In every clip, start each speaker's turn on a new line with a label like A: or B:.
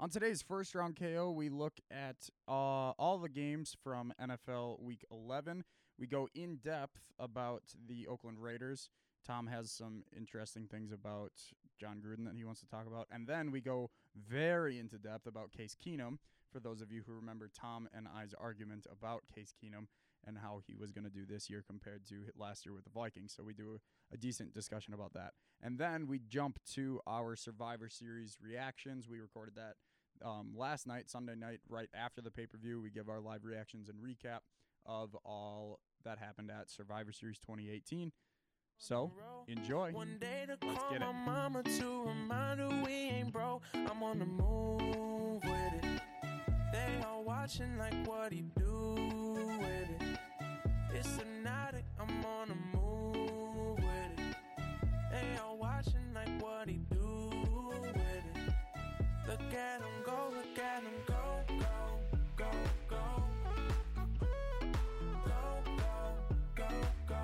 A: On today's first round KO, we look at uh, all the games from NFL Week 11. We go in depth about the Oakland Raiders. Tom has some interesting things about John Gruden that he wants to talk about. And then we go very into depth about Case Keenum. For those of you who remember Tom and I's argument about Case Keenum and how he was going to do this year compared to last year with the Vikings. So we do a, a decent discussion about that. And then we jump to our Survivor Series reactions. We recorded that um, last night, Sunday night, right after the pay per view. We give our live reactions and recap of all that happened at Survivor Series 2018. So enjoy.
B: One day to
A: Let's
B: call
A: get
B: my
A: it.
B: mama to remind her we ain't broke. I'm on the move with it. They all watching like what he do with it. It's hypnotic. I'm on the move with it. They all watching like what he do with it. Look at him go, look at him go, go, go, go. Go, go, go, go.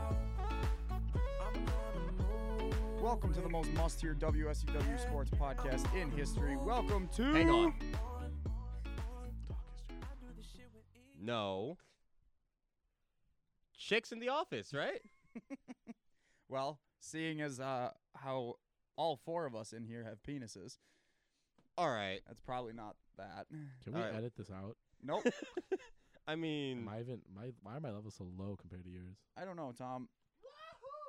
B: I'm gonna move
A: Welcome to the
B: it.
A: most must hear WSUW sports podcast in history. Welcome to.
C: Hang on.
B: I do this shit with E. ease.
C: No. Chicks in the office, right?
A: Well, seeing as uh, how all four of us in here have penises,
C: All right.
A: that's probably not that.
D: Can we
C: Alright.
D: edit this out?
A: Nope.
C: I mean,
D: Am I even my why are my levels so low compared to yours?
A: I don't know, Tom.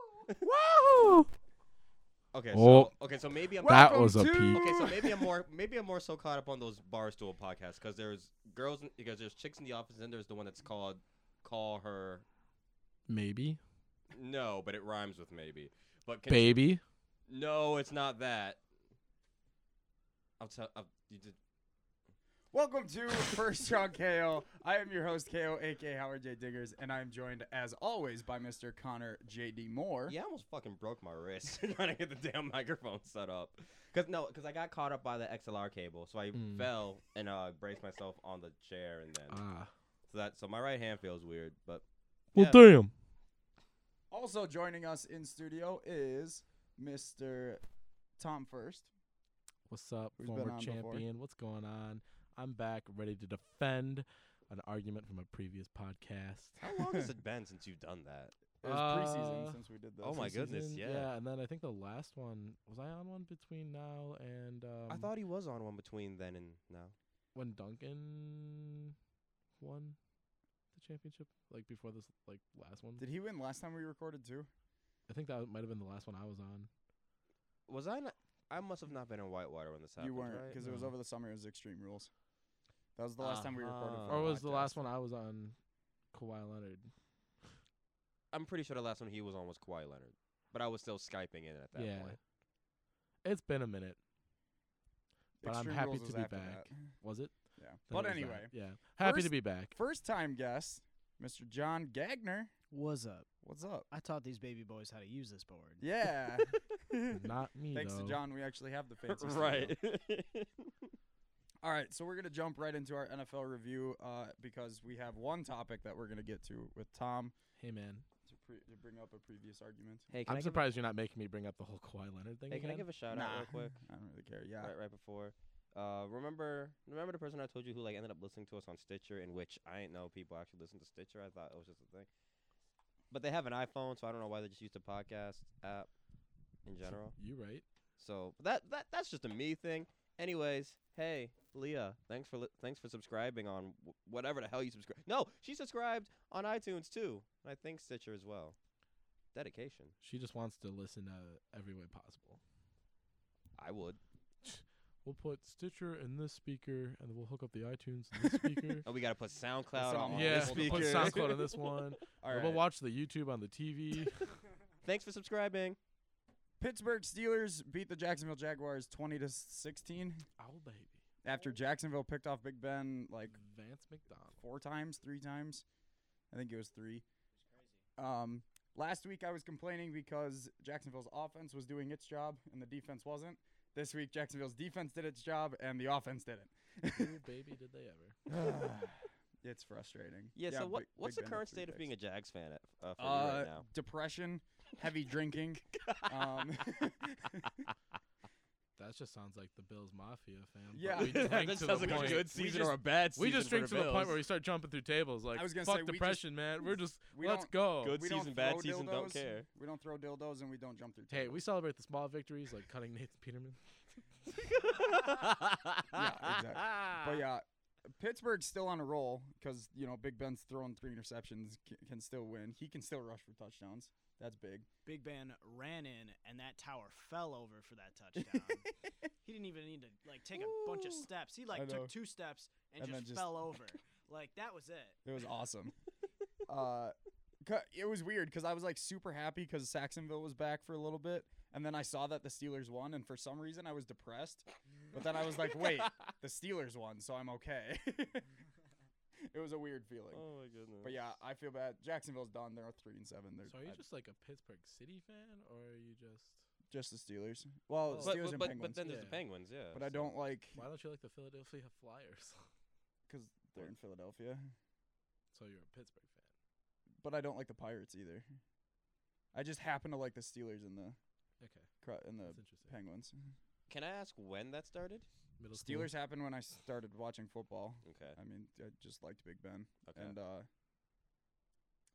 C: okay,
D: Oh.
C: so okay, so maybe I'm
D: That
A: Welcome
D: was a
A: to-
D: peak.
C: okay, so maybe I'm more maybe I'm more so caught up on those barstool podcasts because there's girls in, because there's chicks in the office and there's the one that's called call her
D: Maybe.
C: no, but it rhymes with maybe. But can,
D: Baby.
C: no, it's not that. I'll tell. I'll, you did.
A: Welcome to First Round KO. I am your host, KO, aka Howard J. Diggers, and I am joined, as always, by Mr. Connor J.D. Moore.
C: Yeah, I almost fucking broke my wrist trying to get the damn microphone set up. Cause no, cause I got caught up by the XLR cable, so I
D: Mm.
C: fell and uh, braced myself on the chair, and then
D: Ah.
C: so that so my right hand feels weird. But Yeah.
D: damn.
A: Also joining us in studio is Mr. Tom First.
D: What's up,
A: Who's been
D: former
A: on
D: champion?
A: before?
D: What's going on? I'm back, ready to defend an argument from a previous podcast.
C: how long has it been since you've done that?
A: It was preseason
D: Uh,
A: since we did this.
C: oh my goodness,
D: Preseason,
C: yeah.
D: and then I think the last one was I on one between now and um,
C: I thought he was on one between then and now.
D: when Duncan won the championship, like before this, like last one.
A: Did he win last time we recorded too?
D: I think that might have been the last one I was on.
C: Was I not? I must have not been in Whitewater when this happened.
A: you weren't
C: right?
A: because it was
D: No.
A: over the summer. It was Extreme Rules. That was the last time we recorded.
C: Uh-huh.
A: for
C: the
D: Or was the last
A: podcast.
D: one I was on Kawhi Leonard?
C: I'm pretty sure the last one he was on was Kawhi Leonard, but I was still skyping in at that
D: yeah.
C: point.
D: It's been a minute. But I'm
A: Extreme
D: happy
A: Rules
D: to
A: was
D: be
A: after
D: back.
A: that.
D: Was it?
A: Yeah.
D: Then it
A: But
D: was that.
A: anyway,
D: Yeah. Happy to
A: first-
D: be back.
A: first time guest, Mr. John Gagner.
E: What's up?
A: What's up?
E: I taught these baby boys how to use this board.
A: Yeah.
D: Not me
A: Thanks
D: though.
A: to John, we actually have the fancy studio.
C: right.
A: All right, so we're gonna jump right into our NFL review uh, because we have one topic that we're gonna get to with Tom
D: Hey man,
A: to, pre- to bring up a previous argument.
C: hey,
D: I'm surprised you're not making me bring up the whole Kawhi Leonard thing
C: Hey, can I
D: again.
C: give a shout out real quick?
A: I don't really care. Yeah.
C: right right before. Uh, remember remember the person I told you who like ended up listening to us on Stitcher, in which I didn't know people actually listen to Stitcher. I thought it was just a thing. But they have an iPhone, so I don't know why they just use the podcast app in general.
D: you right?
C: So but that that that's just a me thing. Anyways, hey Leah, thanks for li- thanks for subscribing on w- whatever the hell you subscribe. No, she subscribed on iTunes too, and I think Stitcher as well. Dedication.
D: She just wants to listen uh, every way possible.
C: I would.
D: We'll put Stitcher in this speaker, and then we'll hook up the iTunes in this speaker.
C: Oh, we gotta put SoundCloud
A: Sound-
C: on
A: Yeah,
C: this
D: we'll put
C: speaker.
D: SoundCloud on this one.
A: All
D: We'll
A: right.
D: watch the YouTube on the TV.
C: Thanks for subscribing.
A: Pittsburgh Steelers beat the Jacksonville Jaguars twenty to sixteen
D: Owl baby,
A: after Jacksonville picked off Big Ben like
D: Vance McDonald.
A: four times, three times. I think it was three. Um, last week I was complaining because Jacksonville's offense was doing its job and the defense wasn't. This week Jacksonville's defense did its job and the offense didn't.
D: Ooh, baby, did they ever?
A: It's frustrating.
C: Yeah, so what,
A: Big-
C: what's
A: Big
C: the
A: Ben had
C: current
A: three
C: state of
A: picks.
C: being a Jags fan at, uh, for you
A: uh,
C: right now?
A: depression, heavy drinking. Um,
D: That just sounds like the Bills Mafia fam. but
A: Yeah.
D: we
A: That
D: drank
F: that
D: to
F: sounds
D: the
F: like
D: point.
F: a good
A: We
F: season
A: just-
F: or a bad season.
D: We just drink
F: drink
D: to the point where we start jumping through tables like
A: was gonna
D: fuck
A: say, we just-
D: depression, man. We're just
A: We
D: let's
A: don't-
D: go.
F: Good
A: we don't
F: season, bad
A: throw
F: season, don't
A: dildos.
F: care.
A: We don't throw dildos and we don't jump through.
D: Hey,
A: tables.
D: we celebrate the small victories like cutting Nathan Peterman.
A: But yeah, Pittsburgh's still on a roll because you know Big Ben's throwing three interceptions can, can still win. He can still rush for touchdowns. That's big.
G: Big Ben ran in, and that tower fell over for that touchdown. he didn't even need to like take a bunch of
A: Ooh.
G: steps. He
A: I
G: like
A: know.
G: took two steps and,
A: And then
G: just,
A: just-
G: fell over. like that was it.
A: It was awesome. uh, cu- it was weird because I was like super happy because Saxonville was back for a little bit, and then I saw that the Steelers won, and for some reason I was depressed. But then I was like, wait, the Steelers won, so I'm okay. it was a weird feeling.
H: Oh my goodness.
A: But yeah, I feel bad. Jacksonville's done. They're three and seven. They're
D: So are you
A: I-
D: just like a Pittsburgh City fan, or are you just?
A: just the Steelers. Well,
D: Oh.
A: Steelers
H: But,
A: and
H: but, but, but
A: Penguins.
H: then there's the
D: Yeah.
H: Penguins, yeah.
A: But I
H: so-
A: don't like
D: Why don't you like the Philadelphia Flyers?
A: because they're in Philadelphia.
D: so you're a Pittsburgh fan.
A: But I don't like the Pirates either. I just happen to like the Steelers and the
D: Okay,
A: Cru- and the
D: that's interesting.
A: Penguins.
H: Can I ask when that started?
D: Middle school.
A: Steelers happened when I started watching football.
H: Okay.
A: I mean, I just liked Big Ben
H: Okay.
A: and uh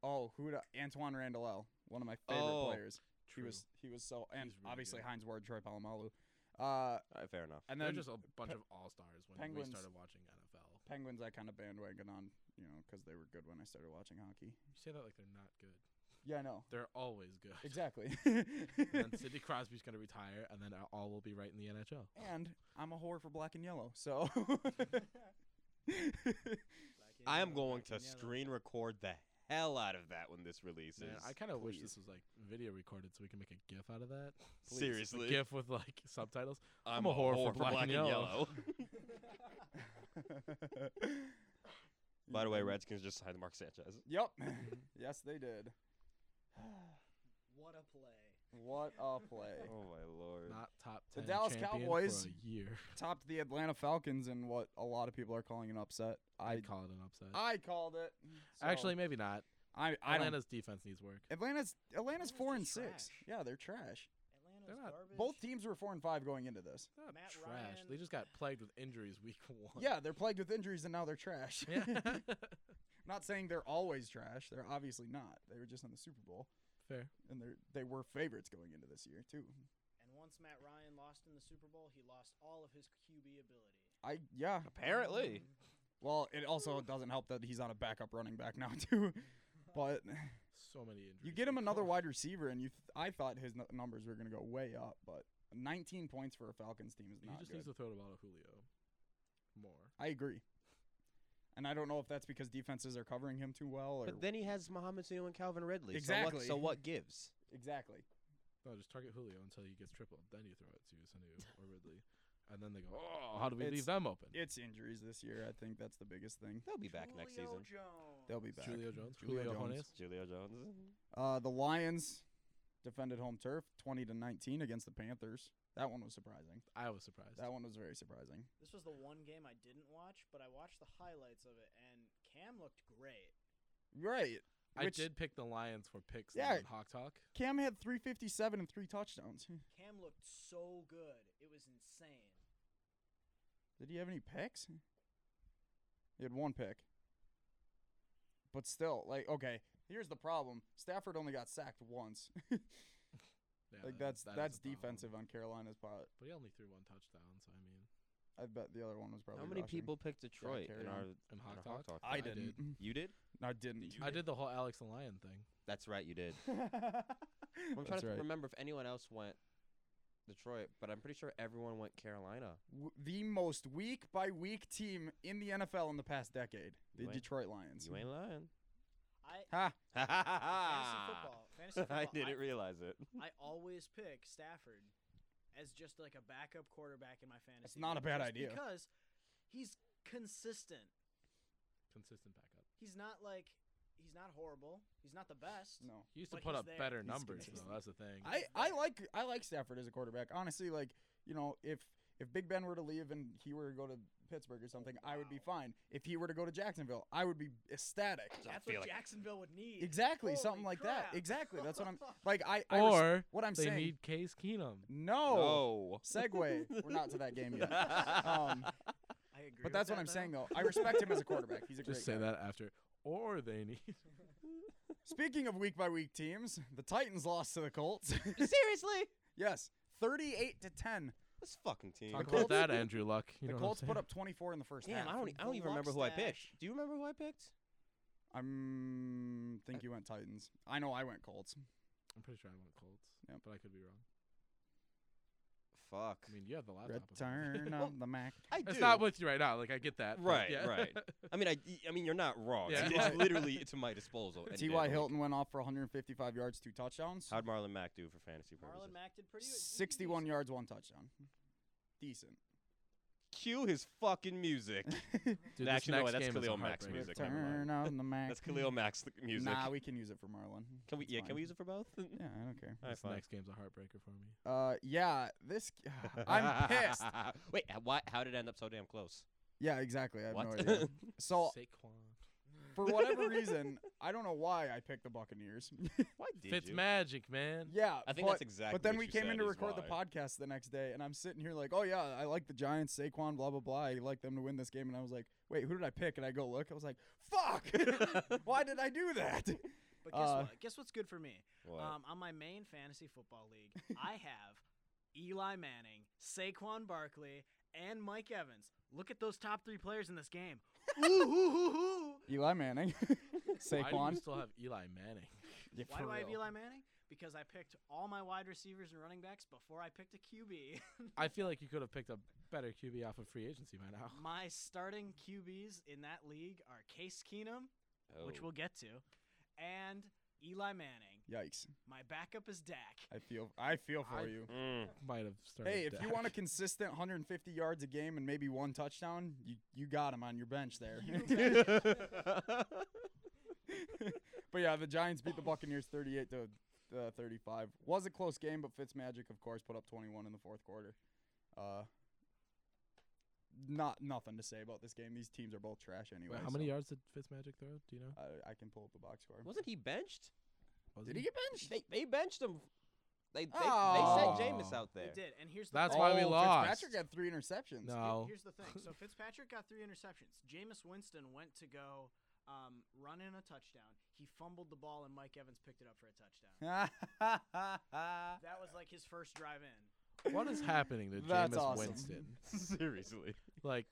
A: oh, who da, Antoine Randall, L, one of my favorite
H: Oh.
A: players.
D: True.
A: He was he was so and
D: He's really
A: obviously
D: good.
A: Heinz Ward, Troy Polamalu. Uh,
H: All right, fair enough.
A: and
D: They're
A: then
D: just a bunch
A: Pe-
D: of all stars when
A: Penguins-
D: we started watching NFL.
A: Penguins, I kind of bandwagon on, you know, because they were good when I started watching hockey.
D: You say that like they're not good.
A: Yeah, I know.
D: They're always good.
A: Exactly.
D: and then Sidney Crosby's gonna retire, and then uh, all will be right in the NHL.
A: and I'm a whore for black and yellow, so
H: I am going to screen record the hell out of that when this releases.
D: Man, I kind of wish
H: please.
D: this was like video recorded so we can make a GIF out of that.
A: please.
H: Seriously.
D: A GIF with like subtitles.
H: I'm, a whore, for black, and yellow. By the way, Redskins just signed Mark Sanchez.
A: Yep. yes, they did.
G: What a play!
A: What a play.
H: Oh my lord.
D: Not top
A: The
D: ten.
A: Dallas
D: champion
A: Cowboys-
D: for a year.
A: Topped the Atlanta Falcons in what a lot of people are calling an upset. I
D: I'd call it an upset.
A: I called it. so
D: Actually, maybe not.
A: I I
D: Atlanta's defense needs work.
A: don't. Atlanta's Atlanta's four and
G: Atlanta's just
A: six.
G: trash.
A: Yeah, they're trash.
G: Atlanta's
D: They're not-
G: garbage.
A: Both teams were four and five going into this.
D: Not
G: Matt
D: trash.
G: Ryan-
D: They just got plagued with injuries week one.
A: Yeah, they're plagued with injuries and now they're trash.
D: Yeah.
A: Not saying they're always trash. They're obviously not. They were just in the Super Bowl,
D: Fair.
A: and they they were favorites going into this year too.
G: And once Matt Ryan lost in the Super Bowl, he lost all of his QB ability.
A: I yeah.
H: Apparently.
A: Well, it also doesn't help that he's on a backup running back now too. But
D: So many injuries.
A: you get him
D: week
A: another
D: one.
A: wide receiver, and you th- I thought his n- numbers were going to go way up, but 19 points for a Falcons team is
D: He
A: not
D: just
A: good.
D: needs to throw the ball to Julio. More.
A: I agree. And I don't know if that's because defenses are covering him too well or
H: But then he has Mohamed Sanu and Calvin Ridley. So
A: Exactly.
H: what, so what gives?
A: exactly.
D: No, just target Julio until he gets tripled. Then you throw it to Sanu or Ridley, and then they go, "Oh, how do we
A: It's-
D: leave them open?"
A: It's injuries this year. I think that's the biggest thing.
H: They'll be back next season.
G: Jones.
A: They'll be back.
D: Julio Jones,
A: Julio
D: Julio,
A: Jones.
D: Jones.
H: Julio Jones.
A: Uh, the Lions defended home turf 20 to 19 against the Panthers. That one was surprising.
D: I was surprised.
A: That one was very surprising.
G: This was the one game I didn't watch, but I watched the highlights of it, and Cam looked great.
A: Right.
D: I
A: Which-
D: did pick the Lions for picks
A: Yeah.
D: yeah. Hawk Talk.
A: Cam had 357 and three touchdowns.
G: Cam looked so good. It was insane.
A: Did he have any picks? He had one pick. But still, like, okay, here's the problem. Stafford only got sacked once.
D: Yeah,
A: like
D: that-
A: that's
D: that is
A: that's
D: a problem.
A: defensive on Carolina's part.
D: But he only threw one touchdown, so I mean,
A: I bet the other one was probably
H: How many
A: rushing.
H: people picked Detroit
A: carry
H: in
A: on.
H: our
D: and Hawk
H: Hawk Talk.
D: Talk.
A: I
H: I
A: didn't.
H: You did?
A: I didn't.
D: I did the whole Alex the Lion thing.
H: That's right, you did. I'm trying
A: That's
H: to
A: right.
H: remember if anyone else went Detroit, but I'm pretty sure everyone went Carolina.
A: W- the most week by week team in the NFL in the past decade. The
H: You ain't-
A: Detroit Lions.
H: You ain't lying.
G: I
A: Ha.
G: fantasy football. Fantasy football.
H: I didn't realize it.
G: I always pick Stafford as just like a backup quarterback in my fantasy.
A: It's not a
G: league
A: bad
G: just
A: idea.
G: because he's consistent.
D: Consistent backup.
G: He's not like he's not horrible. He's not the best.
A: No.
D: He used to
G: But
D: put
G: he's
D: up
G: there.
D: better
A: He's
D: numbers
A: consistent.
D: though. That's the thing.
A: I, I like I like Stafford as a quarterback. Honestly, like, you know, if If Big Ben were to leave and he were to go to Pittsburgh or something, I would be fine. If he were to go to Jacksonville, I would be ecstatic.
G: That's what Jacksonville would need.
A: Exactly,
G: Holy
A: something like
G: crap.
A: that. Exactly, that's what I'm like. I, I res-
D: Or
A: what I'm
D: they
A: saying.
D: need Case Keenum.
A: no. Segue. We're not to that game yet. Um,
G: I agree.
A: but
G: with
A: that's
G: that
A: what I'm
G: though.
A: saying though. I respect him as a quarterback. He's a great
D: Just say
A: guy.
D: that after. Or they need.
A: Speaking of week by week teams, the Titans lost to the Colts.
C: Seriously?
A: yes, 38 to 10.
C: This fucking team.
A: Talk
D: Talk
A: Colts-
D: about that, Andrew Luck. You
A: the
D: know
A: Colts
D: what
A: put
D: I'm
A: up 24 in the first
C: Damn,
A: half.
C: I don't.
H: e,
C: I don't
G: The
C: even remember who I picked.
G: Luckstache.
C: Do you remember who I picked?
A: I'm think you went Titans. I know I went Colts.
D: I'm pretty sure I went Colts.
A: Yep.
D: But I could be wrong.
C: Fuck.
D: I mean, you have the laptop. in front of you.
A: Return
C: Well,
A: of the Mac.
C: I do.
D: It's not with you right now. Like I get that. but
C: Right,
D: yeah.
C: right. I mean, I. I mean, you're not wrong.
D: Yeah.
A: Right.
C: It's literally to my disposal. any day of
A: T.Y.
C: the week.
A: Hilton went off for 155 yards, two touchdowns.
C: How'd Marlon Mack do for fantasy purposes?
G: Marlon Mack did pretty.
A: 61 yards, one touchdown. Decent.
C: Cue his fucking music.
D: Dude,
C: Actually,
D: this
C: no,
D: next
C: that's
D: game is a
C: Khalil Mack's
D: heartbreaker.
C: music. never
A: Return of the Mac.
C: That's Khalil Mack's th- music.
A: Nah, we can use it for Marlon.
C: can we?
A: It's
C: Yeah,
A: fine.
C: can we use it for both? All
A: Yeah, I don't care.
C: right,
D: This
C: fine.
D: next game's a heartbreaker for me.
A: Uh, yeah, this. I'm pissed.
C: Wait, h- why? How did it end up so damn close?
A: Yeah, exactly. I have
C: what?
A: no idea. So
D: Saquon.
A: for whatever reason, I don't know why I picked the Buccaneers.
C: why did
D: Fitz
C: you?
D: magic, man.
A: yeah,
C: I think
A: but,
C: that's exactly.
A: But then
C: what
A: we
C: you
A: came
C: said
A: in to
C: is
A: record the
C: why.
A: podcast the next day, and I'm sitting here like, oh yeah, I like the Giants, Saquon, blah blah blah. I like them to win this game, and I was like, wait, who did I pick? And I go look, I was like, fuck, why did I do that?
G: But guess
A: Uh,
G: what? Guess what's good for me?
C: What?
G: Um, on my main fantasy football league, I have Eli Manning, Saquon Barkley, and Mike Evans. Look at those top three players in this game. Ooh, hoo, hoo, hoo.
A: Eli Manning,
D: Why do
A: Saquon.
D: you still have Eli Manning?
A: Yeah,
G: Why
A: for
G: do I have
A: real.
G: Eli Manning? Because I picked all my wide receivers and running backs before I picked a QB.
D: I feel like you could have picked a better QB off of free agency by now.
G: my starting QBs in that league are Case Keenum, which
C: Oh.
G: we'll get to, and Eli Manning.
A: Yikes!
G: My backup is Dak.
A: I feel I feel for
D: I-
A: you.
C: Mm.
D: Might have started.
A: Hey, if you
D: Dak.
A: want a consistent 150 yards a game and maybe one touchdown, you, you got him on your bench there.
C: Mm.
A: but yeah, the Giants beat the Buccaneers 38 to uh, 35. Was a close game, but Fitzmagic, of course, put up 21 in the fourth quarter. Uh, not nothing to say about this game. These teams are both trash anyway.
D: Wait, how many
A: so
D: yards did Fitzmagic throw? Do you know?
A: I, I can pull up the box score.
C: Wasn't he benched?
D: Was
A: Did he get benched?
C: They they benched him. They they,
A: Oh.
C: they sent Jameis out there.
G: They did, and here's the
D: That's
G: thing.
D: why we
A: Oh,
D: lost.
A: Fitzpatrick had three interceptions.
G: Here-
D: No.
G: Here's the thing. So Fitzpatrick got three interceptions. Jameis Winston went to go um, run in a touchdown. He fumbled the ball, and Mike Evans picked it up for a touchdown. that was like his first drive in.
D: What is happening to
A: That's
D: Jameis
A: awesome.
D: Winston?
C: Seriously.
D: Like,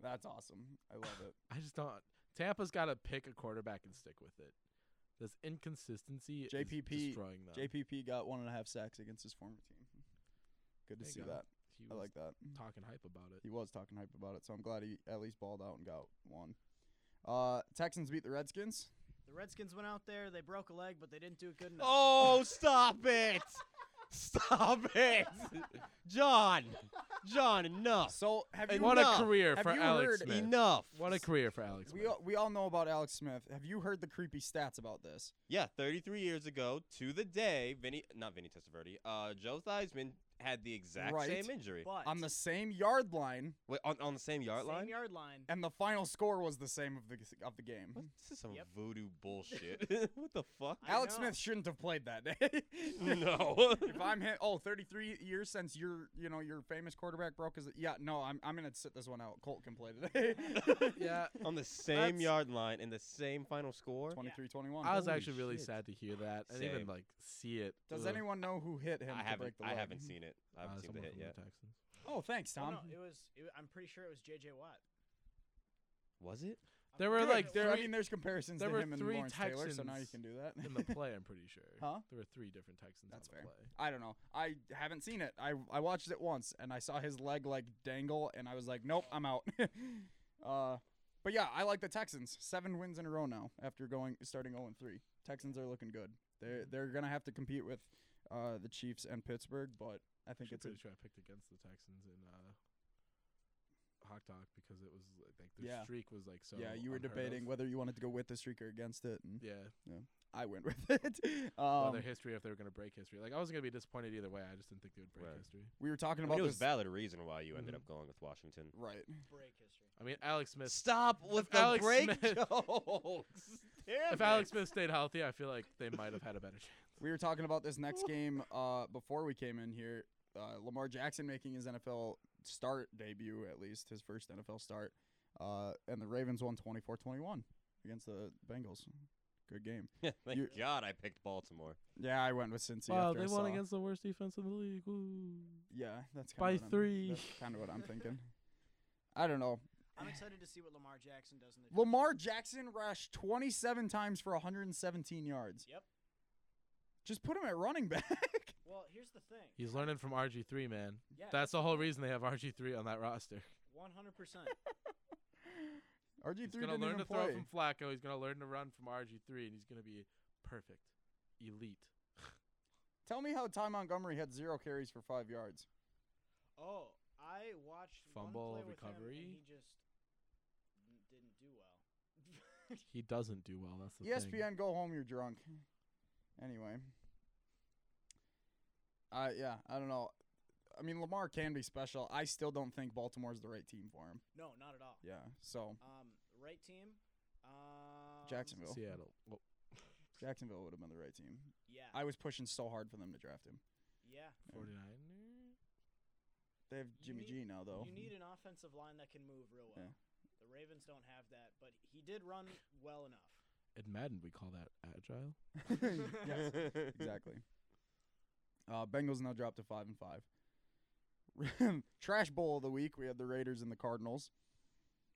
A: That's awesome. I love it.
D: I just don't. Tampa's got to pick a quarterback and stick with it. This inconsistency
A: JPP
D: is destroying them.
A: JPP got one and a half sacks against his former team. Good to
D: There you
A: see
D: go.
A: that.
D: He
A: I
D: was
A: like that.
D: talking hype about it.
A: He was talking hype about it, so I'm glad he at least balled out and got one. Uh, Texans beat the Redskins.
G: The Redskins went out there. They broke a leg, but they didn't do it good enough.
C: Oh, stop it! Stop it, John! John, enough!
A: So have you
D: what
C: enough.
D: a career
A: Have
D: for
A: you
D: Alex
A: heard-
D: Smith.
C: Enough!
D: What a career for Alex
A: we
D: Smith.
A: all, we all know about Alex Smith. Have you heard the creepy stats about this?
C: yeah, 33 years ago to the day, Vinny, not Vinny Testaverde, uh, Joe Theismann had the exact
A: Right.
C: same injury.
G: But
A: On the same yard line,
C: Wait, on, on the same yard
G: same
C: line?
G: yard line.
A: and the final score was the same of the of the game.
C: What? This is some
G: Yep.
C: voodoo bullshit. what the fuck?
G: I
A: Alex
G: know.
A: Smith shouldn't have played that day.
C: no.
A: if I'm hit, oh, 33 years since your, you know, your famous quarterback broke his. Yeah, no, I'm, I'm gonna sit this one out. Colt can play today.
D: yeah,
C: on the same
D: That's-
C: yard line and the same final score?
A: 23-21.
D: I was
C: Holy
D: actually really
C: shit.
D: sad to hear that and even
C: Same.
D: like see it.
A: Does
D: Ugh.
A: anyone know who hit him?
C: I
A: to
C: haven't,
A: break the
C: I
A: leg? Mm-hmm.
C: haven't seen it. I haven't seen
D: Uh,
C: the
D: someone
C: hit
D: from
C: yet.
D: Texans.
A: Oh, thanks,
G: Oh,
A: Tom.
G: no, it was. It, I'm pretty sure it was J.J. Watt.
C: Was it?
G: I'm
D: There
G: pretty
D: were,
G: sure
D: like,
G: it
A: there.
G: was-
A: I mean, there's comparisons
D: there
A: to
D: were
A: him and
D: three
A: Lawrence Taylor, so now you
D: Texans
A: can do that.
D: in the play, I'm pretty sure.
A: Huh?
D: There were three different Texans
A: That's
D: on
A: fair.
D: the play.
A: I don't know. I haven't seen it. I I watched it once and I saw his leg like dangle and I was like, nope, I'm out. uh, but yeah, I like the Texans. Seven wins in a row now after going starting 0 3. Texans are looking good.
D: Mm-hmm.
A: They they're gonna have to compete with uh, the Chiefs and Pittsburgh, but I think
D: Actually,
A: it's a,
D: pretty sure I picked against the Texans in uh, Hawk TikTok because it was like their
A: Yeah.
D: streak was like so.
A: yeah, you were
D: unheard of.
A: debating whether you wanted to go with the streak or against it, and
D: Yeah,
A: I went with it.
D: well,
A: Um,
D: their history if they were gonna break history. Like I wasn't gonna be disappointed either way. I just didn't think they would break
H: Right.
D: history.
A: we were talking
H: I mean,
A: about
H: it was
A: this.
H: valid reason why you ended
D: Mhm.
H: up going with Washington.
A: Right.
G: Break history.
D: I mean, Alex Smith.
H: Stop with the
D: Alex
H: break
D: Smith-
H: jokes. Damn it.
D: If Alex Smith stayed healthy, I feel like they might have had a better chance.
A: We were talking about this next game uh, before we came in here. Uh, Lamar Jackson making his NFL start debut, at least his first NFL start, uh, and the Ravens won 24-21 against the Bengals. Good game.
H: Yeah, Thank
A: You-
H: God I picked Baltimore.
A: Yeah, I went with Cincy.
D: wow,
A: after
D: they
A: I
D: won
A: saw-
D: against the worst defense in the league.
A: Yeah, that's kinda
D: by
A: what I'm-
D: three.
A: That's kind of what I'm thinking. I don't know.
G: I'm excited to see what Lamar Jackson does in the.
A: Lamar Jackson rushed 27 times for 117 yards.
G: Yep.
A: Just put him at running back.
G: Well, here's the thing.
D: He's learning from RG3, man.
G: Yeah,
D: That's the whole reason they have RG3 on that roster.
G: 100. percent
A: RG3
D: He's gonna
A: didn't
D: learn
A: even
D: to
A: play.
D: throw from Flacco. He's gonna learn to run from RG3, and he's gonna be perfect, elite.
A: Tell me how Ty Montgomery had zero carries for five yards.
G: Oh, I watched
D: Fumble,
G: one play
D: recovery.
G: With him and he just n- didn't do well.
D: He doesn't do well. That's the thing.
A: ESPN, go home. You're drunk. Anyway. Uh, yeah, I don't know. I mean, Lamar can be special. I still don't think Baltimore's the right team for him.
G: no, not at all.
A: Yeah, so
G: Um, right team. Um,
A: Jacksonville.
D: Seattle. Well,
A: Jacksonville would have been the right team.
G: Yeah.
A: I was pushing so hard for them to draft him.
G: yeah.
D: 49er?
A: They have
G: You
A: Jimmy
G: need-
A: G now, though.
G: You need an offensive line that can move real well.
A: Yeah.
G: The Ravens don't have that, but he did run well enough.
D: In Madden, we call that agile.
A: yes, exactly. Uh, Bengals now dropped to five and five. Trash bowl of the week. We had the Raiders and the Cardinals.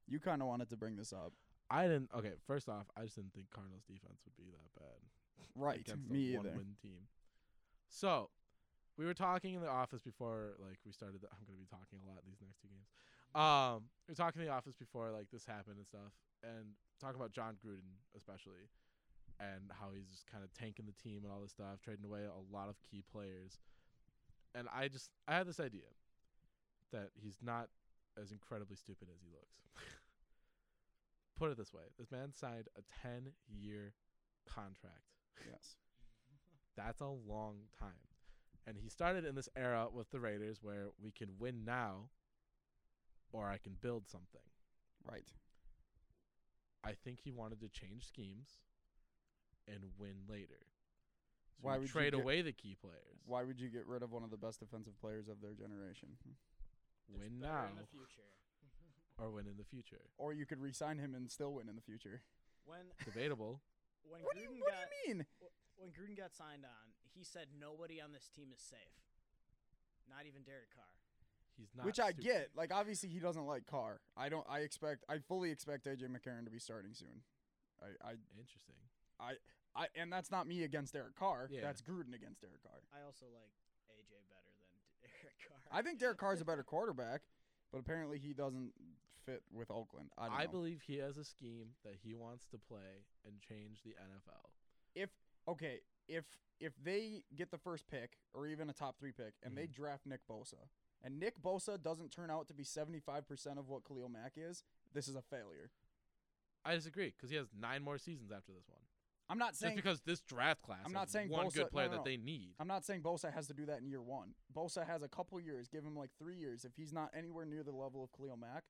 A: You kind of wanted to bring this up,
D: I didn't. Okay, first off, I just didn't think Cardinals defense would be that bad
A: right?
D: against
A: Me
D: a
A: either.
D: one-win team. So, we were talking in the office before, like we started. The, I'm going to be talking a lot these next two games. Um, we were talking in the office before, like this happened and stuff, and talking about John Gruden especially, and how he's just kind of tanking the team and all this stuff, trading away a lot of key players. And I just, I had this idea that he's not as incredibly stupid as he looks. Put it this way: this man signed a 10-year contract.
A: Yes.
D: That's a long time. And he started in this era with the Raiders where we can win now or I can build something.
A: Right.
D: I think he wanted to change schemes and win later. So
A: Why
D: you
A: would you
D: trade
A: get-
D: away the key players.
A: Why would you get rid of one of the best defensive players of their generation?
D: Hmm.
G: There's
D: win
G: better
D: now
G: In the future.
D: or win in the future.
A: Or you could re-sign him and still win in the future.
G: When
D: Debatable.
G: when
A: What do
G: Gruden
A: you, what do
G: got
A: you mean?
G: when Gruden got signed on, he said nobody on this team is safe. Not even Derek Carr.
D: He's not
A: Which I
D: stupid.
A: get. Like obviously he doesn't like Carr. I don't. I expect. I fully expect AJ McCarron to be starting soon. I. I.
D: Interesting.
A: I and that's not me against Derek Carr.
D: Yeah.
A: That's Gruden against Derek Carr.
G: I also like AJ better than Derek Carr.
A: I think Derek Carr's a better quarterback, but apparently he doesn't fit with Oakland. I don't
D: I,
A: know.
D: believe he has a scheme that he wants to play and change the NFL.
A: okay, if if they get the first pick or even a top three pick and they draft Nick Bosa, and Nick Bosa doesn't turn out to be seventy five percent of what Khalil Mack is, this is a failure.
D: I disagree because he has nine more seasons after this one.
A: I'm not
D: Just
A: saying
D: because this draft class
A: I'm
D: has
A: not saying
D: one
A: Bosa- no,
D: good player
A: no, no.
D: that they need.
A: I'm not saying Bosa has to do that in year one. Bosa has a couple years. Give him like three years. If he's not anywhere near the level of Khalil Mack,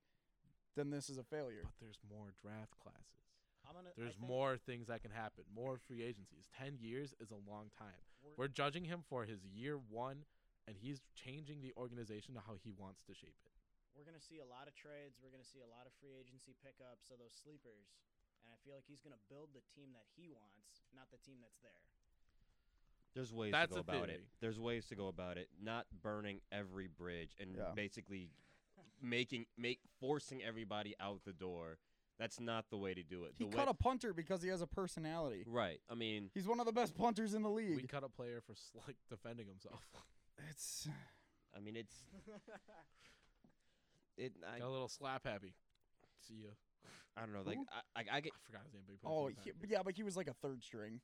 A: then this is a failure.
D: But there's more draft classes.
G: I'm gonna, I
D: There's
G: think
D: more things that can happen. More free agencies. Ten years is a long time.
G: we're-
D: We're judging him for his year one, and he's changing the organization to how he wants to shape it.
G: we're going to see a lot of trades. We're going to see a lot of free agency pickups of those sleepers. And I feel like he's going to build the team that he wants, not the team that's there.
H: There's ways
D: That's
H: to go
D: a
H: about it.
D: theory.
H: There's ways to go about it. Not burning every bridge and
A: Yeah.
H: basically making make forcing everybody out the door. That's not the way to do it.
A: He
H: the
A: cut
H: way,
A: a punter because he has a personality.
H: right. I mean,
A: He's one of the best punters in the league.
D: We cut a player for s- like defending himself.
A: it's
H: I mean it's it. I,
D: Got a little slap happy. See ya.
H: I don't know. Like
A: Who?
H: I, I, I
D: I
H: get
D: forgot his name. But he played for
A: oh
D: the
A: he,
D: Packers.
A: yeah, but he was like a third string.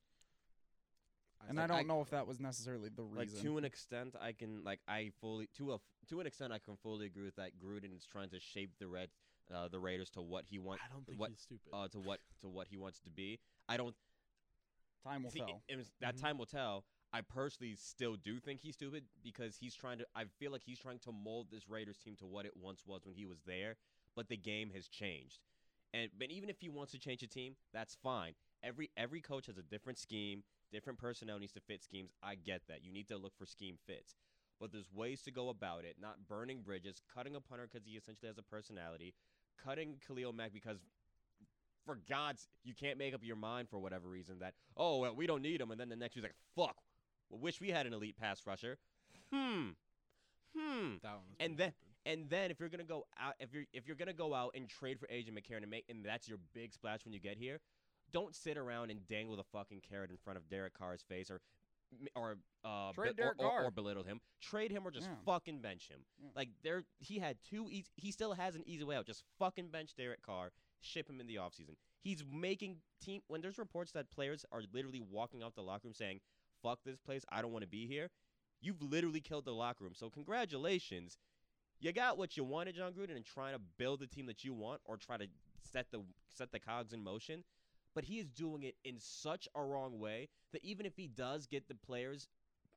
A: And
C: like,
A: I don't
C: I-
A: know if that was necessarily the
C: Like
A: reason.
C: to an extent, I can like I fully to a f- to an extent I can fully agree with that. Gruden is trying to shape the red uh, the Raiders to what he wants
D: I don't think
C: what-
D: he's stupid.
C: uh, to what to what he wants to be. I don't
A: Time will
C: see,
A: tell. Mm-hmm.
C: it- it was- that
D: Mhm.
C: time will tell. I personally still do think he's stupid because he's trying to. I feel like he's trying to mold this Raiders team to what it once was when he was there, but the game has changed. And but even if he wants to change a team, that's fine. Every every coach has a different scheme, different personnel needs to fit schemes. I get that. You need to look for scheme fits, but there's ways to go about it. Not burning bridges, cutting a punter because he essentially has a personality, cutting Khalil Mack because for God's, you can't make up your mind for whatever reason that oh well, we don't need him, and then the next year's like fuck, well, wish we had an elite pass rusher. Hmm, hmm.
D: that one was
C: and
D: pretty
C: then- And then if you're gonna go out, if you're if you're gonna go out and trade for AJ McCarron and make, and that's your big splash when you get here, don't sit around and dangle the fucking carrot in front of Derek Carr's face or or uh,
A: Trade
C: be- or,
A: Derek
C: or,
A: Carr.
C: or belittle him. Trade him or just
A: Yeah.
C: fucking bench him.
A: Yeah.
C: Like there, he had two easy. He still has an easy way out. Just fucking bench Derek Carr. Ship him in the offseason. He's making team when there's reports that players are literally walking out the locker room saying, "Fuck this place. I don't want to be here." You've literally killed the locker room. So congratulations you got what you wanted, John Gruden, and trying to build the team that you want, or try to set the set the cogs in motion. But he is doing it in such a wrong way that even if he does get the players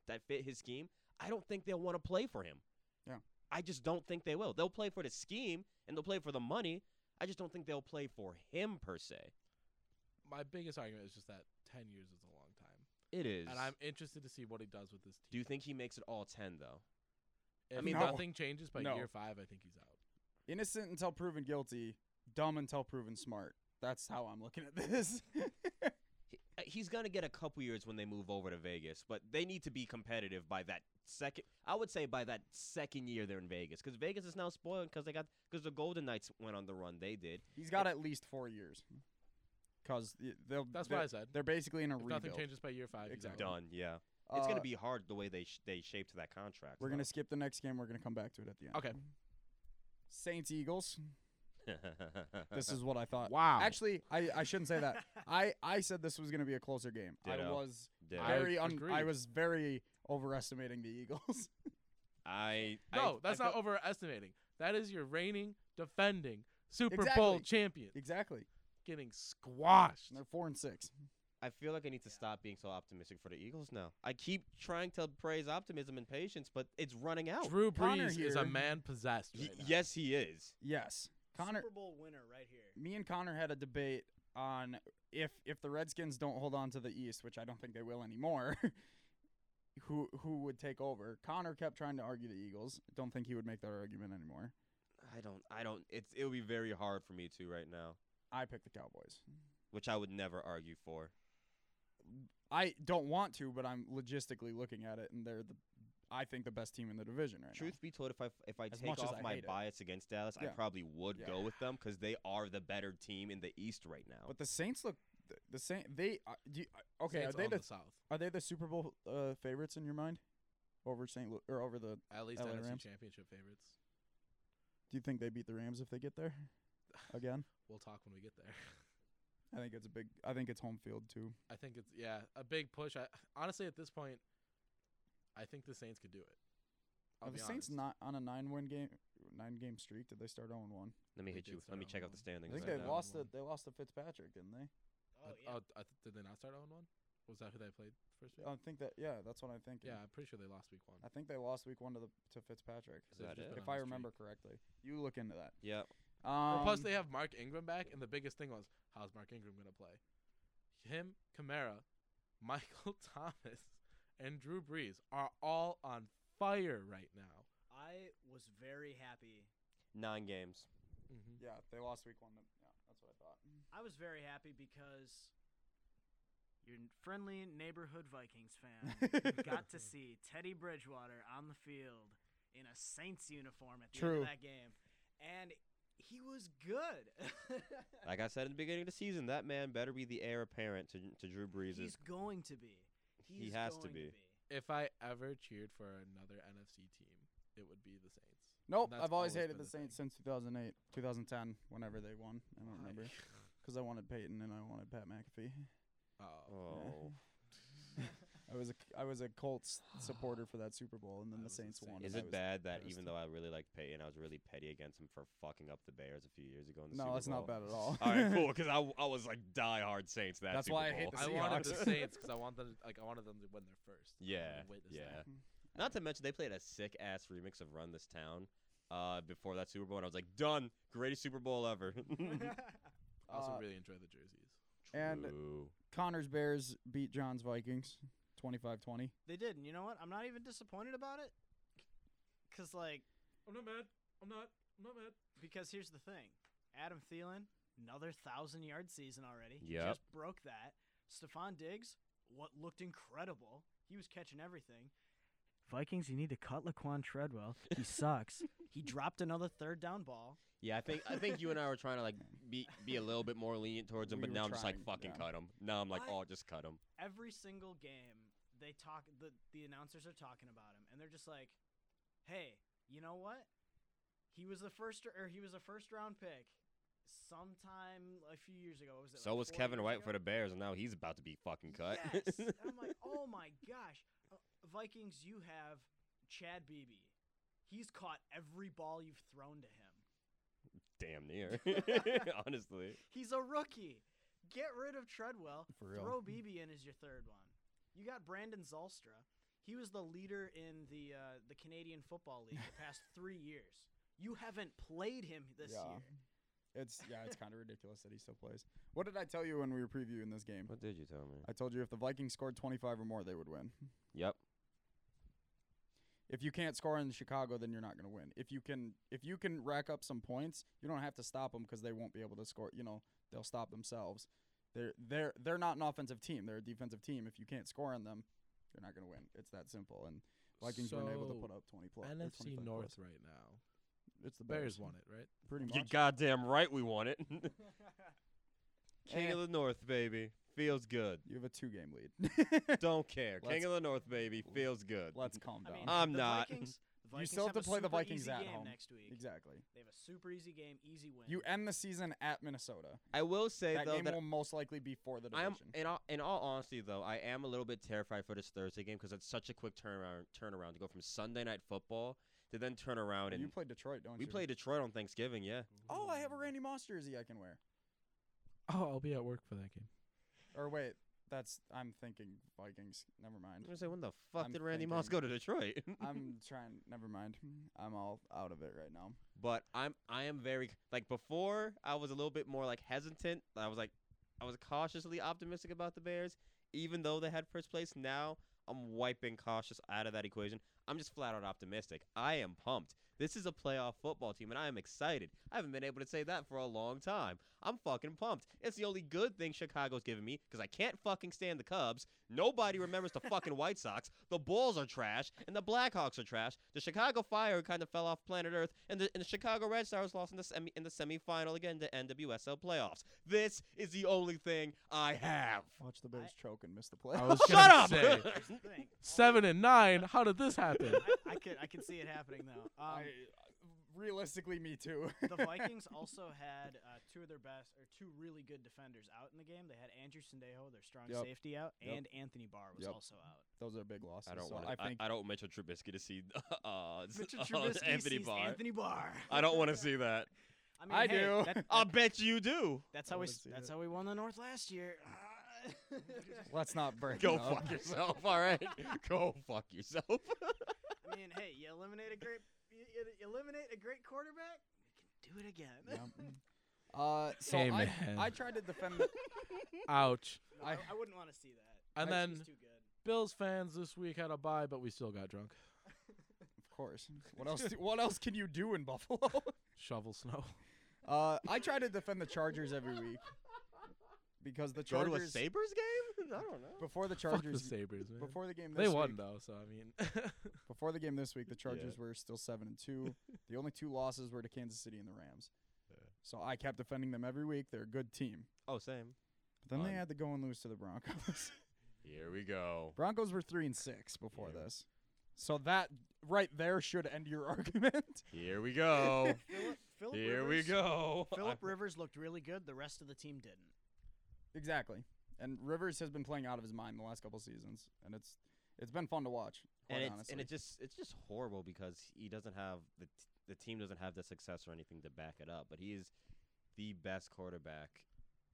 C: that fit his scheme, I don't think they'll want to play for him.
A: Yeah.
C: I just don't think they will. They'll play for the scheme and they'll play for the money. I just don't think they'll play for him per se.
D: stupid. My biggest argument is just that ten years is a long time,
C: It is.
D: and I'm interested to see what he does with this team.
C: Do you think he makes it all ten though?
D: If
A: mean, No.
D: nothing changes by
A: No.
D: year five, I think he's out.
A: Innocent until proven guilty, dumb until proven smart. That's how I'm looking at this.
C: he- uh, he's gonna get a couple years when they move over to Vegas, but they need to be competitive by that second. I would say by that second year they're in Vegas, because Vegas is now spoiled because they got because the Golden Knights went on the run they did.
A: He's got at least four years, because they'll.
D: That's
A: they're,
D: what I said.
A: They're basically in a
D: If
A: rebuild.
D: nothing changes by year five, he's
A: Exactly.
D: out.
C: Done, yeah. it's gonna
A: Uh,
C: be hard the way they sh- they shaped that contract.
A: We're gonna skip the next game. We're gonna come back to it at the end.
D: Okay.
A: Saints Eagles.
C: gonna.
A: This is what I thought.
D: Wow.
A: Actually, I, I shouldn't say that. I, I said this was going to be a closer game. I
C: Ditto.
A: was
C: Ditto.
D: I
A: very un- I
D: agree.
A: was very overestimating the Eagles.
C: I
D: no,
C: I-
D: that's
C: I
D: not
C: feel-
D: overestimating. That is your reigning, defending Super
A: Exactly.
D: Bowl champion
A: exactly.
D: getting squashed.
A: And they're four and six.
C: I feel like I need to stop being so optimistic for the Eagles now. I keep trying to praise optimism and patience, but it's running out.
D: Drew
A: Connor
D: Brees is
A: here-
D: a man possessed.
C: Y-
D: right now.
C: yes, he is.
A: Yes, Connor.
G: Super Bowl winner right here.
A: Me and Connor had a debate on if if the Redskins don't hold on to the East, which I don't think they will anymore. who who would take over? Connor kept trying to argue the Eagles. Don't think he would make that argument anymore.
C: I don't. I don't. It's. It would be very hard for me to right now.
A: I picked the Cowboys.
C: which I would never argue for.
A: I don't want to, but I'm logistically looking at it, and they're the I think the best team in the division right
C: Truth be told, if I if I
A: As
C: take
A: much as
C: off
A: I
C: my
A: hate it.
C: bias against Dallas, I
A: Yeah.
C: probably would
A: Yeah.
C: go with them because they are the better team in the East right now.
A: now. But the Saints look th- the Saint They uh, do you, uh, okay.
D: Saints
A: are they
D: own
A: the,
D: the South.
A: are they the Super Bowl uh, favorites in your mind? Over Saint Lu- or over the?
D: At least
A: LA
D: NFC
A: Rams.
D: championship favorites.
A: Do you think they beat the Rams if they get there? Again,
D: We'll talk when we get there.
A: I think it's a big. I think it's home field too.
D: I think it's yeah a big push. I honestly at this point, I think the Saints could do it. I'll
A: Are Oh, the
D: be
A: Saints
D: honest.
A: not on a nine win game nine game streak? Did they start 0 one?
C: let me
D: They
C: hit
D: did
C: you.
D: start
C: Let me
D: out
C: check out
D: well.
C: the
A: I
C: standings.
A: think
C: right
A: they
C: now.
A: lost
D: one.
A: it. They lost to Fitzpatrick, didn't they?
G: Oh,
D: I-
G: yeah.
D: oh, I th- did they not start on one? Was that who they played first week?
A: I think that yeah, that's what I'm thinking.
D: yeah, I'm pretty sure they lost week one.
A: I think they lost week one to the to Fitzpatrick.
C: Is
D: They've
C: that
D: just
C: it?
D: been
A: If
D: on
A: I
D: a streak.
A: remember correctly, you look into that.
C: Yeah.
A: Um,
D: Well, plus they have Mark Ingram back, and the biggest thing was how's Mark Ingram gonna play? Him, Kamara, Michael Thomas, and Drew Brees are all on fire right now.
G: I was very happy.
C: Nine games.
D: Mm-hmm.
A: Um, yeah, they lost week one. to- Yeah, that's what I thought.
G: I was very happy because your n- friendly neighborhood Vikings fan got to see Teddy Bridgewater on the field in a Saints uniform at the
A: True.
G: end of that game, and he was good.
C: Like I said in the beginning of the season, that man better be the heir apparent to to Drew Brees.
G: He's going to be.
C: He
G: He's
C: has to
G: going
C: be.
D: If I ever cheered for another NFC team, it would be the Saints.
A: Nope,
D: That's
A: I've always
D: always
A: hated
D: been
A: the
D: the thing.
A: Saints since 2008, 2010, whenever they won. I don't remember
D: Um,
A: because I wanted Peyton and I wanted Pat McAfee.
D: Oh,
C: Oh.
A: I was a I was a Colts supporter for that Super Bowl, and then the
D: I was the
A: Saints
D: same.
A: won. and
C: Is
A: I
C: it
A: was-
C: bad that
D: I was
C: even though I really liked Peyton, I was really petty against him for fucking up the Bears a few years ago in the Super
A: No, that's not
C: Bowl?
A: bad at all.
C: all right, cool. Because I, w- I was like diehard Saints that.
A: That's
C: Super
A: why I hate
C: Bowl.
A: the
D: I wanted the
A: Seahawks.
D: Saints because I wanted them to, like I wanted them to win their first. I wanted
C: Yeah,
D: to witness
C: yeah.
D: that.
G: Hmm.
C: Not to mention they played a sick ass remix of "Run This Town" uh, before that Super Bowl, and I was like, "Done, greatest Super Bowl ever."
D: I also
A: Uh,
D: really enjoy the jerseys.
A: And-
C: True.
A: Connor's Bears beat John's Vikings 25-20.
G: they did, and you know what? I'm not even disappointed about it. Cause like,
D: I'm not mad. I'm not. I'm not mad.
G: because here's the thing: Adam Thielen, another thousand yard season already.
C: Yep.
G: just broke that. Stephon Diggs, what looked incredible. He was catching everything. Vikings, you need to cut Laquan Treadwell. He sucks. he dropped another third down ball.
C: yeah, I think I think you and I were trying to like be be a little bit more lenient towards him,
A: We
C: but
A: were
C: now I'm just like
A: trying,
C: fucking
A: yeah.
C: cut him. Now I'm like,
G: I-
C: oh, just cut him.
G: every single game they talk the the announcers are talking about him and they're just like hey you know what he was the first or he was a first round pick sometime a few years ago What was it
C: So
G: like
C: was
G: four
C: Kevin
G: years
C: White
G: ago?
C: for the Bears, and now he's about to be fucking cut.
G: yes And i'm like oh my gosh uh, vikings you have chad beebe he's caught every ball you've thrown to him
C: Damn near, honestly.
G: he's a rookie get rid of treadwell
A: For real.
G: Throw BB in is your third one. You got Brandon Zolstra. He was the leader in the uh, the Canadian Football League the past three years. You haven't played him this
A: Yeah.
G: year.
A: It's yeah, it's kind of ridiculous that he still plays. What did I tell you when we were previewing this game?
C: What did you tell me?
A: I told you if the Vikings scored 25 or more, they would win.
C: Yep.
A: If you can't score in Chicago, then you're not going to win. If you can if you can rack up some points, you don't have to stop them because they won't be able to score. You know, they'll stop themselves. They're they're they're not an offensive team. They're a defensive team. If you can't score on them, you're not going to win. It's that simple. And Vikings weren't able to
D: So,
A: put up 20 plus. or
D: NFC
A: 25
D: North
A: plus.
D: right now.
A: It's the
D: Bears won it, right?
A: Pretty much.
C: You goddamn right, we want it. King
A: Eh.
C: of the North, baby, feels good.
A: You have a two game lead.
C: Don't care.
A: Let's-
C: King of the North, baby, feels good.
A: Let's calm
G: I
A: down.
G: mean,
C: I'm
G: the
C: not.
G: Vikings, the
A: you
G: Vikings
A: still have to
G: a
A: play the
G: super
A: Vikings
G: easy
A: at
G: game
A: home.
G: next week.
A: exactly.
G: They have a super easy game, easy win.
A: You end the season at Minnesota.
C: I will say
A: that
C: though
A: game
C: that
A: will most likely be for the
C: I'm
A: division.
C: in all, in all honesty though, I am a little bit terrified for this Thursday game because it's such a quick turnaround turnaround to go from Sunday night football to then turn around and
A: you play Detroit, don't
C: we
A: you?
C: play Detroit on Thanksgiving. Yeah,
A: Oh, I have a Randy Moss jersey I can wear.
D: Oh, I'll be at work for that game.
A: Or wait, that's I'm thinking Vikings. Never
C: I'm
A: mind.
C: gonna say when the fuck
A: I'm
C: did Randy Moss
A: thinking-
C: go to Detroit?
A: I'm trying. Never mind. I'm all out of it right now.
C: but I'm I am very like before I was a little bit more like hesitant. I was like I was cautiously optimistic about the Bears, even though they had first place. Now I'm wiping cautious out of that equation. I'm just flat out optimistic. I am pumped. This is a playoff football team, and I am excited. I haven't been able to say that for a long time. I'm fucking pumped. It's the only good thing Chicago's given me because I can't fucking stand the Cubs. Nobody remembers the fucking White Sox. The Bulls are trash, and the Blackhawks are trash. The Chicago Fire kind of fell off planet Earth, and the, and the Chicago Red Stars lost in the semi in the semifinal again to NWSL playoffs. This is the only thing I have.
A: Watch the Bears choke and miss the play.
D: I was
C: Shut
D: gonna
C: up!
D: say,
G: Here's the thing.
D: Seven and nine. How did this happen?
G: I, I could I could see it happening though. Um,
A: realistically, me too.
G: the Vikings also had uh, two of their best or two really good defenders out in the game. They had Andrew Sandejo, their strong
A: Yep.
G: safety, out,
A: Yep.
G: and Anthony Barr was
A: Yep.
G: also out.
A: Those are big losses.
C: I don't
A: so
C: want.
A: I
C: I,
A: think
C: I, don't want Mitchell Trubisky to see uh,
G: Mitchell
C: uh,
G: Trubisky
C: Anthony
G: sees
C: Barr.
G: Anthony Barr.
C: I don't want to see that.
G: I, mean,
A: I
G: hey,
A: do.
G: that-
C: I
G: that-
C: bet you do.
G: that's
A: I
G: how we.
A: wanna
G: s-
A: see
G: That's
A: that.
G: how we won the North last year.
A: let's not break.
C: Go
A: it up.
C: fuck yourself. All right. Go fuck yourself.
G: I mean, hey, you eliminate a great, you, you eliminate a great quarterback. We can do it again.
A: Yeah. Uh, so
D: Hey,
A: I,
D: man.
A: I tried to defend. The,
D: Ouch.
G: No, I,
A: I-
G: I wouldn't want to see that.
D: And
A: I-
D: then
G: He's too good.
D: Bills fans this week had a bye, but we still got drunk.
A: of course. What else? do- what else can you do in Buffalo?
D: Shovel snow.
A: Uh, I try to defend the Chargers every week because the
C: Go to a
A: Chargers
C: Sabres game? I don't know.
A: before the
D: Fuck the
A: Chargers
D: Sabres, man.
A: before the game this
D: they won
A: week,
D: though, so I mean,
A: before the game this week the Chargers were still seven and two. the only two losses were to Kansas City and the Rams.
C: Yeah.
A: So I kept defending them every week. They're a good team.
C: Oh, same.
A: But then they
C: Fun.
A: had to go and lose to the Broncos.
C: Here we go.
A: Broncos were three and six before
C: Yeah.
A: this. So that right there should end your argument.
C: Here we go.
G: Philip, Philip
C: Here we
G: Rivers,
C: go.
G: Philip Rivers looked really good. The rest of the team didn't.
A: exactly. And Rivers has been playing out of his mind the last couple seasons, and it's it's been fun to watch. Quite
H: and it's
A: honestly.
H: and it's just it's just horrible because he doesn't have the t- the team doesn't have the success or anything to back it up. But he is the best quarterback.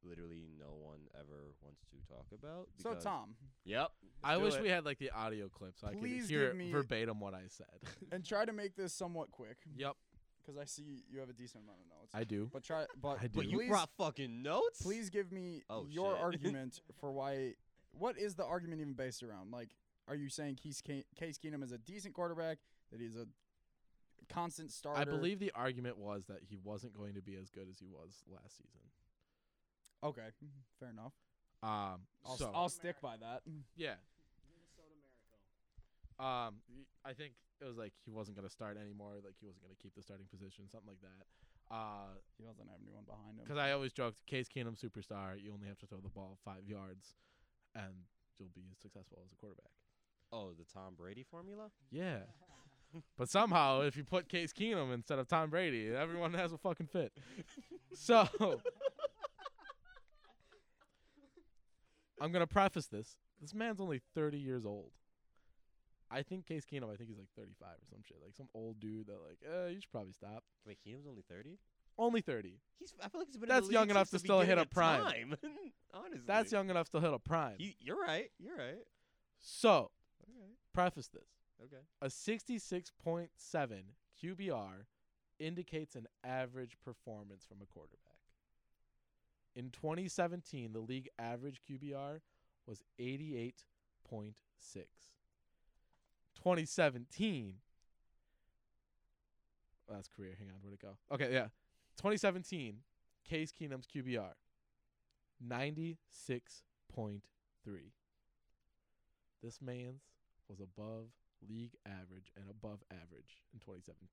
H: Literally, no one ever wants to talk about.
A: so
H: because-
A: Tom
H: Yep.
D: I
H: do
D: wish
H: it.
D: we had like the audio clip so I
A: Please
D: could hear
A: give me-
D: verbatim what I said.
A: and try to make this somewhat quick
D: yep,
A: because I see you have a decent amount of notes.
D: I do.
A: but try but,
D: I do.
H: But you
A: please-
H: brought fucking notes.
A: please give me
H: Oh,
A: your
H: shit.
A: argument for why. What is the argument even based around? Like, are you saying Case, Ke- Case Keenum is a decent quarterback? That he's a constant starter?
D: I believe the argument was that he wasn't going to be as good as he was last season.
A: Okay, fair enough.
D: Um,
A: I'll, s-
D: so
A: I'll stick by that.
D: yeah,
G: Minnesota Miracle.
D: um, y- I think it was like he wasn't going to start anymore. Like he wasn't going to keep the starting position, something like that. Uh,
A: He doesn't have anyone behind him.
D: Because I always joked, Case Keenum superstar. You only have to throw the ball five yards, and you'll be as successful as a quarterback.
H: Oh, the Tom Brady formula.
D: Yeah. but somehow, if you put Case Keenum instead of Tom Brady, everyone has a fucking fit. so I'm gonna preface this: this man's only 30 years old. I think Case Keenum. I think he's like 35 or some shit, like some old dude that like, uh, you should probably stop.
H: Wait, Keenum's only thirty.
D: Only 30.
H: He's. I feel like he's been.
D: That's
H: in the
D: young
H: league
D: enough
H: since the
D: to still hit
H: beginning
D: a
H: of
D: prime.
H: time. Honestly,
D: That's young enough to hit a prime.
H: He, you're right. You're right.
D: so
H: Okay.
D: preface this.
H: Okay.
D: A 66.7 QBR indicates an average performance from a quarterback. In 2017, the league average QBR was 88.6. 2017 well, oh, that's career. Hang on, where'd it go? Okay, yeah. 2017, Case Keenum's QBR 96.3. This man's was above league average and above average in 2017.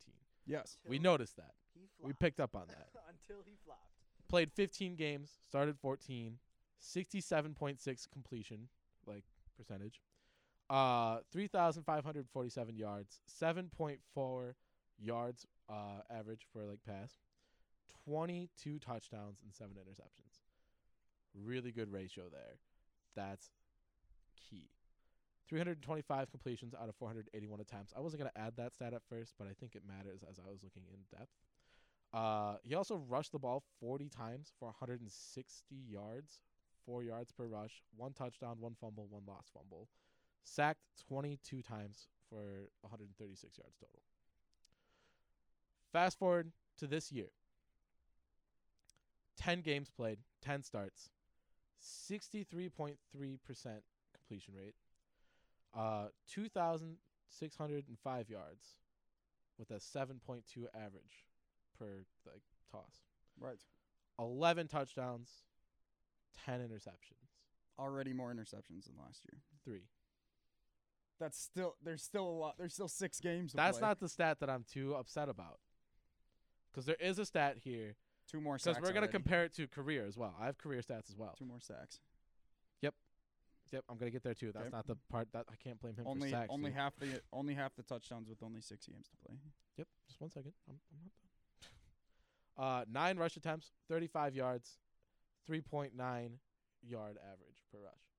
A: yes.
D: We
G: Until
D: noticed that.
G: He flopped.
D: We picked up on that.
G: until he flopped.
D: Played 15 games, started 14, 67.6 completion, like percentage, uh, 3,547 yards, 7.4 yards uh, average for like pass, 22 touchdowns and seven interceptions. Really good ratio there. That's key. 325 completions out of 481 attempts. I wasn't going to add that stat at first, but I think it matters as I was looking in depth. Uh, he also rushed the ball 40 times for 160 yards, four yards per rush, one touchdown, one fumble, one lost fumble. Sacked 22 times for 136 yards total. Fast forward to this year 10 games played, 10 starts, 63.3% completion rate, uh, 2,605 yards with a 7.2 average per like toss.
A: Right.
D: 11 touchdowns, 10 interceptions,
A: Already more interceptions than last year.
D: 3.
A: That's still there's still a lot. There's still six games. to
D: That's
A: play.
D: not the stat that I'm too upset about. Cuz there is a stat here
A: two more
D: cuz
A: sacks.
D: we're going to
A: already.
D: compare it to career as well. I have career stats as well.
A: two more sacks.
D: Yep, I'm going to get there too. That's
A: Okay.
D: not the part that I can't blame him
A: Only
D: for sacks.
A: only
D: dude.
A: half the only half the touchdowns with only six games to play.
D: Yep, just one second. I'm, I'm not done. Uh, nine rush attempts, 35 yards, 3.9 yard average per rush.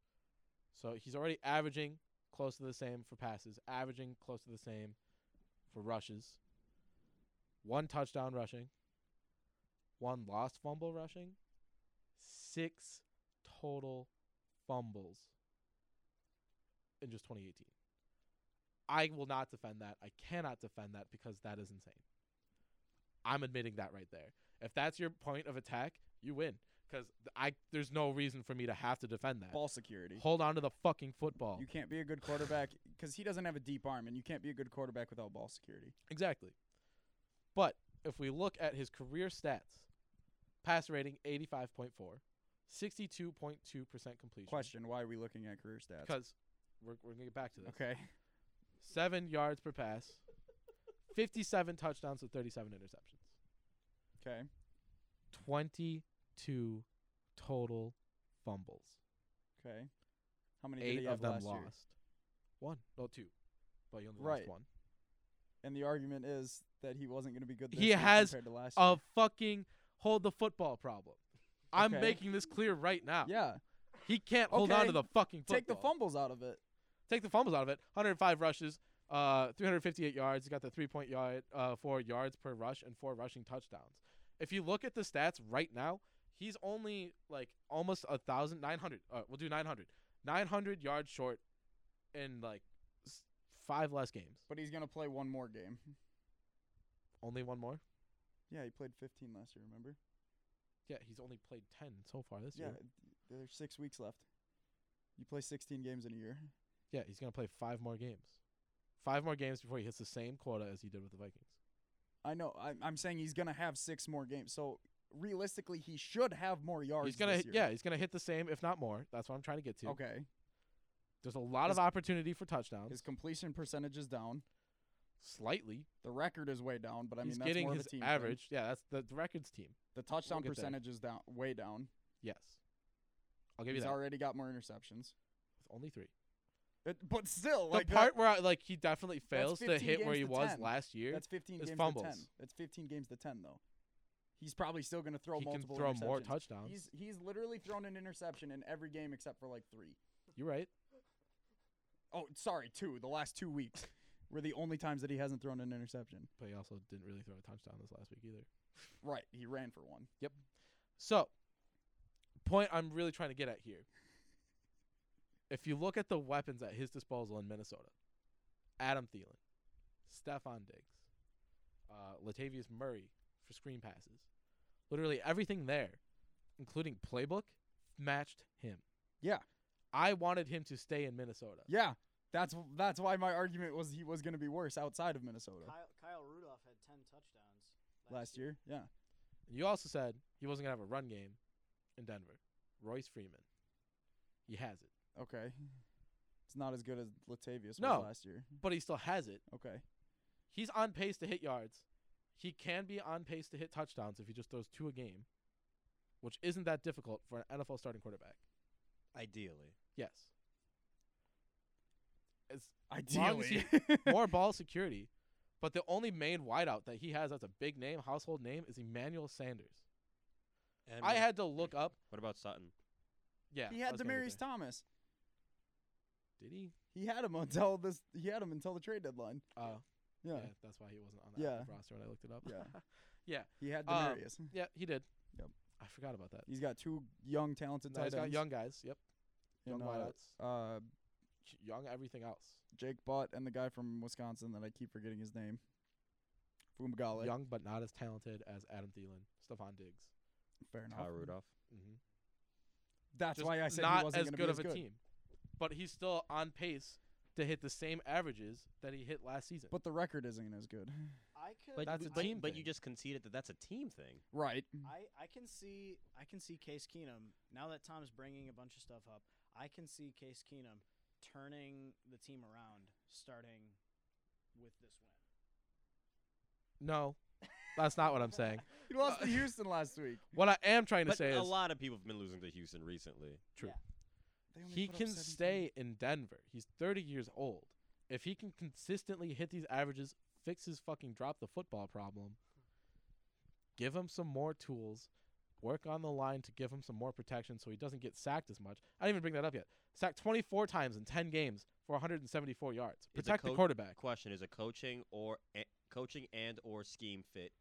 D: So he's already averaging close to the same for passes, averaging close to the same for rushes. One touchdown rushing, one lost fumble rushing, six total fumbles in just 2018. I will not defend that. I cannot defend that because that is insane. I'm admitting that right there. If that's your point of attack, you win because I there's no reason for me to have to defend that.
A: Ball security.
D: Hold on to the fucking football.
A: You can't be a good quarterback because he doesn't have a deep arm, and you can't be a good quarterback without ball security.
D: Exactly. But if we look at his career stats, pass rating 85.4, 62.2% completion.
A: Question: Why are we looking at career stats?
D: Because we're, we're going to get back to this.
A: okay,
D: Seven yards per pass, 57 touchdowns with 37 interceptions.
A: okay,
D: 22 total fumbles.
A: okay. How many did
D: Eight
A: he
D: of
A: have
D: them
A: last
D: lost.
A: year?
D: One. No, two. But you only
A: Right.
D: lost one.
A: And the argument is that he wasn't going to be good. This
D: He
A: year
D: has
A: compared to last year.
D: A fucking hold the football problem. I'm
A: Okay.
D: making this clear right now.
A: yeah.
D: He can't hold on
A: Okay,
D: to the fucking football.
A: Take the fumbles out of it.
D: Take the fumbles out of it. 105 rushes, uh, 358 yards. He's got the three point yard, uh, four yards per rush, and four rushing touchdowns. If you look at the stats right now, he's only like almost a thousand nine hundred. Uh, we'll do 900. 900 yards short, in like s- five less games.
A: But he's gonna play one more game.
D: Only one more.
A: Yeah, he played 15 last year. Remember?
D: Yeah, he's only played 10 so far this
A: Yeah,
D: year.
A: there's six weeks left. You play 16 games in a year.
D: Yeah, he's gonna play five more games. Five more games before he hits the same quota as he did with the Vikings.
A: I know. I, I'm saying he's gonna have six more games. So realistically, he should have more yards.
D: he's gonna
A: this
D: hit,
A: year.
D: yeah, he's gonna hit the same, if not more. That's what I'm trying to get to.
A: Okay.
D: There's a lot
A: His-
D: of opportunity for touchdowns.
A: His completion percentage is down.
D: slightly.
A: The record is way down, but I
D: he's
A: mean that's
D: getting
A: more
D: his
A: of a team thing.
D: average. Yeah, that's the, the records team.
A: The touchdown
D: get there.
A: percentage is down way down.
D: Yes. I'll give you
A: he's
D: that.
A: already got more interceptions.
D: With only three.
A: It, but still, like
D: the
A: that-
D: part where I, like he definitely fails to
A: 15
D: hit where
A: games
D: he
A: to
D: was
A: 10.
D: last year.
A: that's 15
D: is
A: games to 10.
D: fumbles.
A: That's 15 games to 10 though. He's probably still going to throw
D: he can
A: multiple
D: throw more
A: interceptions.
D: touchdowns.
A: He's he's literally thrown an interception in every game except for like 3.
D: You're right.
A: Oh, sorry, 2. The last 2 weeks were the only times that he hasn't thrown an interception.
D: But he also didn't really throw a touchdown this last week either.
A: Right, he ran for one.
D: So, point I'm really trying to get at here. If you look at the weapons at his disposal in Minnesota, Adam Thielen, Stephon Diggs, uh, Latavius Murray for screen passes, literally everything there, including playbook, matched him.
A: Yeah.
D: I wanted him to stay in Minnesota.
A: Yeah. That's that's why my argument was he was going to be worse outside of Minnesota
G: Kyle, Kyle Rudolph had 10 touchdowns
A: last year. Yeah.
D: And you also said he wasn't going to have a run game in Denver. Royce Freeman. He has it.
A: Okay. It's not as good as Latavius
D: No.
A: was last year.
D: But he still has it.
A: Okay.
D: he's on pace to hit yards. He can be on pace to hit touchdowns if he just throws two a game, which isn't that difficult for an NFL starting quarterback.
H: Ideally.
D: Yes. It's long as
A: Ideally.
D: he- more ball security, but the only main wideout that he has that's a big name, household name, is Emmanuel Sanders.
H: And
D: I
H: what-
D: had to look up.
H: What about Sutton?
D: Yeah.
A: he
D: I
A: had
D: was gonna get
A: Demaryius
D: there.
A: Thomas.
D: Did he?
A: He had him until this. He had him until the trade deadline.
D: Uh,
A: Yeah,
D: yeah. That's why he wasn't on that
A: Yeah.
D: roster when I looked it up.
A: Yeah.
D: Yeah.
A: he had
D: Um,
A: Demarius.
D: yeah, he did.
A: Yep.
D: I forgot about that.
A: he's got two young, talented
D: No,
A: tight
D: he's
A: ends.
D: got young guys. Yep.
A: in,
D: Young
A: uh,
D: wideouts.
A: uh,
D: Young everything else.
A: Jake Butt and the guy from Wisconsin that I keep forgetting his name. Fumagalli.
D: young but not as talented as Adam Thielen, Stephon Diggs.
A: Fair enough.
H: Kyle Rudolph.
D: Mm-hmm.
A: That's why I said
D: not
A: he wasn't
D: as
A: gonna
D: good
A: be as
D: of a
A: good.
D: team, but he's still on pace to hit the same averages that he hit last season.
A: But the record isn't as good.
G: I could.
H: But,
D: That's a
H: but,
D: team
H: but you
D: thing.
H: just conceded that that's a team thing.
A: Right.
G: I, I can see I can see Case Keenum now that Tom's bringing a bunch of stuff up. I can see Case Keenum turning the team around starting with this win.
D: no, that's not what I'm saying.
A: He lost
D: Uh,
A: to Houston last week.
D: What I am trying to
H: But
D: say
H: a
D: is
H: lot of people have been losing to Houston recently.
D: true.
G: Yeah.
A: They only
D: He
A: put up
D: can
A: 17.
D: stay in Denver. He's 30 years old. If he can consistently hit these averages, fix his fucking drop the football problem, give him some more tools, work on the line to give him some more protection so he doesn't get sacked as much. I didn't even bring that up yet. Sacked 24 times in 10 games for 174
H: Is
D: yards.
H: a
D: Protect the
H: coach-
D: quarterback.
H: Question: Is a coaching or a, coaching and or scheme fit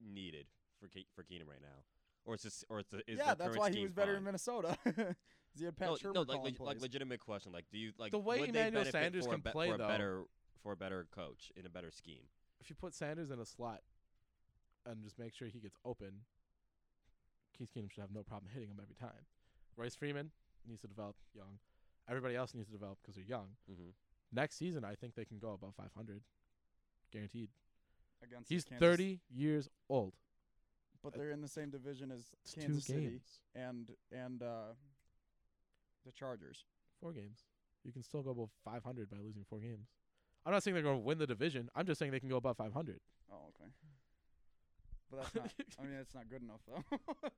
H: needed for Ke- for Keenum right now, or is this or is, the, is
A: yeah,
H: the
A: that's
H: current
A: why he
H: scheme
A: was better in
H: fine?
A: Minnesota. 'Cause he had Pat
H: no,
A: Shermer
H: no,
A: calling
H: like, leg- like
A: plays.
H: legitimate question. Like, do you like
D: The way
H: would they
D: Emmanuel
H: benefit
D: Sanders
H: for
D: can
H: a be-
D: play,
H: for a
D: though-
H: better for a better coach in a better scheme?
D: If you put Sanders in a slot and just make sure he gets open, Keith Keenum should have no problem hitting him every time. Royce Freeman needs to develop young. Everybody else needs to develop because they're young.
H: Mm-hmm.
D: next season I think they can go above 500, guaranteed.
A: against
D: He's
A: Kansas-
D: 30 years old.
A: but
D: I-
A: they're in the same division as
D: It's
A: Kansas
D: two
A: City.
D: games,
A: and and uh, the Chargers.
D: four games. You can still go above 500 by losing four games. I'm not saying they're going to win the division. I'm just saying they can go above 500.
A: Oh, okay. But that's not. I mean, that's not good enough though.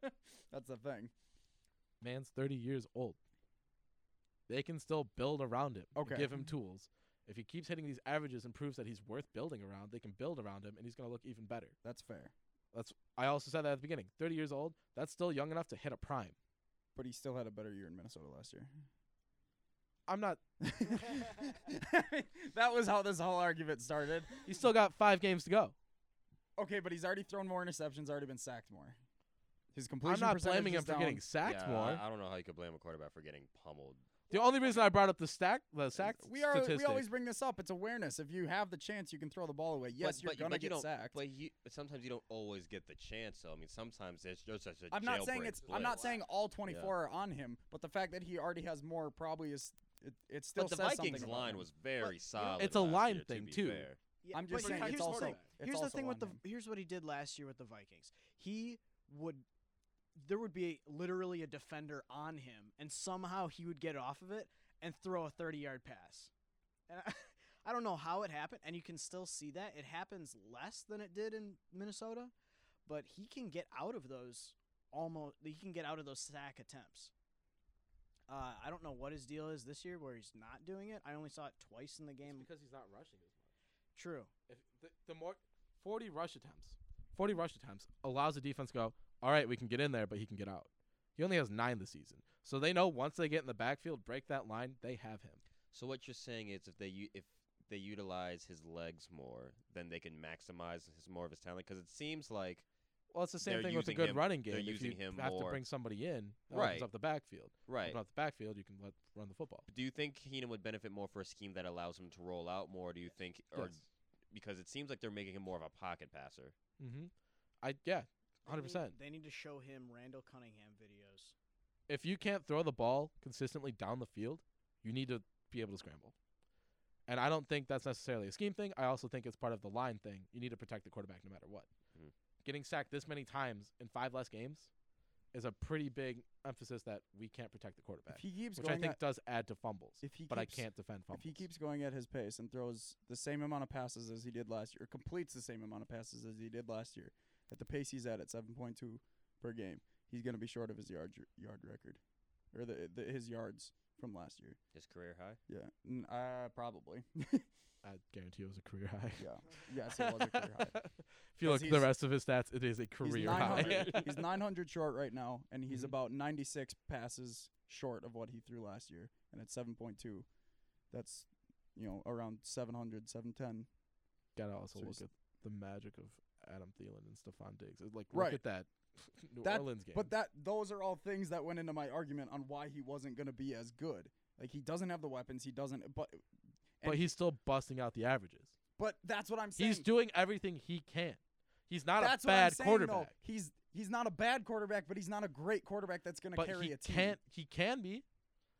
A: that's the thing.
D: Man's 30 years old. They can still build around him. and
A: Okay. Mm-hmm.
D: give him tools. If he keeps hitting these averages and proves that he's worth building around, they can build around him and he's going to look even better.
A: That's fair.
D: That's I also said that at the beginning. 30 years old, that's still young enough to hit a prime.
A: but he still had a better year in Minnesota last year.
D: I'm not.
A: I mean, that was how this whole argument started.
D: He's still got five games to go.
A: Okay, but he's already thrown more interceptions, already been sacked more. His completion
D: I'm not
A: percentage
D: blaming
A: is
D: him for
A: down.
D: getting sacked
C: yeah,
D: more.
C: I, I don't know how you could blame a quarterback for getting pummeled.
D: the only reason I brought up the stack, the
A: And
D: sack
A: we are
D: statistic.
A: we always bring this up. It's awareness. If you have the chance, you can throw the ball away. Yes, you're
C: but-
A: gonna
C: but you
A: get
C: don't-
A: sacked.
C: But you, but sometimes you don't always get the chance. though. I mean, sometimes there's just such a.
A: I'm not saying
C: jailbreak
A: it's.
C: blitz.
A: I'm not saying all 24
C: Yeah.
A: are on him, but the fact that he already has more probably is. It, it still
C: But the
A: says something
C: Vikings
A: about
C: line
A: him.
C: was very solid.
D: It's a
C: last
D: line
C: year, to
D: thing,
C: be
D: too.
C: fair.
G: Yeah,
A: I'm
G: but
A: just saying
G: here's
A: it's
G: the
A: also.
G: thing.
A: It's
G: here's
A: also
G: the thing
A: on
G: with the
A: him.
G: here's what he did last year with the Vikings. He would there would be literally a defender on him, and somehow he would get off of it and throw a 30 yard pass. And I, I don't know how it happened, and you can still see that it happens less than it did in Minnesota, but he can get out of those almost. He can get out of those sack attempts. Uh, I don't know what his deal is this year where he's not doing it. I only saw it twice in the game.
D: because he's not rushing as much.
G: True.
D: If the, the more 40 rush attempts, 40 rush attempts allows the defense to go, all right, we can get in there, but he can get out. He only has nine this season. So they know once they get in the backfield, break that line, they have him.
C: So what you're saying is, if they u- if they utilize his legs more, then they can maximize his more of his talent. Because it seems like
D: Well, it's the same
C: They're
D: thing with a
C: using
D: good
C: him-
D: running game.
C: they're
D: if
C: using
D: you
C: him
D: have to
C: more.
D: bring somebody in, that
C: Right.
D: opens up the backfield.
C: right.
D: Open up the backfield, you can let run the football.
C: Do you think Heenan would benefit more for a scheme that allows him to roll out more? Do you think, or
D: Yes.
C: because it seems like they're making him more of a pocket passer?
D: Mm-hmm. I yeah,
G: They
D: hundred
G: need-
D: percent.
G: They need to show him Randall Cunningham videos.
D: If you can't throw the ball consistently down the field, you need to be able to scramble. And I don't think that's necessarily a scheme thing. I also think it's part of the line thing. You need to protect the quarterback no matter what.
A: Hmm.
C: Mhm.
D: Getting sacked this many times in five less games is a pretty big emphasis that we can't protect the quarterback,
A: If he keeps
D: which I
A: going
D: think
A: at,
D: does add to fumbles.
A: if he
D: But I
A: keeps-
D: can't defend fumbles.
A: If he keeps going at his pace and throws the same amount of passes as he did last year, or completes the same amount of passes as he did last year, at the pace he's at at 7.2 per game, he's going to be short of his yard yard record, or the, the his yards from last year.
C: His career high.
A: Yeah, N- uh, probably.
D: I guarantee it was a career high.
A: yeah, yes, it was a career high.
D: if you look at the
A: he's-
D: rest of his stats, it is a career high.
A: 900 He's 900 short right now, and he's
D: Mhm.
A: about 96 passes short of what he threw last year, and at 7.2, that's you know around 700, 710.
D: gotta also
A: So
D: look
A: he's-
D: at the magic of Adam Thielen and Stephon Diggs. It's Like,
A: Right.
D: look at that New
A: That-
D: Orleans game.
A: But that those are all things that went into my argument on why he wasn't going to be as good. Like he doesn't have the weapons. He doesn't. But
D: but
A: and-
D: he's still busting out the averages.
A: but that's what I'm saying.
D: He's doing everything he can. He's not
A: that's
D: a
A: what I'm
D: bad
A: saying, though.
D: quarterback,
A: He's he's not a bad quarterback, but he's not a great quarterback that's going to
D: but
A: carry
D: he
A: a team.
D: can't. He can be.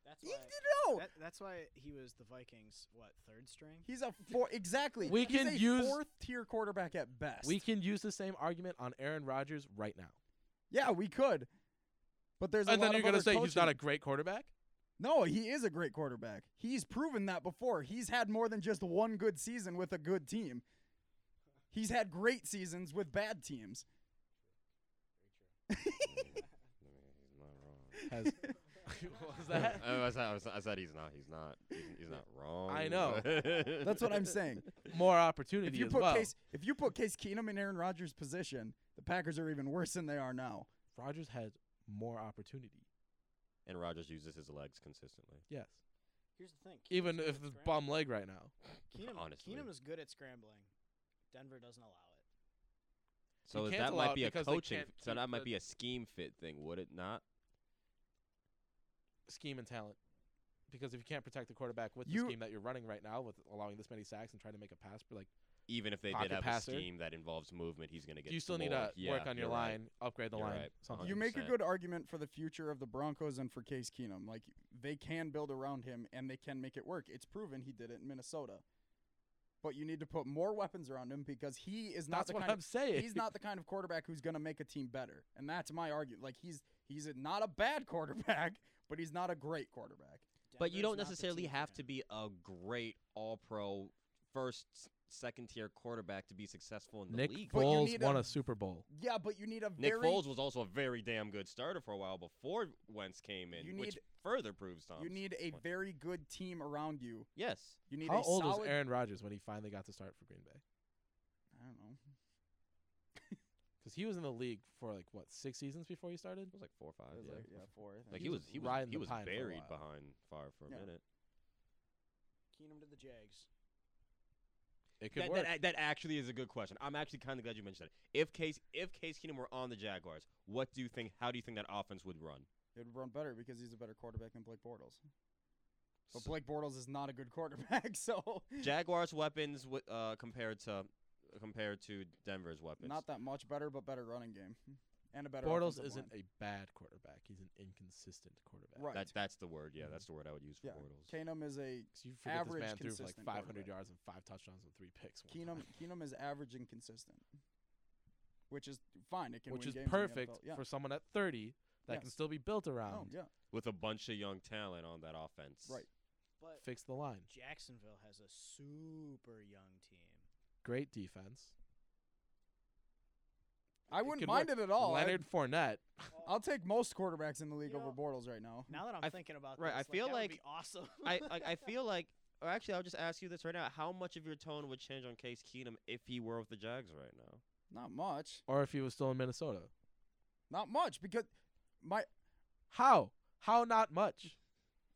G: That's
A: You
G: why.
A: know.
G: that, that's why he was the Vikings. What third string?
A: He's a four exactly.
D: We
A: he's
D: can
A: a
D: use-
A: fourth tier quarterback at best.
D: We can use the same argument on Aaron Rodgers right now.
A: yeah, we could. But there's a
D: and
A: lot
D: then you're
A: of
D: gonna
A: other
D: say he's not a
A: coaching-
D: great quarterback.
A: No, he is a great quarterback. He's proven that before. He's had more than just one good season with a good team. He's had great seasons with bad teams.
C: He's not wrong.
D: Has what was that?
C: I, said, I, was- I said he's not. He's not. He's, he's not wrong.
D: I know.
A: That's what I'm saying.
D: More opportunity
A: If you
D: as
A: put
D: well.
A: Case if you put Case Keenum in Aaron Rodgers' position, the Packers are even worse than they are now.
D: Rodgers had more opportunity.
C: And Rogers uses his legs consistently.
D: Yes,
G: Here's the thing. Keenum's
D: even
G: good
D: if
G: at
D: it's
G: scrambling.
D: bum leg right now.
G: Keenum,
C: Honestly.
G: Keenum is good at scrambling. Denver doesn't allow it.
C: So is
D: can't
C: that
D: allow
C: might
D: it
C: be a
D: because they
C: coaching.
D: can't
C: So
D: keep
C: that might
D: the-
C: be a scheme fit thing, would it not?
D: scheme and talent. Because if you can't protect the quarterback with
A: You-
D: the scheme that you're running right now, with allowing this many sacks and trying to make a pass, but like
C: Even if they
D: Pocket
C: did have
D: passer?
C: a scheme that involves movement, he's going to get.
D: you still need
C: more.
D: to work
C: Yeah,
D: on your
C: you're right.
D: line, upgrade the
C: You're
D: line.
C: right.
D: Something.
A: You make a
C: 100%.
A: good argument for the future of the Broncos and for Case Keenum. Like they can build around him and they can make it work. It's proven he did it in Minnesota. But you need to put more weapons around him because he is not
D: That's
A: the
D: what
A: kind
D: I'm
A: of
D: saying.
A: he's not the kind of quarterback who's going to make a team better. And that's my argument. Like he's he's a, not a bad quarterback, but he's not a great quarterback.
C: But you
G: Denver's
C: don't
G: not the
C: necessarily
G: team for
C: have
G: him.
C: to be a great all pro first, second tier quarterback to be successful in the
D: Nick
C: league.
A: But you
D: Foles
A: need
D: won
A: a-
D: a Super Bowl.
A: Yeah, but you need a
C: Nick
A: very
C: Foles was also a very damn good starter for a while before Wentz came in,
A: You
C: which
A: need-
C: further proves Tom.
A: you need a very good team around you.
C: yes.
A: You need
D: How
A: a
D: old
A: solid
D: was Aaron Rodgers when he finally got to start for Green Bay?
A: I don't know.
D: because he was in the league for like what six seasons before he started.
C: was like four or five.
A: It was
C: yeah.
A: like, yeah, four. I think.
C: Like
D: he
C: he
D: was
C: was he was
D: riding
C: he
D: the
C: was
D: pine for a
C: buried
D: while.
C: behind Favre for a
A: Yeah.
C: minute.
G: Keenum to the Jags.
D: It could
C: That,
D: work.
C: that, that actually is a good question. I'm actually kind of glad you mentioned that. If Case if Case Keenum were on the Jaguars, what do you think? How do you think that offense would run?
A: It would run better because he's a better quarterback than Blake Bortles. But
C: So-
A: Blake Bortles is not a good quarterback, so
C: Jaguars weapons wi- uh, compared to compared to Denver's weapons.
A: not that much better, but better running game and a better.
D: Bortles
A: offensive
D: isn't
A: line.
D: a bad quarterback. He's an inconsistent quarterback.
A: Right. Mm-hmm.
C: that, that's the word. Yeah,
D: Mhm.
C: that's the word I would use for
A: Yeah.
C: Bortles.
A: Keenum is a
D: 'Cause you forget
A: Average,
D: this man threw for like
A: consistent
D: 500
A: quarterback.
D: yards and five touchdowns and three picks. one
A: Keenum.
D: time,
A: Keenum is average and consistent, which is fine. It can
D: which
A: win
D: is
A: games in the
D: perfect
A: NFL. Yeah.
D: for someone at 30 that can
A: Yes.
D: still be built
A: Oh,
D: around.
A: yeah.
C: With a bunch of young talent on that offense.
A: Right.
G: But
D: Fix the line.
G: Jacksonville has a super young team.
D: Great defense.
A: I
D: It
A: wouldn't
D: could
A: mind
D: work.
A: it at all. I'd-
D: Leonard Fournette.
A: I'll take most quarterbacks in the league
G: You
A: over
G: know,
A: Bortles right now.
G: Now that I'm
C: I f-
G: thinking about
C: right, I
G: this,
C: feel
G: that would be
C: like
G: awesome.
C: I, I I feel like, or actually, I'll just ask you this right now: How much of your tone would change on Case Keenum if he were with the Jags right now?
A: Not much.
D: Or if he was still in Minnesota.
A: Not much because my
D: How? How not much?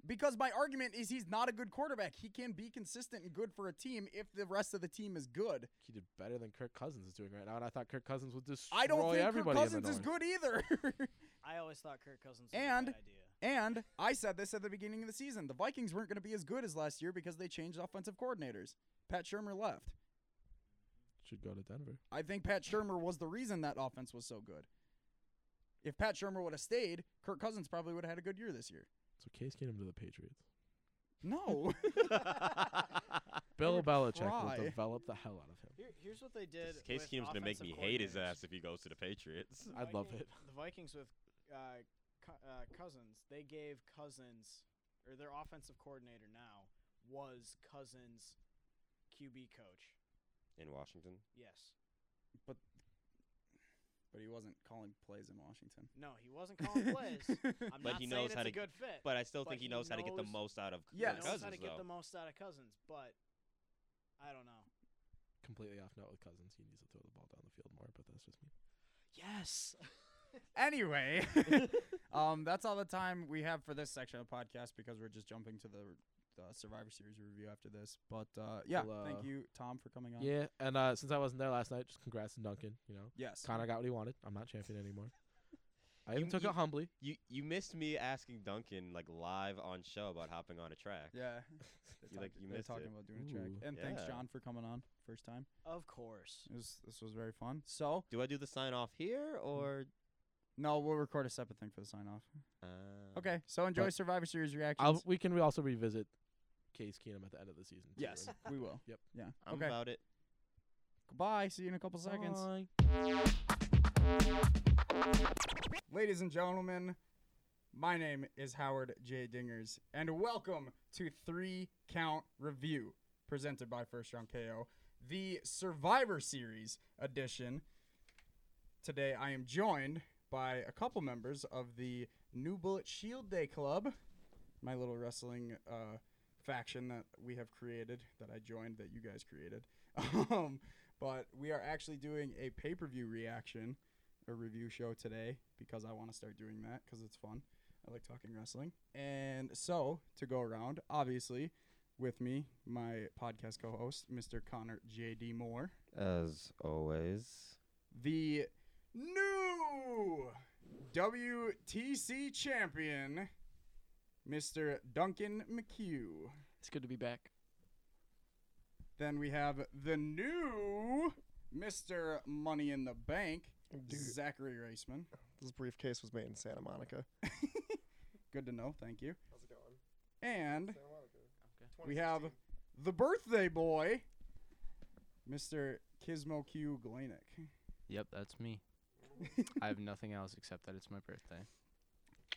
A: because my argument is he's not a good quarterback. He can be consistent and good for a team if the rest of the team is good.
D: He did better than Kirk Cousins is doing right now, and I thought Kirk Cousins would destroy
A: I don't think Kirk
D: everybody. in the
A: Cousins is
D: North.
A: good either.
G: I always thought Kirk Cousins was
A: And-
G: a bad idea.
A: and I said this at the beginning of the season. The Vikings weren't going to be as good as last year because they changed offensive coordinators. Pat Shermer left.
D: Should go to Denver.
A: I think Pat Shermer was the reason that offense was so good. If Pat Shermer would have stayed, Kirk Cousins probably would have had a good year this year.
D: So Case Keenum to the Patriots.
A: No.
D: Bill
A: would
D: Belichick
A: cry.
D: will develop the hell out of him.
G: Here, here's what they did.
C: Case
G: with
C: Keenum's gonna make
G: offensive
C: me hate his
G: coordinators.
C: ass if he goes to the Patriots.
G: The
D: I'd love
G: Viking-
D: it.
G: The Vikings with uh, Cou- uh, Cousins, they gave Cousins, or their offensive coordinator now was Cousins' QB coach.
C: In Washington,
G: Yes.
A: but he wasn't calling plays in Washington.
G: No, he wasn't calling plays. I'm
C: But
G: not
C: he
G: saying
C: knows
G: it's
C: how
G: a
C: to-
G: good fit.
C: but I still
G: But
C: think he
G: he
C: knows, how to get the most
G: knows-
C: out of
G: he
A: Yes.
C: Kirk
G: knows
C: Cousins.
G: how to get
C: though.
G: the most out of Cousins. But I don't know.
D: Completely off note with Cousins. He needs to throw the ball down the field more, but that's just me.
G: Yes.
A: anyway, um, that's all the time we have for this section of the podcast because we're just jumping to the uh, Survivor Series review after this. But uh, yeah,
D: Well, uh,
A: thank you, Tom, for coming on.
D: Yeah, and uh, since I wasn't there last night, just congrats to Duncan. You know,
A: Yes.
D: Connor got what he wanted. I'm not champion anymore. I
C: You-
D: even took
C: you-
D: it humbly.
C: You you missed me asking Duncan like live on show about hopping on a track.
A: Yeah.
C: You like- you
A: they're
C: missed
A: talking
C: it.
A: about doing a track.
D: Ooh.
A: And thanks,
C: Yeah.
A: John, for coming on first time.
G: of course.
A: It was, this was very fun. So,
C: Do I do the sign off here or?
A: no, we'll record a separate thing for the sign off.
C: Uh,
A: Okay, so enjoy
D: But-
A: Survivor Series reactions.
D: I'll, we can re- also revisit Case Keenum at the end of the season. too,
A: yes,
D: and-
A: we will.
D: Yep.
A: Yeah.
C: I'm
A: okay.
C: about it.
A: Goodbye. See you in a couple seconds.
D: Bye.
A: Ladies and gentlemen, my name is Howard J. Dingers, and welcome to Three Count Review, presented by First Round KO, the Survivor Series edition. Today I am joined by a couple members of the New Bullet Shield Day Club, my little wrestling uh, faction that we have created, that I joined, that you guys created. um, but we are actually doing a pay per view reaction a review show today because I want to start doing that because it's fun. I like talking wrestling. And so to go around, obviously, with me, my podcast co host, Mr. Connor J.D. Moore,
C: As always.
A: the new WTC champion, Mr. Duncan McHugh.
I: It's good to be back.
A: Then we have the new Mr. Money in the Bank,
I: Dude,
A: Zachary Raceman.
I: this briefcase was made in Santa Monica.
A: Good to know. Thank you.
I: How's it going?
A: And
I: Santa Monica.
A: We have the birthday boy, Mr. Kismo Q Glenick.
I: Yep, that's me. I have nothing else except that it's my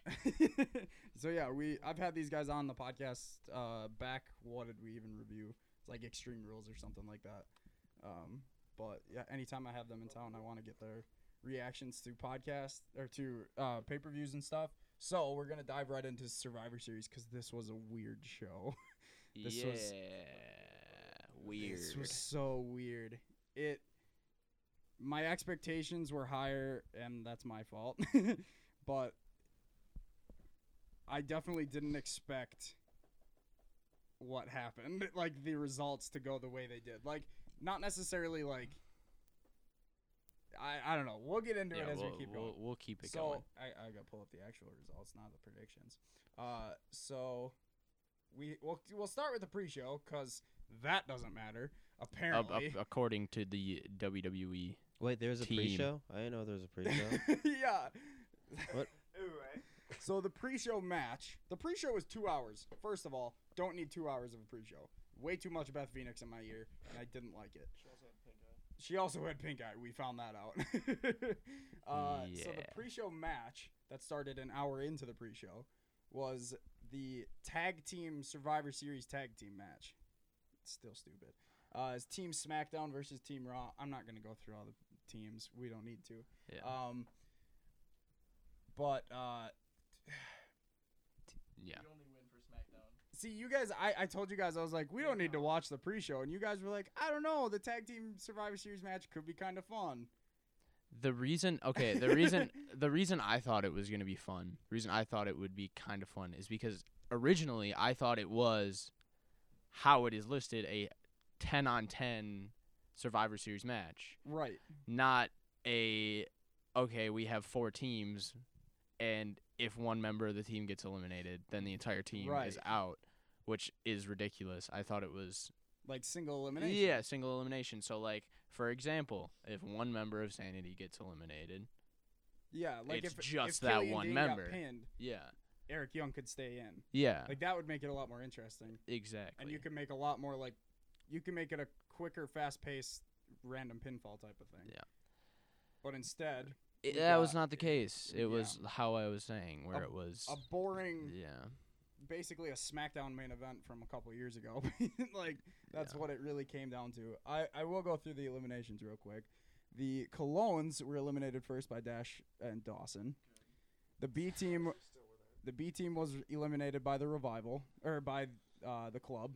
I: birthday.
A: so yeah, we I've had these guys on the podcast uh, back. What did we even review? It's like Extreme Rules or something like that. Um, but yeah, anytime I have them in town, I want to get their reactions to podcasts or to uh, pay per views and stuff. So we're gonna dive right into Survivor Series because this was a weird show. This
I: yeah.
A: was-
I: Weird.
A: This was so weird. It my expectations were higher, and that's my fault. but I definitely didn't expect what happened, like the results to go the way they did. Like, not necessarily like. I, I don't know. We'll get into
F: yeah,
A: it as
F: we'll,
A: we keep going
F: we'll, we'll keep it
A: so
F: going.
A: I, I gotta pull up the actual results, not the predictions. Uh, so we we'll, we'll start with the pre-show because that doesn't matter
F: Up, up,
A: apparently.
F: according to the WWE,
H: Wait, there's a
F: Team.
H: pre-show. I didn't know there was a pre-show.
A: yeah.
H: What?
A: So the pre-show match. The pre-show is two hours. First of all, don't need two hours of a pre-show. Way too much Beth Phoenix in my ear, and I didn't like it. She also had pink eye. We found that out. uh, So
F: Yeah.
A: the pre-show match that started an hour into the pre-show was the tag team Survivor Series tag team match. It's still stupid. Uh, it's Team SmackDown versus Team Raw. I'm not gonna go through all the teams. We don't need to.
F: yeah,
A: Um, but uh,
F: yeah.
A: see, you guys, I, I told you guys, I was like, we don't need to watch the pre-show, and you guys were like, I don't know, the tag team Survivor Series match could be kind of fun.
F: The reason, okay, the reason, the reason I thought it was gonna be fun, the reason I thought it would be kind of fun is because originally I thought it was how it is listed a ten on ten Survivor Series match,
A: Right.
F: not a okay we have four teams, and if one member of the team gets eliminated, then the entire team
A: Right.
F: is out, which is ridiculous. I thought it was
A: Like single elimination.
F: Yeah, single elimination. So like for example, if one member of Sanity gets eliminated,
A: Yeah. Like
F: It's
A: if
F: just
A: if
F: that
A: Killian
F: one
A: Dean got
F: member.
A: pinned,
F: yeah,
A: Eric Young could stay in.
F: yeah,
A: Like that would make it a lot more interesting,
F: exactly.
A: and you could make a lot more like, you can make it a quicker, fast-paced, random pinfall type of thing.
F: Yeah.
A: But instead,
F: It-
A: we
F: that was
A: got-
F: not the case. It
A: yeah.
F: was how I was saying, where
A: A-
F: it was.
A: a boring
F: yeah,
A: basically a SmackDown main event from a couple years ago. like that's
F: Yeah.
A: what it really came down to. I, I will go through the eliminations real quick. The Colognes were eliminated first by Dash and Dawson. The B team, the B team was eliminated by the Revival or by uh, the club.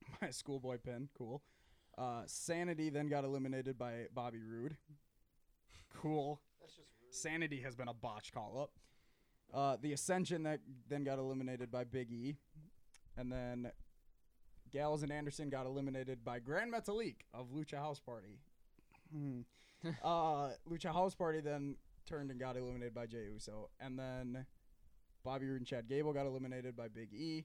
A: My schoolboy pin, cool. Uh, Sanity then got eliminated by Bobby Roode. Cool. Sanity has been a botch call up. Uh, the Ascension that then got eliminated by Big E, and then Gals and Anderson got eliminated by Grand Metalik of Lucha House Party. Hmm. uh, Lucha House Party then turned and got eliminated by Jey Uso, and then Bobby Roode and Chad Gable got eliminated by Big E.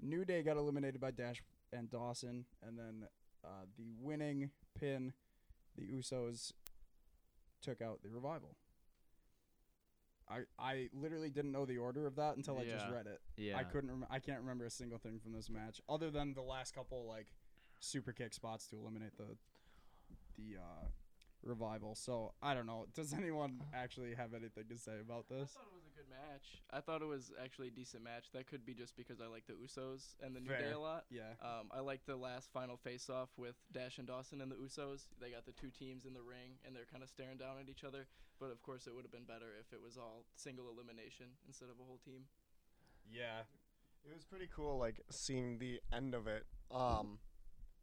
A: New Day got eliminated by Dash and Dawson, and then uh, the winning pin, the Usos, took out the revival. I I literally didn't know the order of that until I just
F: Yeah.
A: read it.
F: yeah.
A: I couldn't. Rem- I can't remember a single thing from this match other than the last couple like super kick spots to eliminate the the uh, revival. So I don't know. Does anyone actually have anything to say about this?
J: I thought it was a good match. I thought it was actually a decent match. That could be just because I like the Usos and the New Day
A: Fair.
J: a lot.
A: Yeah.
J: Um, I like the last final face-off with Dash and Dawson and the Usos. They got the two teams in the ring, and they're kind of staring down at each other. But of course, it would have been better if it was all single elimination instead of a whole team.
A: Yeah.
I: It was pretty cool, like seeing the end of it. Um,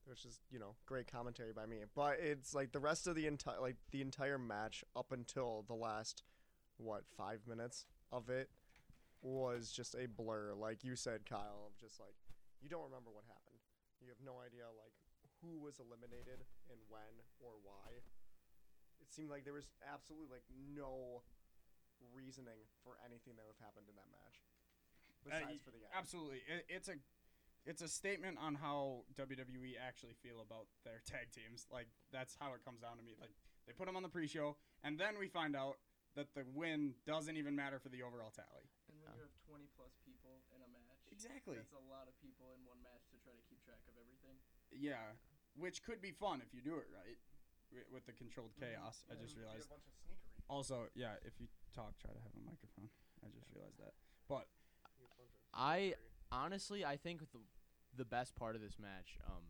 I: which is you know great commentary by me, but it's like the rest of the entire like the entire match up until the last what five minutes of it was just a blur. Like you said, Kyle, of just like you don't remember what happened. You have no idea like who was eliminated and when or why. It seemed like there was absolutely like no reasoning for anything that would have happened in that match.
A: Uh,
I: Besides
A: y-
I: for the end.
A: Absolutely. It, it's a it's a statement on how WWE actually feel about their tag teams. Like that's how it comes down to me. Like they put them on the pre-show and then we find out that the win doesn't even matter for the overall tally.
J: And when you have 20 plus people in a match,
A: Exactly.
J: that's a lot of people in one match to try to keep track of everything.
A: Yeah, which could be fun if you do it right wi- with the controlled chaos. I just realized. Also, yeah, if you talk, try to have a microphone. I just realized that. But
F: I honestly, I think the the best part of this match, um,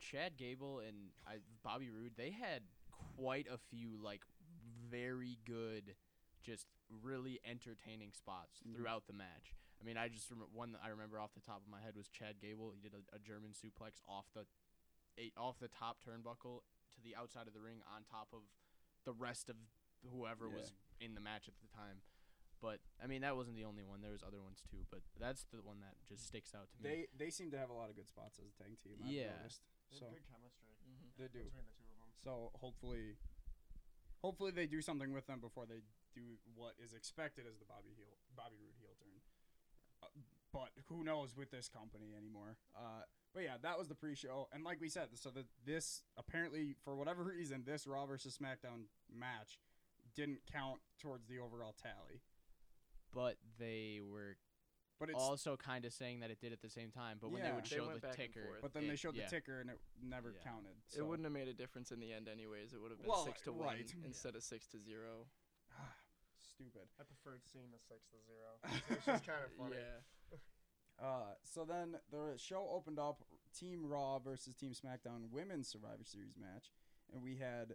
F: Chad Gable and I, Bobby Roode, they had quite a few like very good, just really entertaining spots
A: Mhm.
F: throughout the match. I mean, I just remember one that I remember off the top of my head was Chad Gable. He did a, a German suplex off the, eight, off the top turnbuckle to to the outside of the ring on top of the rest of whoever
K: Yeah.
F: was in the match at the time. But I mean, that wasn't the only one. There was other ones too, but that's the one that just sticks out to me.
A: They they seem to have a lot of good spots as a tag team. I've
F: Yeah. Mm-hmm.
A: noticed. So
I: good chemistry
A: they do.
I: between the two of them.
A: So hopefully, hopefully they do something with them before they do what is expected as the Bobby heel Bobby Roode heel turn. Uh, but who knows with this company anymore? Uh, but yeah, that was the pre-show, and like we said, so that this apparently for whatever reason this Raw versus SmackDown match didn't count towards the overall tally.
F: but they were
A: But it's
F: also kind of saying that it did at the same time. But when they
A: Yeah.
F: would
J: They
F: show
J: went
F: the
J: back and
F: ticker,
J: forth.
A: but then they
F: it-
A: showed
F: yeah.
A: the ticker and it never
F: Yeah.
A: counted.
J: It
A: So.
J: wouldn't have made a difference in the end, anyways. It would have been
A: Well,
J: six to one
A: right. Yeah.
J: instead of six to zero.
A: stupid.
I: I preferred seeing the six to zero. It's just kind of funny.
J: Yeah.
A: Uh, so then the show opened up Team Raw versus Team SmackDown Women's Survivor Series match, and we had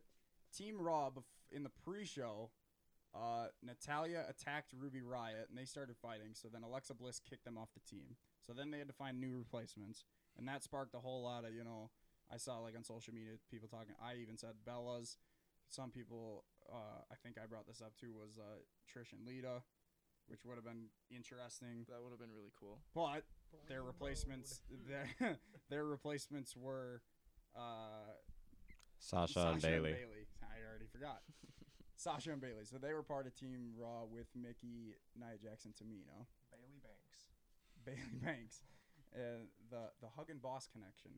A: Team Raw bef- in the pre-show. Uh, Natalia attacked Ruby Riot, and they started fighting. So then Alexa Bliss kicked them off the team. So then they had to find new replacements, and that sparked a whole lot of you know. I saw like on social media people talking. I even said Bella's. Some people, uh, I think I brought this up too, was uh, Trish and Lita, which would have been interesting.
J: That would have been really cool.
A: But their replacements their, their replacements were uh,
C: Sasha, and Bailey.
A: I already forgot. Sasha and Bailey. So they were part of Team Raw with Mickey, Nia Jackson, Tamino,
I: Bailey Banks.
A: Bailey Banks, and the the Hug and Boss connection.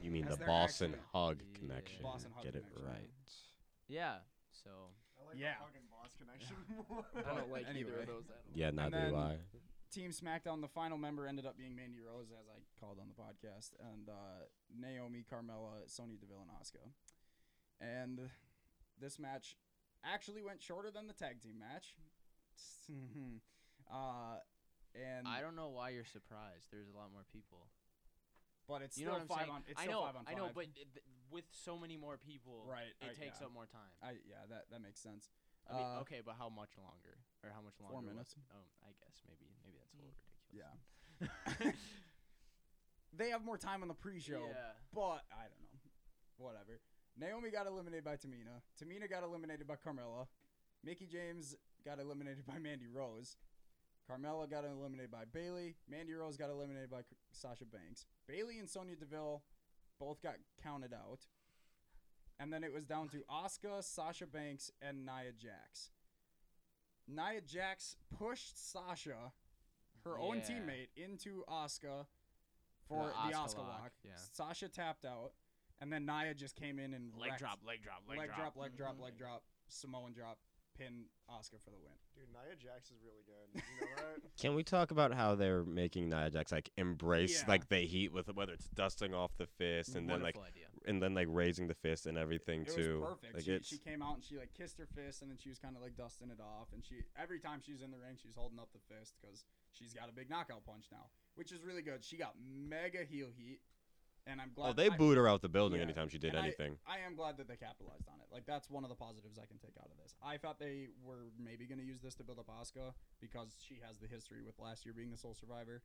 C: You mean
A: As
C: the
A: their
C: Boston
A: actual-
C: Hug
F: Yeah.
C: connection?
A: Boston Hug
C: Get it
A: connection.
C: right.
F: Yeah. So
I: I like
A: Yeah.
I: the fucking boss connection
J: I
I: more.
A: But
J: don't like either
A: anyway.
J: of those at all.
C: Yeah, neither
A: then-
C: do I.
A: Team SmackDown, the final member ended up being Mandy Rose, as I called on the podcast, and uh, Naomi, Carmella, Sonya Deville, and Asuka. And this match actually went shorter than the tag team match. uh, and
F: I don't know why you're surprised. There's a lot more people.
A: but it's
F: you know
A: still
F: what I'm
A: five
F: saying?
A: on. It's
F: I
A: still
F: know.
A: five on
F: I know.
A: five.
F: But it, th- with so many more people,
A: right,
F: it
A: I-
F: takes
A: yeah.
F: up more time.
A: I yeah, that that makes sense.
F: I mean,
A: Uh,
F: okay, but how much longer? Or how much longer?
A: Four
F: was
A: minutes. Mm.
F: it? Oh, I guess maybe maybe that's a little
A: Yeah,
F: ridiculous.
A: they have more time on the pre-show, but I don't know. Whatever. Naomi got eliminated by Tamina. Tamina got eliminated by Carmella. Mickey James got eliminated by Mandy Rose. Carmella got eliminated by Bailey. Mandy Rose got eliminated by K- Sasha Banks. Bailey and Sonya Deville both got counted out. And then it was down to Asuka, Sasha Banks, and Nia Jax. Nia Jax pushed Sasha, her own
F: Yeah.
A: teammate, into Asuka for the
F: The
A: Asuka,
F: Asuka
A: lock.
F: lock, yeah.
A: Sasha tapped out, and then Nia just came in and
F: Leg
A: wrecked.
F: drop, leg drop,
A: leg,
F: leg,
A: drop, leg drop,
J: Mhm.
A: leg drop, Samoan drop, pin Asuka for the win.
I: Dude, Nia Jax is really good. You know that?
C: Can we talk about how they're making Nia Jax like embrace
A: Yeah.
C: like the heat with whether it's dusting off the fist and then like
F: Wonderful idea.
C: and then like raising the fist and everything
A: It
C: too.
A: was perfect.
C: Like
A: she,
C: it's
A: she came out and she like kissed her fist, and then she was kind of like dusting it off. And she every time she's in the ring, she's holding up the fist because she's got a big knockout punch now, which is really good. She got mega heel heat, and I'm glad.
C: oh, they
A: I-
C: booed her out the building
A: Yeah.
C: anytime she did
A: And I-
C: anything.
A: I am glad that they capitalized on it. Like that's one of the positives I can take out of this. I thought they were maybe going to use this to build up Asuka because she has the history with last year being the sole survivor,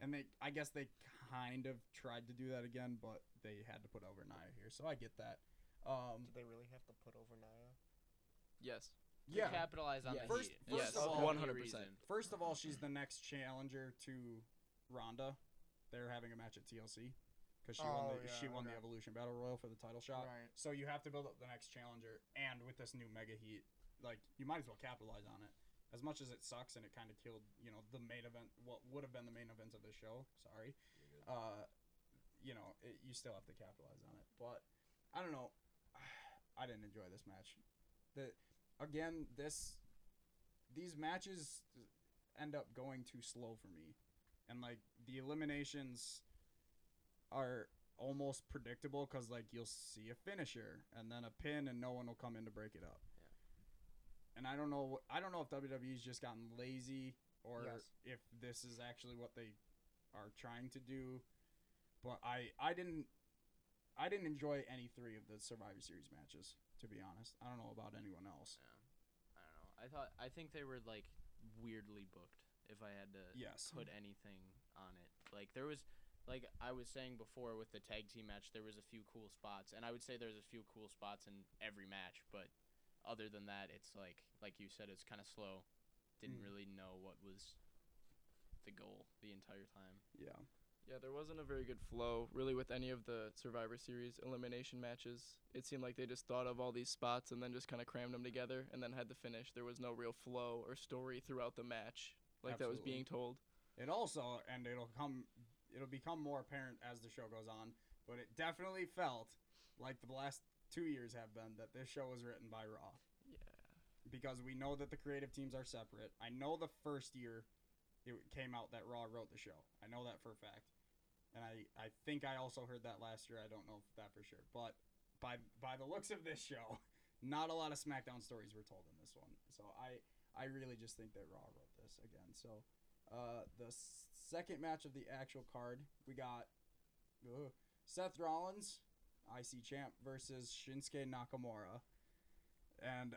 A: and they I guess they kind of tried to do that again, but they had to put over Nia here, so I get that. Um,
I: Did they really have to put over Nia?
J: Yes.
F: They capitalize on
A: Yeah.
F: the
A: First-
F: heat.
A: first
F: Yes.
A: of all-
F: For any
J: 100%.
F: reason.
A: First of all, she's the next challenger to Ronda. They're having a match at TLC because she won
I: Oh,
A: the
I: yeah,
A: she won the
I: okay.
A: Evolution Battle Royal for the title shot.
I: Right.
A: So you have to build up the next challenger, and with this new mega heat, like you might as well capitalize on it. As much as it sucks and it kind of killed, you know, the main event, what would have been the main event of the show. Sorry, uh, you know, it, you still have to capitalize on it. But I don't know. I didn't enjoy this match. The again, this these matches end up going too slow for me, and like the eliminations are almost predictable because like you'll see a finisher and then a pin and no one will come in to break it up. And I don't know. wh- I don't know if WWE's just gotten lazy or
I: Yes.
A: if this is actually what they are trying to do. But I, I didn't, I didn't enjoy any three of the Survivor Series matches. To be honest, I don't know about anyone else.
F: Yeah. I don't know. I thought I think they were like weirdly booked. If I had to
A: Yes.
F: put anything on it, like there was like I was saying before with the tag team match, there was a few cool spots, and I would say there's a few cool spots in every match, but other than that, it's like like you said, it's kind of slow. Didn't
L: Mm.
F: really know what was the goal the entire time.
L: Yeah.
J: Yeah, there wasn't a very good flow really with any of the Survivor Series elimination matches. It seemed like they just thought of all these spots and then just kind of crammed them together and then had the finish. There was no real flow or story throughout the match like that
A: Absolutely.
J: was being told.
A: It also, and it'll come, it'll become more apparent as the show goes on. But it definitely felt like the last two years have been that this show was written by Raw.
J: Yeah.
A: Because we know that the creative teams are separate. I know the first year it came out that Raw wrote the show. I know that for a fact. And I, I think I also heard that last year. I don't know that for sure. But by by the looks of this show, not a lot of SmackDown stories were told in this one. So I I really just think that Raw wrote this again. So uh, the s- second match of the actual card, we got ugh, Seth Rollins, IC champ, versus Shinsuke Nakamura. And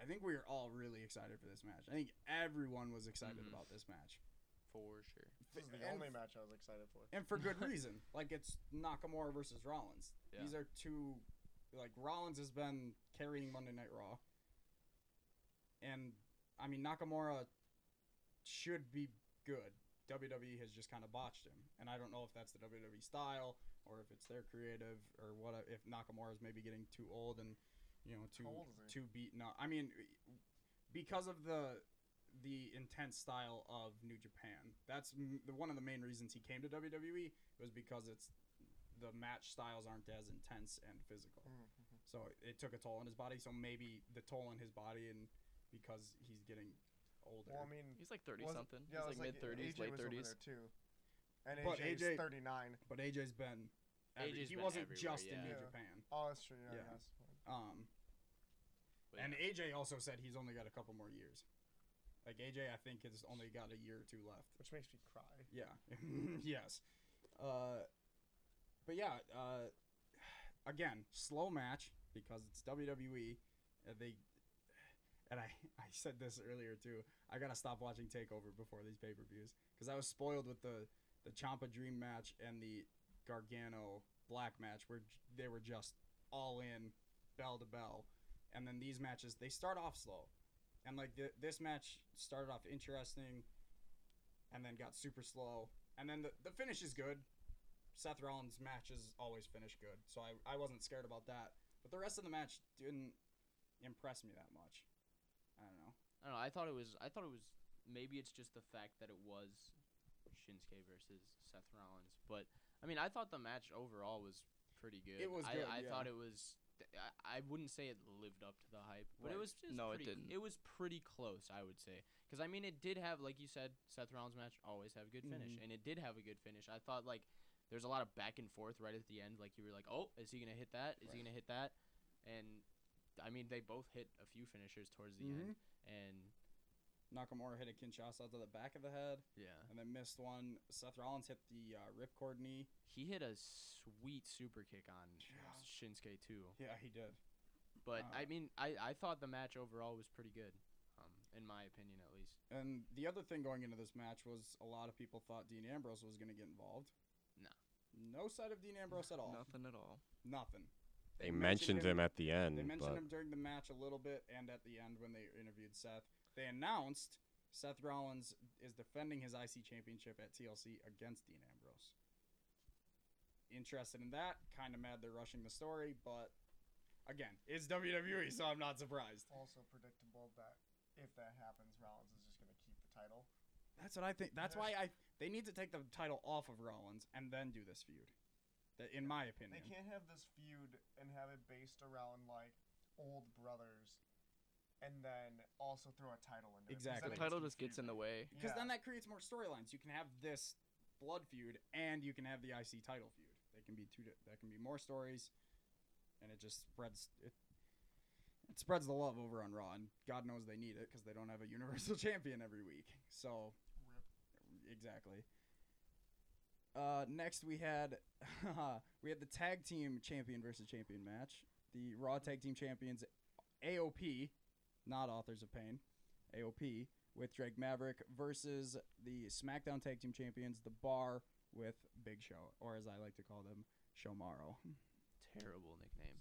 A: I think we were all really excited for this match. I think everyone was excited
F: Mhm.
A: about this match.
F: For sure.
I: This is the
A: And-
I: only match I was excited for.
A: and for good reason. Like it's Nakamura versus Rollins.
F: Yeah.
A: These are two. Like Rollins has been carrying Monday Night Raw, and I mean Nakamura should be good. WWE has just kind of botched him, and I don't know if that's the WWE style or if it's their creative or what. If Nakamura's maybe getting too old and you know too
I: How old is he?
A: too beaten up. I mean, because of the the intense style of New Japan. That's m- the, one of the main reasons he came to WWE was because it's the match styles aren't as intense and physical.
I: Mm-hmm.
A: So it took a toll on his body. So maybe the toll on his body and because he's getting older.
I: Well, I mean,
J: He's like 30
I: was-
J: something.
I: yeah, it was
J: He's like mid 30s,
I: AJ
J: late
I: was over
J: 30s.
I: there too. And
A: But
I: AJ's
A: AJ
I: thirty nine.
A: but AJ's been. Every,
F: AJ's
A: he
F: been
A: wasn't
F: everywhere,
A: just in New
F: yeah.
I: Yeah.
A: Japan.
I: Oh, that's true. Yeah,
A: Yeah.
I: that's
A: Um,
F: But
A: and
F: yeah.
A: AJ also said he's only got a couple more years. Like AJ, I think has only got a year or two left.
I: which makes me cry.
A: Yeah. yes. Uh, but yeah, uh, again, slow match because it's WWE. And they and I I said this earlier too. I gotta stop watching Takeover before these pay per views because I was spoiled with the the Champa Dream match and the Gargano Black match where j- they were just all in bell to bell, and then these matches they start off slow, and like th- this match started off interesting, and then got super slow, and then the the finish is good. Seth Rollins' matches always finish good, so I, I wasn't scared about that. But the rest of the match didn't impress me that much. I don't know.
F: I don't know. I thought it was. I thought it was. Maybe it's just the fact that it was Shinsuke versus Seth Rollins. But I mean, I thought the match overall was pretty good.
A: was
F: I,
A: good,
F: I
A: yeah.
F: thought it was. I, I wouldn't say it lived up to the hype, but
A: Right.
F: it was. Just
J: No, it
F: pretty,
J: didn't.
F: It was pretty close, I would say. Because I mean, it did have, like you said, Seth Rollins match always have a good finish,
A: Mm-hmm.
F: and it did have a good finish. I thought like there's a lot of back and forth right at the end. Like you were like, oh, is he gonna hit that? Is he gonna hit that? And I mean, they both hit a few finishers towards the
A: Mm-hmm.
F: end, and
A: Nakamura hit a Kinshasa to the back of the head,
F: Yeah.
A: and then missed one. Seth Rollins hit the uh, ripcord knee.
F: He hit a sweet super kick on
A: Yeah.
F: Shinsuke too.
A: Yeah, he did.
F: But
A: Uh,
F: I mean, I, I thought the match overall was pretty good, um, in my opinion at least.
A: And the other thing going into this match was a lot of people thought Dean Ambrose was going to get involved.
F: No.
A: No sight of Dean Ambrose at all.
J: Nothing at all.
A: Nothing.
C: They mentioned him at the end,
A: They mentioned
C: Mm, but
A: him during the match a little bit and at the end when they interviewed Seth. They announced Seth Rollins is defending his IC championship at TLC against Dean Ambrose. Interested in that? Kind of mad they're rushing the story, but again, it's WWE, so I'm not surprised.
I: Also predictable that if that happens, Rollins is just gonna keep the title.
A: That's what I think. That's why I they need to take the title off of Rollins and then do this feud. That, in my opinion,
I: They can't have this feud and have it based around like old brothers, and then also throw a title into
A: Exactly. The it's
I: it. 'cause then it
J: The title just gets in the
I: confusing.
J: way.
A: because
I: Yeah.
A: then that creates more storylines. You can have this blood feud, and you can have the IC title feud. They can be two. di- That can be more stories, and it just spreads. It, it spreads the love over on Raw, and God knows they need it because they don't have a Universal Champion every week. So, exactly. Uh, next we had we had the tag team champion versus champion match. The Raw tag team champions, AOP, not Authors of Pain, AOP with Drake Maverick versus the SmackDown Tag Team Champions, The Bar with Big Show, or as I like to call them, Showmaro.
F: Terrible nickname.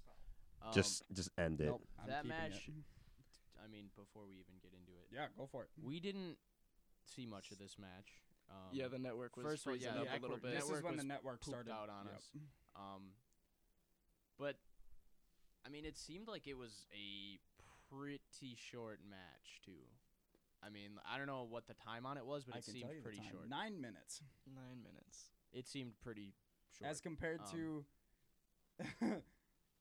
F: Um,
C: just just end it.
A: Nope, I'm
F: that
A: keeping it.
F: match. I mean, before we even get into it,
A: Yeah, go for it.
F: we didn't see much of this match. Um,
J: yeah, the network was
F: first of all,
J: freezing
F: yeah,
J: up
F: the
J: a little
F: network-
J: bit.
A: This is
F: network
A: when the
F: was
A: network
F: pooped
A: started
F: out on
A: Yep.
F: us. Um, but I mean, it seemed like it was a pretty short match too. I mean, I don't know what the time on it was, but
A: I
F: it
A: can
F: seemed
A: tell you the
F: pretty
A: time.
F: short.
A: Nine minutes.
J: Nine minutes.
F: It seemed pretty short.
A: as compared
F: Um,
A: to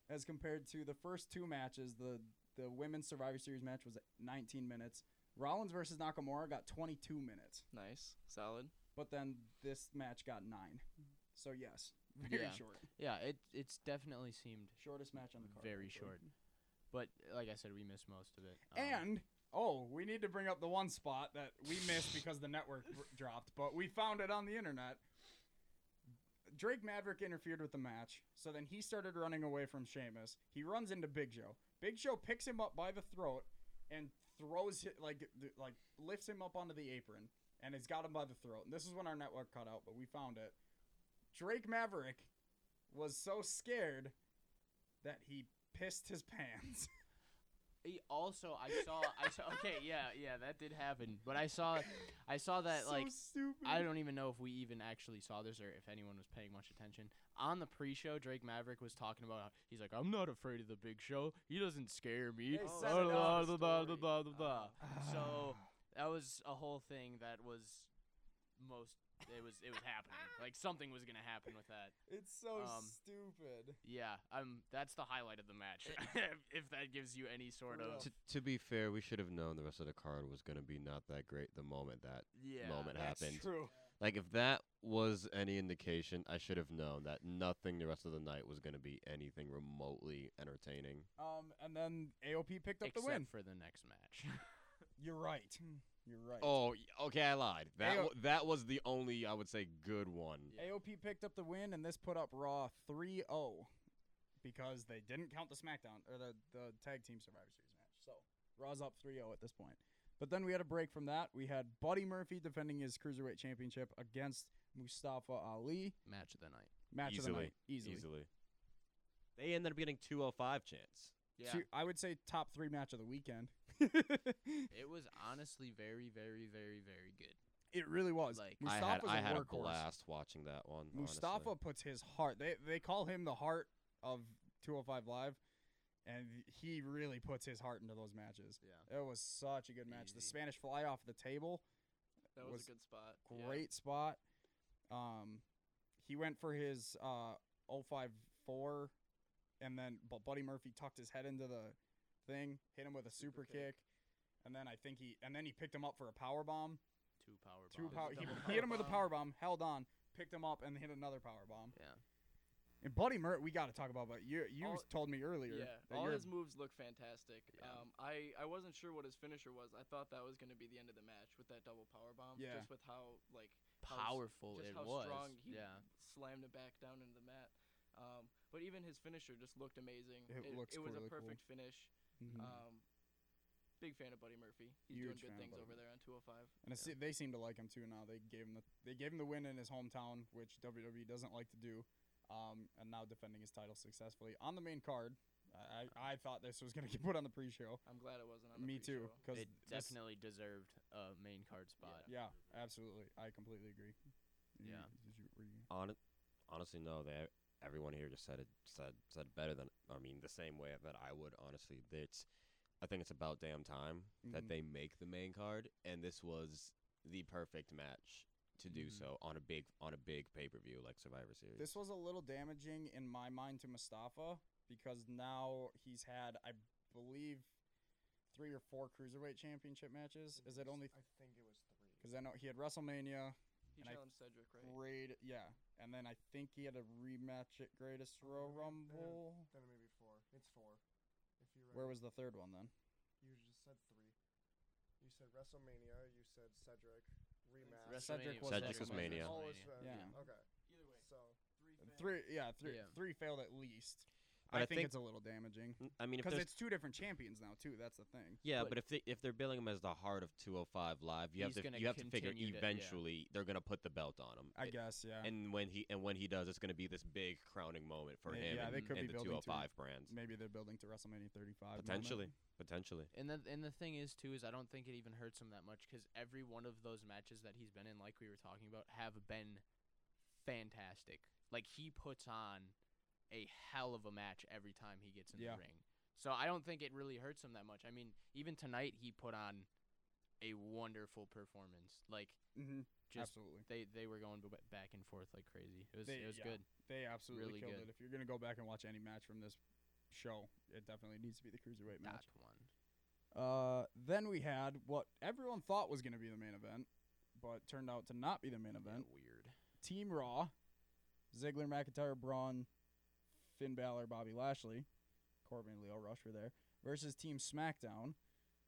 A: as compared to the first two matches the the women's survivor series match was 19 minutes rollins versus nakamura got 22 minutes
J: Nice, solid.
A: but then this match got nine so yes very
F: Yeah.
A: short
F: yeah, it it's definitely seemed
A: shortest match on the card
F: very
A: hopefully.
F: short. But like I said, we missed most of it. Um,
A: and oh we need to bring up the one spot that we missed because the network r- dropped but we found it on the internet Drake Maverick interfered with the match, so then he started running away from Sheamus. He runs into Big Show. Big Show picks him up by the throat and throws it like th- like lifts him up onto the apron and has got him by the throat. And this is when our network cut out, but we found it. Drake Maverick was so scared that he pissed his pants.
F: He also, I saw, I saw. Okay, yeah, yeah, that did happen. But I saw, I saw that
A: So
F: like
A: stupid.
F: I don't even know if we even actually saw this or if anyone was paying much attention. On the pre-show, Drake Maverick was talking about how- he's like, "I'm not afraid of the Big Show. He doesn't scare
A: They
F: me." Blah,
A: set it
F: blah,
A: up.
F: blah, blah, blah, blah, blah, blah. So that was a whole thing that was most. It was it was happening. Like something was gonna happen with that.
A: It's so
F: Um,
A: stupid.
F: Yeah, um, that's the highlight of the match. if that gives you any sort of
C: To, to be fair, we should have known the rest of the card was going to be not that great the moment that
F: yeah,
C: moment
A: That's
C: happened.
A: true.
C: Like if that was any indication, I should have known that nothing the rest of the night was going to be anything remotely entertaining.
A: Um, and then AOP picked up
F: except
A: the win.
F: for the next match.
A: You're right. You're right.
C: Oh, y- okay, I lied. That
A: Ayo-
C: wa that was the only I would say good one.
A: AOP picked up the win, and this put up Raw 3 0 because they didn't count the SmackDown or the, the Tag Team Survivor Series match. So Raw's up 3 0 at this point. But then we had a break from that. We had Buddy Murphy defending his Cruiserweight Championship against Mustafa Ali.
F: match of the night.
A: Match of the
C: Easily.
A: night. Easily.
C: They ended up getting 205 chance.
F: Yeah.
A: Two- I would say top three match of the weekend.
F: It was honestly very, very, very, very good.
A: it really was.
F: Like-
C: I
F: I
C: had
A: Mustafa's
C: I had a
A: workhorse.
C: blast watching that one.
A: Mustafa
C: honestly.
A: puts his heart. They they call him the heart of 205 Live, and he really puts his heart into those matches.
F: Yeah.
A: It was such a good match. The
F: Easy.
A: Spanish fly off the table,
J: That was,
A: Was
J: a good spot. yeah.
A: great spot. Um, he went for his uh 054, and then but Buddy Murphy tucked his head into the thing, hit him with a super,
J: Super
A: kick.
J: kick.
A: and then I think he and then he picked him up for a power bomb.
F: Two power
A: Two
F: bombs.
A: power. He,
J: Double power
A: he hit him with a
J: bomb.
A: power bomb, held on, picked him up, and hit another power bomb.
F: Yeah.
A: And Buddy Murray, we got to talk about. But you you
J: All-
A: told me earlier.
J: Yeah,
A: that
J: all
A: you're-
J: his moves look fantastic.
F: Yeah.
J: Um, I, I wasn't sure what his finisher was. I thought that was going to be the end of the match with that double power bomb.
A: Yeah.
J: Just with how like how s-
F: Powerful
J: just
F: it
J: how
F: was.
J: strong he
F: yeah.
J: slammed it back down into the mat. Um, but even his finisher just looked amazing.
A: It looks
J: was
A: really
J: a
A: cool.
J: perfect finish.
A: Mhm.
J: Um, big fan of Buddy Murphy. He's
A: Huge fan of
J: doing good things
A: Buddy
J: over there on 205.
A: and I see- they seem to like him too now. They gave him the they gave him the win in his hometown, which WWE doesn't like to do. Um, and now defending his title successfully on the main card. I I, I thought this was gonna get put on the pre-show.
J: I'm glad it wasn't on the
A: Me too,
J: pre-show.
A: because
F: It definitely deserved a main card spot.
A: Yeah, absolutely. I completely agree. You-
F: Yeah.
A: did you- were you-
C: Hon- honestly, no. They everyone here just said it said said it better than I mean the same way that I would honestly. It's I think it's about damn time
A: Mhm.
C: that they make the main card, and this was the perfect match to do
F: Mhm.
C: so on a big on a big pay per view like Survivor Series.
A: This was a little damaging in my mind to Mustafa because now he's had, I believe, three or four cruiserweight championship matches. Is it only
I: I think it was three.
A: because I know he had WrestleMania,
J: He
A: and I-
J: challenged Cedric, right?
A: grade, yeah, and then I think he had a rematch at Greatest Royal
I: Yeah,
A: Rumble.
I: Then maybe four. It's four. If you
A: Where was the third one then?
I: You just said three. You said WrestleMania. You said Cedric rematch.
A: Cedric
F: WrestleMania
A: was
C: Cedric was
F: WrestleMania.
C: Mania.
I: Oh, it's
F: WrestleMania.
I: uh,
A: Yeah.
I: Okay.
J: Either way,
I: So
A: Three, yeah, three,
F: Yeah.
A: three failed at least. I,
C: But I
A: think,
C: think-
A: it's a little damaging
C: N- I mean, if
A: because
C: there's
A: it's two different champions now too. That's the thing.
C: Yeah,
F: But-
C: but if they if they're billing him as the heart of 205 Live, you have
F: He's
C: to
F: gonna
C: you have to figure
F: continue to- yeah.
C: eventually they're gonna put the belt on him.
A: I
C: It-
A: guess yeah.
C: And when he and when he does, it's gonna be this big crowning moment for
A: Yeah,
C: him
A: yeah,
C: and,
A: they could be
C: and the
A: building to-
C: 205 brands
A: Maybe they're building to WrestleMania 35 moment.
C: potentially, potentially.
F: And the and the thing is too is I don't think it even hurts him that much because every one of those matches that he's been in, like we were talking about, have been fantastic. Like he puts on a hell of a match every time he gets in
A: Yeah.
F: the ring. So I don't think it really hurts him that much. I mean, even tonight he put on a wonderful performance. Like
A: Mhm,
F: just
A: absolutely.
F: they they were going b- back and forth like crazy. It was
A: They-
F: it was
A: yeah.
F: good.
A: They absolutely
F: Really
A: killed
F: good.
A: it. If you're gonna go back and watch any match from this show, it definitely needs to be the cruiserweight match.
F: Not one.
A: Uh, then we had what everyone thought was gonna be the main event, but turned out to not be the main event.
F: Weird.
A: Team Raw, Ziggler, McIntyre, Braun, Finn Balor, Bobby Lashley, Corbin, Leo Rush were there versus Team SmackDown,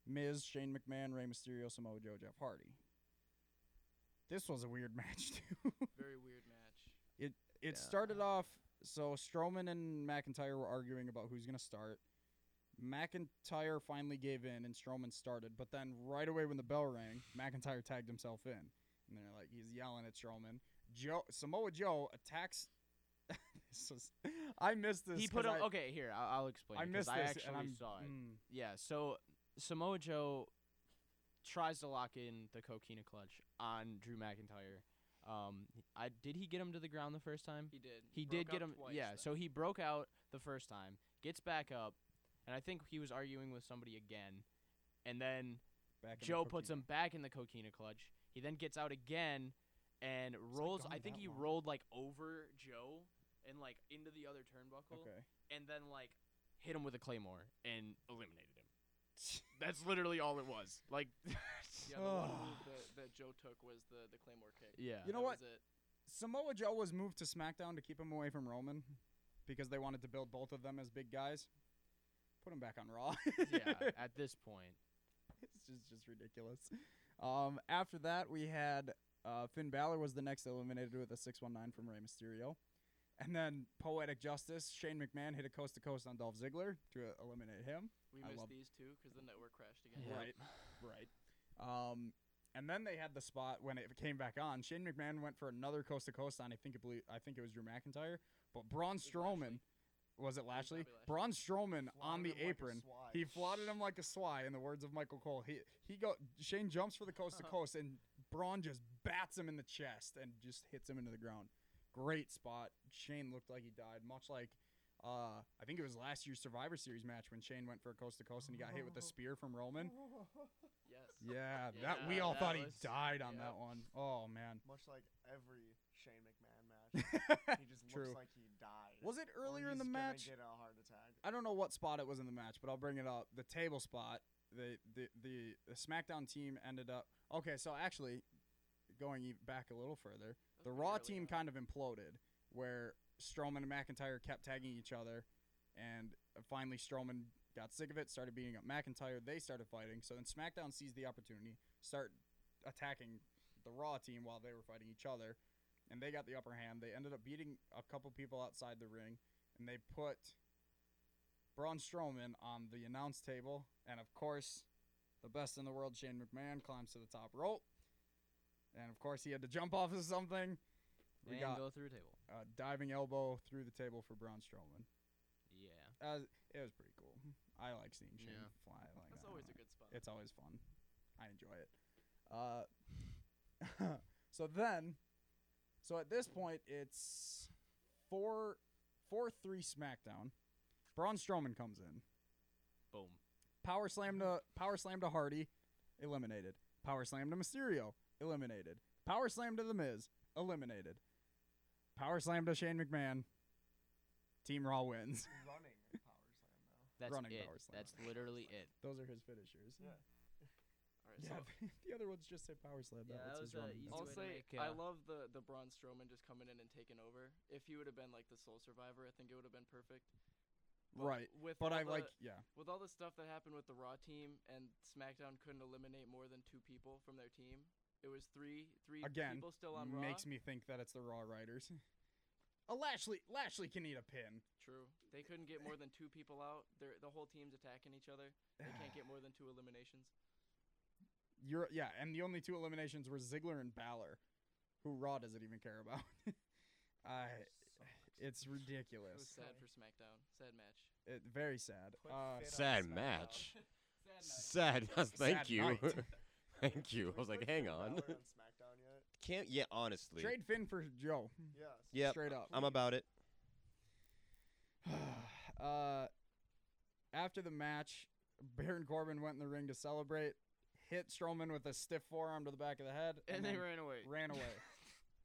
A: Miz, Shane McMahon, Rey Mysterio, Samoa Joe, Jeff Hardy. This was a weird match too.
J: Very weird match.
A: it started off so Strowman and McIntyre were arguing about who's gonna start. McIntyre finally gave in and Strowman started, but then right away when the bell rang, McIntyre tagged himself in, and they're like he's yelling at Strowman. Joe Samoa Joe attacks. this was, I missed this.
F: He put
A: 'cause
F: him.
A: I,
F: okay, here I'll, I'll explain.
A: I
F: 'cause
A: missed
F: I
A: this
F: actually
A: and I'm,
F: saw it.
A: mm,
F: Yeah, so Samoa Joe tries to lock in the Coquina clutch on Drew McIntyre. Um, I did he get him to the ground the first time?
J: He did.
F: He
J: broke
F: did get
J: out
F: him.
J: twice,
F: yeah,
J: though.
F: so he broke out the first time, gets back up, and I think he was arguing with somebody again, and then
A: back in the
F: Joe puts
A: cookie.
F: him back in the Coquina clutch. He then gets out again and rolls.
A: gone
F: I think
A: that
F: he
A: long?
F: rolled like over Joe and like into the other turnbuckle
A: Okay.
F: and then like hit him with a claymore and eliminated him. That's literally all it was. Like,
J: Yeah, the one
A: Ugh.
J: move that, that Joe took was the, the Claymore kick.
F: yeah,
A: You know
J: That
A: what?
J: was it.
A: Samoa Joe was moved to SmackDown to keep him away from Roman because they wanted to build both of them as big guys. Put him back on Raw.
F: yeah. At this point,
A: it's just, just ridiculous. Um, after that, we had uh, Finn Balor was the next eliminated with a 619 from Rey Mysterio. And then Poetic Justice, Shane McMahon hit a coast to coast on Dolph Ziggler to uh, eliminate him.
J: We
A: I
J: missed
A: love-
J: these two because the network crashed again.
F: Yeah.
A: Right. Right. Um, and then they had the spot when it came back on. Shane McMahon went for another coast to coast on. I think it ble- I think it was Drew McIntyre, but Braun
J: was Lashley.
A: Strowman was it Lashley?
J: Bobby Lashley.
A: Braun Strowman on the
I: Flouted him like a
A: apron.
I: swine.
A: he flouted him like a sly. In the words of Michael Cole, he he go Shane jumps for the coast to coast, and Braun just bats him in the chest and just hits him into the ground. Great spot. Shane looked like he died, much like uh, I think it was last year's Survivor Series match when Shane went for a coast to coast and he got hit with a spear from Roman.
J: Yes.
A: Yeah,
J: Yeah,
A: that we all
J: that
A: thought he
J: was-
A: died on
J: yeah.
A: that one. Oh man.
I: Much like every Shane McMahon match, he just
A: True.
I: looks like he died.
A: Was it
I: or
A: earlier in the
I: he's gonna
A: match?
I: Get a heart attack.
A: I don't know what spot it was in the match, but I'll bring it up. The table spot. The the the, the SmackDown team ended up. Okay, so actually, going e- back a little further, the Raw team kind of imploded, where Strowman and McIntyre kept tagging each other, and finally Strowman got sick of it, started beating up McIntyre. They started fighting. So then SmackDown seized the opportunity, start attacking the Raw team while they were fighting each other, and they got the upper hand. They ended up beating a couple people outside the ring, and they put Braun Strowman on the announce table, and of course, the best in the world, Shane McMahon, climbs to the top rope, and of course, he had to jump off of something. We
F: and
A: got
F: go through a table.
A: a uh, diving elbow through the table for Braun Strowman.
F: Yeah,
A: Uh, it was pretty cool. I like seeing Shane
F: Yeah.
A: fly. Like
J: That's
A: that.
J: always a good spot.
A: It's always fun. I enjoy it. Uh, so then, so at this point, it's four, four three SmackDown. Braun Strowman comes in.
F: boom.
A: Power slam to power slam to Hardy, eliminated. Power slam to Mysterio, eliminated. Power slam to The Miz, eliminated. Power slam to Shane McMahon. Team Raw wins.
I: Running power slam though.
F: That's
A: Running
F: it.
A: power slam.
F: That's literally it.
A: Those are his finishers.
I: Yeah.
J: All right,
A: Yeah,
J: so
A: the other ones just say power slam.
F: Yeah,
A: that
F: that
A: was his
F: was a
A: running.
F: easy
A: That's
F: way
J: I'll
F: to
A: it.
J: say
F: make,
J: I
F: uh,
J: love the the Braun Strowman just coming in and taking over. If he would have been like the sole survivor, I think it would have been perfect. But
A: Right,
J: With
A: But
J: all
A: I like,
J: the-
A: yeah,
J: with all the stuff that happened with the Raw team and SmackDown couldn't eliminate more than two people from their team. It was three three
A: Again,
J: people still on Raw.
A: makes me think that it's the Raw writers. a Lashley Lashley can eat a pin.
J: True. They couldn't get more than two people out. They're, the whole team's attacking each other. They can't get more than two eliminations.
A: You're yeah, and the only two eliminations were Ziggler and Balor, who Raw doesn't even care about. I, it's
J: It was
A: ridiculous.
J: sad for SmackDown. Sad match.
A: It, very sad.
M: Put
A: Uh,
M: Finn on
C: Sad
M: SmackDown.
C: match.
J: Sad
C: Sad. Thank
A: Sad
C: you.
A: night.
C: Thank you.
I: Can
C: I was
I: we
C: like,
I: put
C: hang
I: Finn
C: on.
I: Balor on SmackDown yet?
C: Can't. Yeah, honestly.
A: trade Finn for Joe.
I: Yes.
C: Yep, Um,
A: Straight up.
C: I'm about it.
A: uh, after the match, Baron Corbin went in the ring to celebrate, hit Strowman with a stiff forearm to the back of the head,
F: And they
A: then
F: ran away.
A: ran away.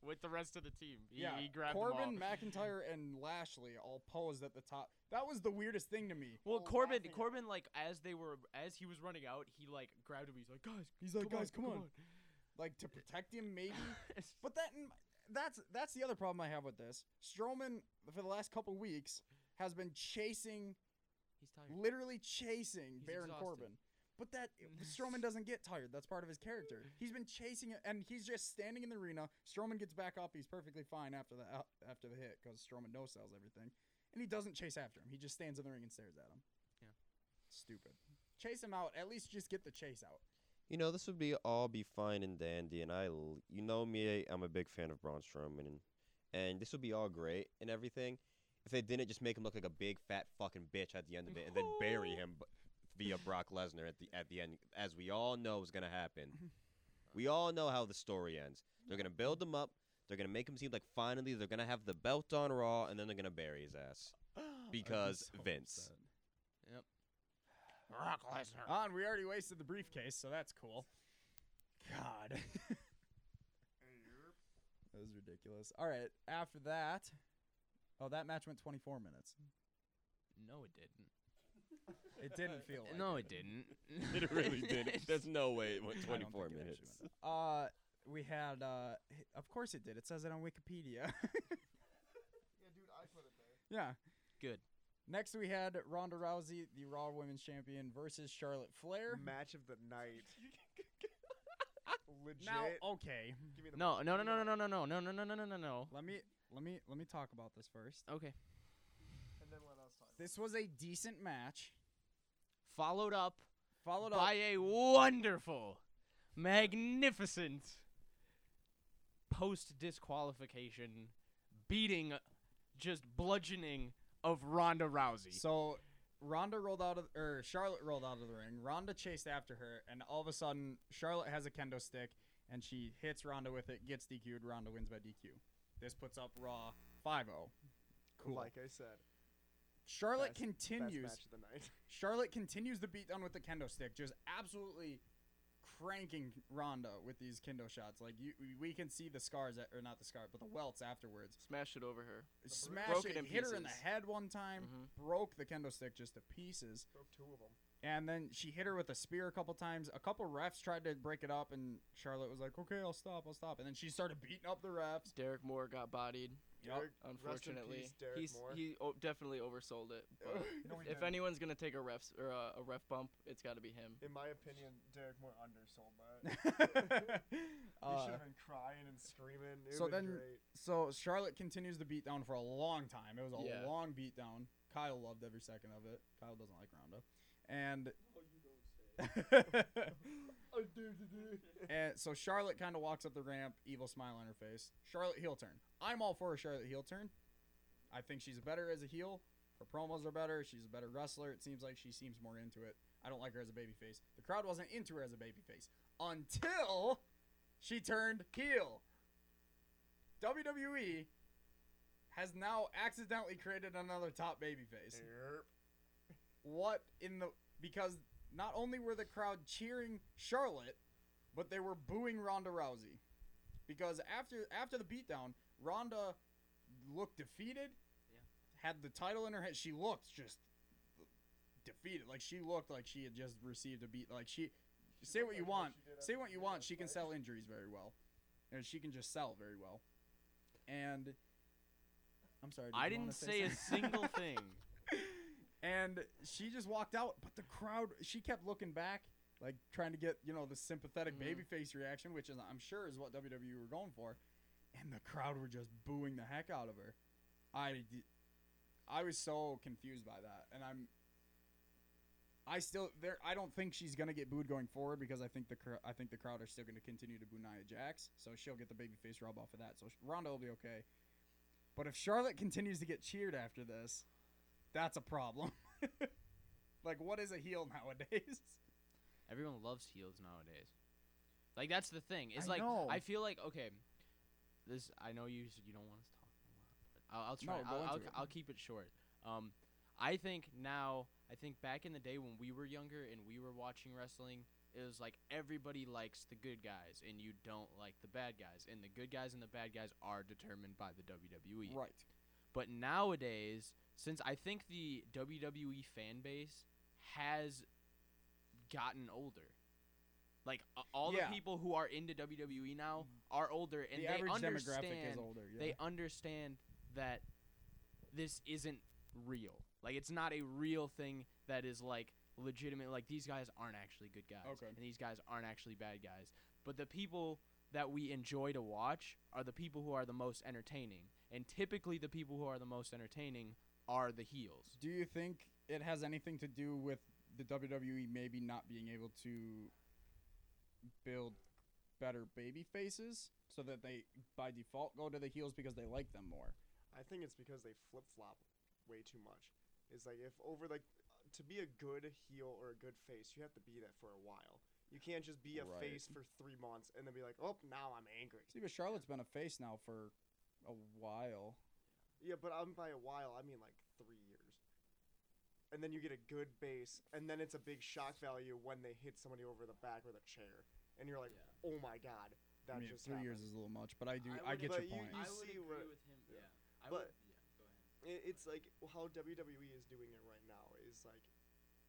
F: With the rest of the team. He,
A: yeah,
F: he grabbed
A: Corbin,
F: them all.
A: McIntyre, and Lashley all posed at the top. That was the weirdest thing to me.
F: Well,
I: all
F: Corbin,
I: laughing at
F: Corbin, like as they were, as he was running out, he like grabbed him. He's like, guys,
A: He's like,
F: come
A: guys,
F: on,
A: come on. Like to protect him, maybe.
F: It's-
A: But that that's that's the other problem I have with this. Strowman for the last couple weeks has been chasing,
F: He's tired.
A: literally chasing
F: He's
A: Baron
F: exhausted.
A: Corbin. But that Strowman doesn't get tired. That's part of his character. He's been chasing it, and he's just standing in the arena. Strowman gets back up. He's perfectly fine after the out- after the hit because Strowman no sells everything, and he doesn't chase after him. He just stands in the ring and stares at him.
F: Yeah.
A: stupid. Chase him out. At least just get the chase out.
C: You know, this would be all be fine and dandy, and I, l- you know me, I'm a big fan of Braun Strowman, and, and this would be all great and everything if they didn't just make him look like a big fat fucking bitch at the end of it, and then bury him b- via Brock Lesnar at the at the end, as we all know is gonna happen. We all know how the story ends. They're gonna build him up. They're gonna make him seem like finally they're gonna have the belt on Raw, and then they're gonna bury his ass Oh, because Vince.
F: Brock Lesnar.
A: Ah, and we already wasted the briefcase, so that's cool. God. that was ridiculous. All right, after that. Oh, that match went 24 minutes.
F: No, it didn't.
A: It didn't feel like
F: no,
A: it.
F: it
C: It
F: didn't.
C: really did. There's no way it went
A: I don't
C: 24
A: think it actually
C: minutes.
A: went that- Uh, we had, uh, h- of course it did. It says it on Wikipedia.
I: Yeah, dude, I put it there.
A: yeah.
F: Good.
A: Next, we had Ronda Rousey, the Raw Women's Champion, versus Charlotte Flair.
I: Match of the night. Legit.
A: Now, okay,
I: Give me the
F: No,
I: mic,
F: no, no,
I: give me
F: no,
I: the
F: no, no, no, no, no, no, no, no, no, no.
A: let me let me let me talk about this first.
F: Okay.
I: mic, And then let us talk.
A: This was a decent match,
F: Followed up
A: followed up
F: by a wonderful, magnificent post disqualification beating, just bludgeoning of Ronda Rousey.
A: So Ronda rolled out of or Charlotte rolled out of the ring. Ronda chased after her, and all of a sudden Charlotte has a kendo stick and she hits Ronda with it, gets DQ'd, Ronda wins by DQ. This puts up Raw 5-0. Cool.
I: Like I said,
A: Charlotte
I: best-
A: continues.
I: Best match of the night.
A: Charlotte continues the beatdown with the kendo stick, just absolutely cranking Ronda with these kendo shots. Like you, we can see the scars, at, or not the scar, but the welts afterwards.
J: Smash it over her. Mm-hmm.
A: Smash
J: Broke
A: it,
J: it in
A: hit her in the
J: pieces.
A: head one time, broke the kendo stick just to pieces.
I: Broke two of them.
A: And then she hit her with a spear a couple times. A couple refs tried to break it up, and Charlotte was like, "Okay, I'll stop, I'll stop." And then she started beating up the refs.
J: Derek Moore got bodied,
A: Yep.
J: unfortunately.
I: peace, Derek
J: He's,
I: Moore.
J: He o- definitely oversold it. But if anyone's going to take a, ref's, or a, a ref bump, it's got to be him.
I: In my opinion, Derek Moore undersold that. he
A: Uh,
I: should have been crying and screaming. It
A: so
I: would've been
A: then-
I: great.
A: so Charlotte continues the beatdown for a long time. It was a
J: Yeah.
A: long beatdown. Kyle loved every second of it. Kyle doesn't like Ronda, and and so Charlotte kind of walks up the ramp, evil smile on her face. Charlotte heel turn. I'm all for a Charlotte heel turn. I think she's better as a heel. Her promos are better. She's a better wrestler. It seems like she seems more into it. I don't like her as a babyface. The crowd wasn't into her as a babyface until she turned heel. WWE has now accidentally created another top babyface.
I: Derp.
A: What in the because not only were the crowd cheering Charlotte, but they were booing Ronda Rousey. Because after after the beatdown, Ronda looked defeated. Had the title in her hand. She looked just defeated. Like she looked like she had just received a beat. Like she say what you want. Say what you want. She can sell injuries very well. And she can just sell very well. And I'm sorry. did
F: I
A: you wanna
F: didn't say a
A: something?
F: single thing.
A: and she just walked out. But the crowd, she kept looking back, like trying to get you know the sympathetic
J: Mhm.
A: babyface reaction, which E is I'm sure is what WWE were going for. And the crowd were just booing the heck out of her. I, d- I was so confused by that, and I'm. I still there. I don't think she's gonna get booed going forward because I think the cr- I think the crowd are still gonna continue to boo Nia Jax, so she'll get the babyface rub off of that. So sh- Ronda will be okay. But if Charlotte continues to get cheered after this, that's a problem. like, what is a heel nowadays?
F: Everyone loves heels nowadays. Like that's the thing. It's
A: I
F: like
A: know.
F: I feel like okay. This I know you said you don't want us talking a lot, but I'll, I'll try.
A: No, go
F: I'll, I'll,
A: into it.
F: I'll keep it short. Um, I think now I think back in the day when we were younger and we were watching wrestling, it was like everybody likes the good guys and you don't like the bad guys, and the good guys and the bad guys are determined by the E. WWE.
A: Right.
F: But nowadays, since I think the WWE fan base has gotten older, like a- all
A: Yeah. Mm-hmm.
F: the people who are into WWE now are older, and
A: the
F: they
A: average
F: understand.
A: demographic is older. Yeah.
F: They understand that this isn't real. Like it's not a real thing that is like legitimate. Like these guys aren't actually good guys,
A: Okay.
F: and these guys aren't actually bad guys. But the people that we enjoy to watch are the people who are the most entertaining, and typically the people who are the most entertaining are the heels.
A: Do you think it has anything to do with the WWE maybe not being able to build better baby faces so that they by default go to the heels because they like them more?
I: I think it's because they flip flop way too much. It's like if over like to be a good heel or a good face, you have to be that for a while. You can't just be a
C: Right.
I: face for three months and then be like, oh, now I'm angry.
A: See, but Charlotte's been a face now for a while.
I: Yeah, but I'm by a while. I mean like three years. And then you get a good base, and then it's a big shock value when they hit somebody over the back with a chair, and you're like, oh my god, that
A: I mean,
I: just
A: three
I: happened.
A: years is a little much, but I do.
J: I
A: I,
J: would-
A: get your
I: but you-
A: point.
I: you
J: I would
I: see
J: agree
I: what-
J: with him.
I: yeah.
J: Yeah, I
I: But-
J: would. Yeah, go ahead.
I: it, it's like how WWE is doing it right now is like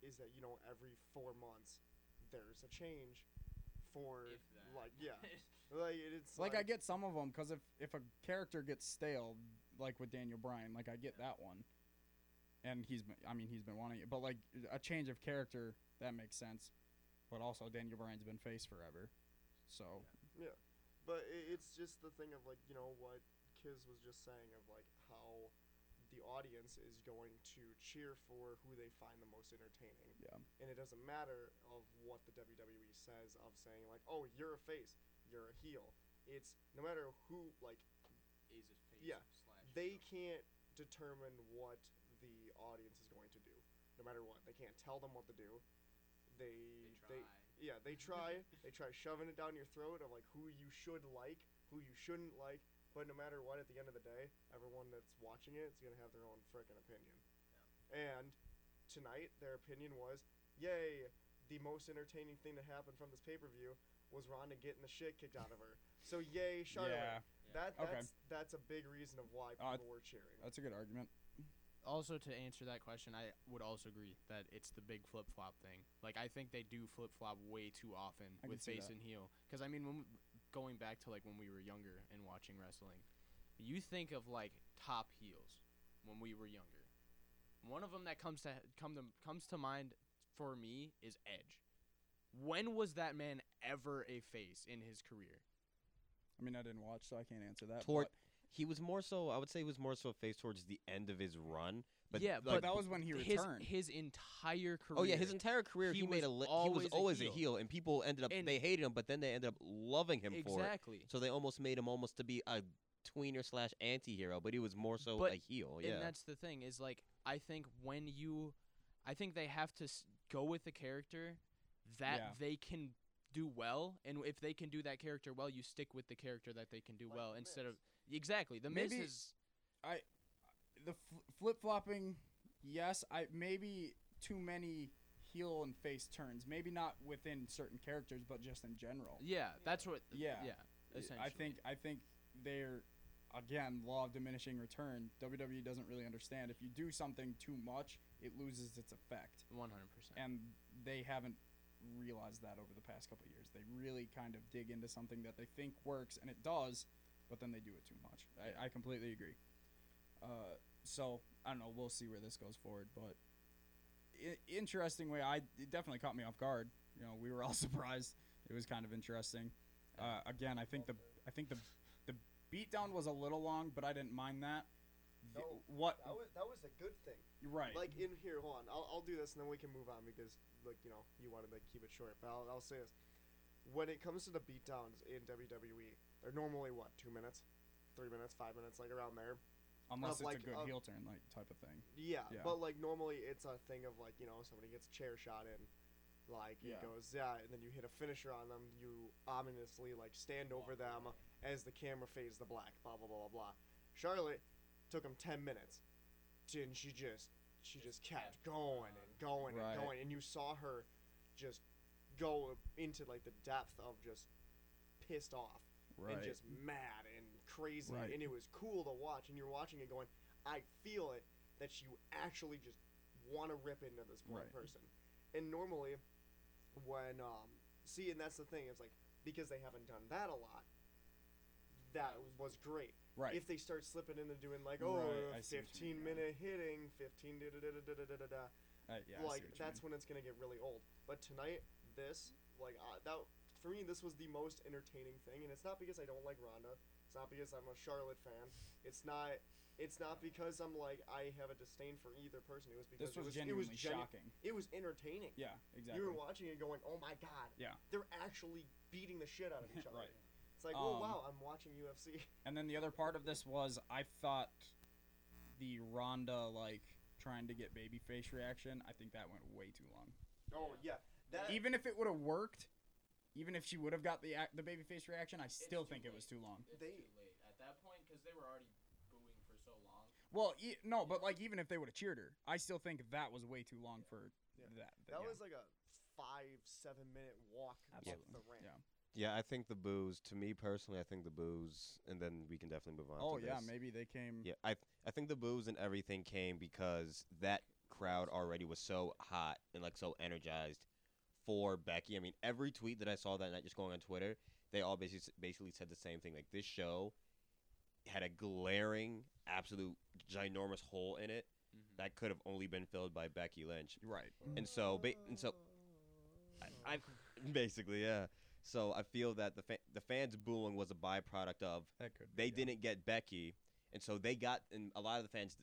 I: is that you know every four months there's a change for
J: If that.
I: like yeah like it- it's
A: like I get some of them because if if a character gets stale, like with Daniel Bryan, like I get that one, and he's been, I mean he's been wanting it, but like a change of character that makes sense, but also Daniel Bryan's been face forever, so
I: but i it's just the thing of like you know what Kiz was just saying of like how the audience is going to cheer for who they find the most entertaining
A: Yeah.
I: and it doesn't matter of what the WWE says of saying like oh you're a face you're a heel it's no matter who like
J: Is it face
I: Yeah,
J: slash
I: they
J: heel?
I: can't determine what the audience is going to do no matter what they can't tell them what to do they they,
J: They try.
I: yeah they try they try shoving it down your throat of like who you should like who you shouldn't like but no matter what at the end of the day everyone that's watching it is going to have their own freaking opinion and tonight their opinion was yay the most entertaining thing that happened from this pay-per-view was Ronda getting the shit kicked out of her. So yay, Charlotte.
A: Yeah.
I: That
A: Okay.
I: that's that's a big reason of why
N: Uh,
A: Oh, I-
I: people were cheering.
A: that's a good argument.
F: also to answer that question, I would also agree that it's the big flip flop thing. Like I think they do flip flop way too often
A: I can
F: with
A: see
F: face
A: that.
F: and heel. Because I mean, when we, going back to like when we were younger and watching wrestling, you think of like top heels when we were younger. One of them that comes to come to comes to mind for me is Edge. When was that man ever a face in his career?
A: I mean I didn't watch, so I can't answer that.
C: Toward-
A: but,
C: He was more so. I would say he was more so a face towards the end of his run. But
F: Yeah,
A: but
C: like,
A: that was when he
F: his
A: returned.
F: his entire career.
C: Oh yeah, his entire career
F: He
C: he, made
F: was
C: a li- he was
F: always a
C: always a heel.
F: heel.
C: and people ended up
F: And-
C: they hated him, but then they ended up loving him for it.
F: exactly.
C: So they almost made him almost to be a tweener slash anti-hero, but he was more so
F: But-
C: a heel. Yeah,
F: and that's the thing is like i think when you i think they have to s- go with the character that
A: Yeah.
F: they can do well and if they can do that character well you stick with the character that they can do
I: Like
F: well
I: The
F: instead
I: Miz.
F: of exactly the Miz
A: Maybe-
F: is
A: the fl- flip flopping, yes, I maybe too many heel and face turns. Maybe not within certain characters, but just in general.
F: yeah that's what
A: Yeah.
F: yeah
A: Y-
F: essentially
A: I think I think they're again law of diminishing return. WWE doesn't really understand if you do something too much, it loses its effect,
F: 100%
A: and they haven't realized that over the past couple of years. They really kind of dig into something that they think works and it does, but then they do it too much. I, I completely agree. Uh, so I don't know. We'll see where this goes forward, but I- interesting way. I it definitely caught me off guard. You know, we were all surprised. It was kind of interesting. Uh, again, I think the I think the the beatdown was a little long, but I didn't mind that.
N: th- what?
I: That was that was a good thing.
N: Right.
I: Like in here, hold on. I'll, I'll do this and then we can move on because like you know you wanted to keep it short. But I'll, I'll say this: when it comes to the beatdowns in WWE, they're normally what two minutes, three minutes, five minutes, like around there.
N: Unless it's
I: like,
N: a good
I: of-
N: heel turn, like type of thing.
I: Yeah,
N: Yeah.
I: but like normally it's a thing of like you know somebody gets a chair shot in, like
N: Yeah.
I: it goes yeah, and then you hit a finisher on them. You ominously like stand over them as the camera fades to black. Blah blah blah blah blah. Charlotte took him ten minutes, and she just she just kept going and going
A: Right.
I: and going, and you saw her just go into like the depth of just pissed off and just mad and crazy
A: Right.
I: and it was cool to watch and you're watching it going i feel it that you actually just want to rip into this one
A: Right.
I: person and normally when um see and that's the thing it's like because they haven't done that a lot that was great
N: Right.
I: if they start slipping into doing like oh
N: Right, I see what you mean,
I: 15
N: yeah.
I: minute hitting 15 da da da da da da da da
N: Uh, yeah, I see
I: like
N: what you
I: that's
N: mean.
I: when it's gonna get really old. But tonight, this like uh, that for me, this was the most entertaining thing, and it's not because I don't like Ronda. It's not because I'm a Charlotte fan. It's not. It's not because I'm like I have a disdain for either person. It was because
N: this was,
I: it
N: genuinely
I: was it was genu-
N: shocking.
I: It was entertaining.
N: Yeah, exactly.
I: You were watching it going, oh my god.
N: Yeah.
I: They're actually beating the shit out of each other.
N: Right.
I: It's like,
N: Um,
I: oh wow, I'm watching UFC.
N: And then the other part of this was I thought the Ronda like trying to get babyface reaction. I think that went way too long.
I: oh yeah. That,
N: Even if it would have worked, even if she would have got the ac- the babyface reaction, I still think it was too long.
F: It's
I: They-
F: too late at that point because they were already booing for so long.
N: Well, e- no, but like even if they would have cheered her, I still think that was way too long for
I: Yeah.
N: that.
I: that
N: yeah.
I: was like a five seven minute walk up
N: Absolutely.
I: the ramp.
N: Yeah.
C: Yeah, I think the booze. To me personally, I think the booze, and then we can definitely move on.
A: Oh
C: to
A: yeah,
C: this.
A: maybe they came.
C: Yeah, I th- I think the booze and everything came because that crowd already was so hot and like so energized for Becky. I mean, every tweet that I saw that night, just going on Twitter, they all basically s- basically said the same thing. Like this show had a glaring, absolute, ginormous hole in it
F: Mm-hmm.
C: that could have only been filled by Becky Lynch.
A: Right.
C: And so, ba- and so, I, I basically yeah. So I feel that the fa- the fans booing was a byproduct of
A: That could.
C: they didn't get Becky, and so they got and a lot of the fans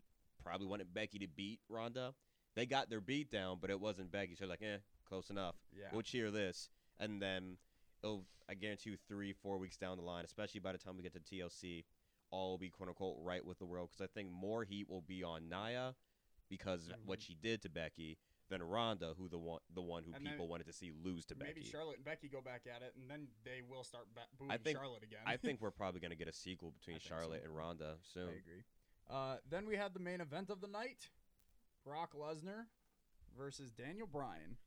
C: probably wanted Becky to beat Ronda. They got their beat down, but it wasn't Becky. So they're like, eh, close enough.
A: Yeah.
C: We'll cheer this, and then it'll I guarantee you three four weeks down the line, especially by the time we get to TLC, all will be quote unquote right with the world because I think more heat will be on Naya because of what she did to Becky than Ronda, who the one the one who
N: Mm-hmm. And then
C: people wanted to see lose to
N: Maybe
C: Becky.
N: Charlotte and Becky go back at it, and then they will start ba- booing
C: think-
N: Charlotte again.
C: I think we're probably gonna get a sequel
N: I
C: between
N: think so.
C: Charlotte and Ronda soon.
A: I agree. Uh, then we had the main event of the night: Brock Lesnar versus Daniel Bryan.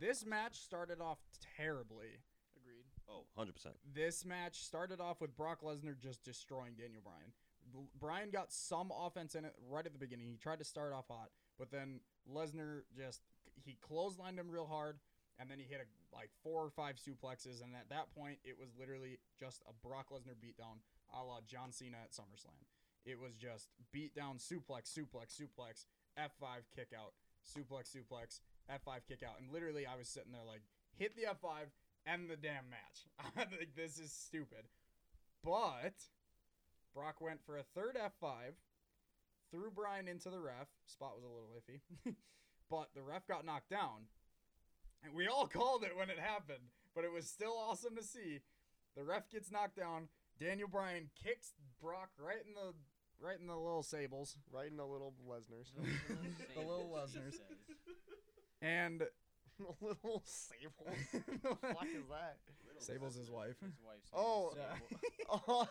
A: this match started off terribly.
J: Agreed.
C: Oh, 100%.
A: This match started off with Brock Lesnar just destroying Daniel Bryan. B- Bryan got some offense in it right at the beginning. He tried to start off hot, but then Lesnar just he clotheslined him real hard, and then he hit a, like four or five suplexes. And at that point, it was literally just a Brock Lesnar beatdown, a la John Cena at SummerSlam. It was just beatdown, suplex, suplex, suplex, F five kick out, suplex, suplex, F five kick out. And literally, I was sitting there like, hit the F five, end the damn match. I'm like, this is stupid. But Brock went for a third F5, threw Brian into the ref. Spot was a little iffy. but the ref got knocked down. And we all called it when it happened, but it was still awesome to see. The ref gets knocked down. Daniel Bryan kicks Brock right in the right in the little sables.
I: Right in the little Lesnar's.
A: The little Lesnar's. And
I: little Sable. fuck is that?
A: Sable's his wife.
I: Oh. oh.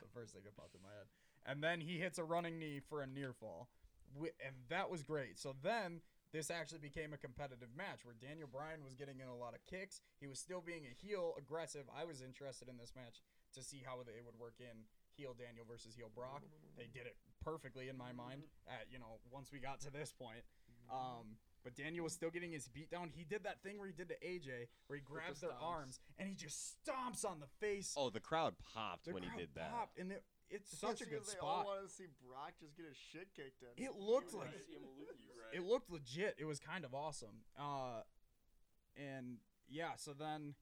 A: the first thing that popped in my head. And then he hits a running knee for a near fall. Wi- And that was great. So then this actually became a competitive match where Daniel Bryan was getting in a lot of kicks. He was still being a heel, aggressive. I was interested in this match to see how they would work in heel Daniel versus heel Brock. They did it perfectly in my mind. At you know, once we got to this point, um, but Daniel was still getting his beat down. He did that thing where he did to AJ, where he grabs their
J: stomps.
A: arms and he just stomps on the face.
C: Oh, the crowd popped
A: The
C: when he
A: crowd
C: did that.
A: popped, and it, it's such a
I: Because
A: good
I: They all
A: spot.
I: wanted to see Brock just get his shit kicked in.
A: It looked like it looked legit. It was kind of awesome. Uh, and yeah, so then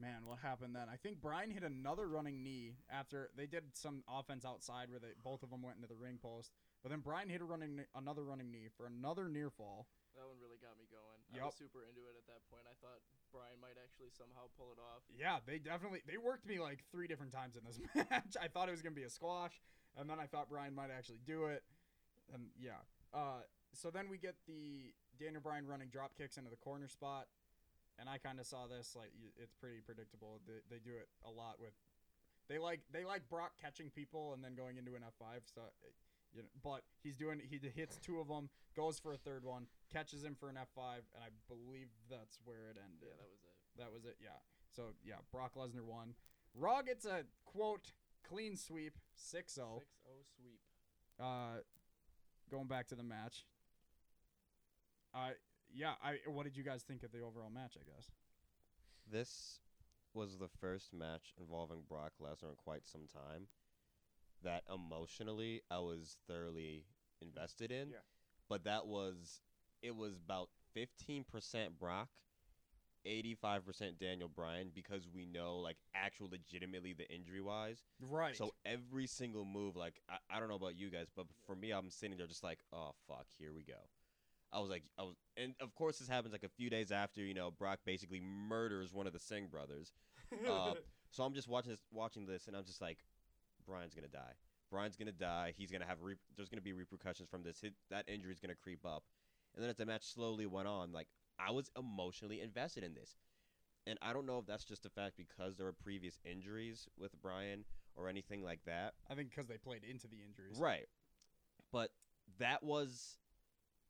A: Man, what happened then? I think Brian hit another running knee after they did some offense outside where they both of them went into the ring post. But then Brian hit a running another running knee for another near fall.
J: That one really got me going. I
A: Yup.
J: was super into it at that point. I thought Brian might actually somehow pull it off.
A: Yeah, they definitely they worked me like three different times in this match. I thought it was gonna be a squash, and then I thought Brian might actually do it, and yeah. Uh, so then we get the Daniel Bryan running drop kicks into the corner spot, and I kind of saw this like y- it's pretty predictable. They, they do it a lot with they like they like Brock catching people and then going into an F five. So it- you know, but he's doing he d- hits two of them, goes for a third one, catches him for an F five, and I believe that's where it ended.
J: Yeah, that was it.
A: That was it. Yeah. So yeah, Brock Lesnar won. Raw gets a quote clean sweep 6-0.
F: oh,
J: 6-0 sweep.
A: Uh, going back to the match. Uh, yeah. I what did you guys think of the overall match? I guess.
C: This was the first match involving Brock Lesnar in quite some time that emotionally I was thoroughly invested in.
I: Yeah.
C: But that was it was about 15% Brock, 85% Daniel Bryan because we know like actual legitimately the injury wise
A: Right.
C: So every single move, like I, I don't know about you guys, but for me, I'm sitting there just like, oh fuck, here we go. I was like, I was, and of course this happens like a few days after you know Brock basically murders one of the Singh brothers. Uh, so I'm just watching this, watching this, and I'm just like, Brian's gonna die. Brian's gonna die. He's gonna have re- there's gonna be repercussions from this. Hit, that injury's gonna creep up. And then as the match slowly went on, like I was emotionally invested in this. And I don't know if that's just the fact because there were previous injuries with Brian or anything like that.
A: I think because they played into the injuries.
C: Right. But that was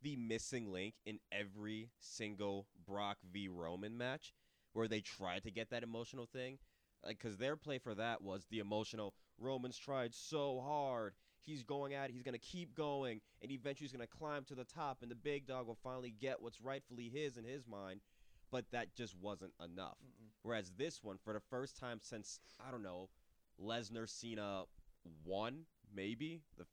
C: the missing link in every single Brock v Roman match where they tried to get that emotional thing. Like, because their play for that was the emotional Roman's tried so hard. He's going at it. He's going to keep going. And eventually he's going to climb to the top. And the big dog will finally get what's rightfully his in his mind. But that just wasn't enough. Whereas this one, for the first time since, I don't know, Lesnar, Cena, one maybe the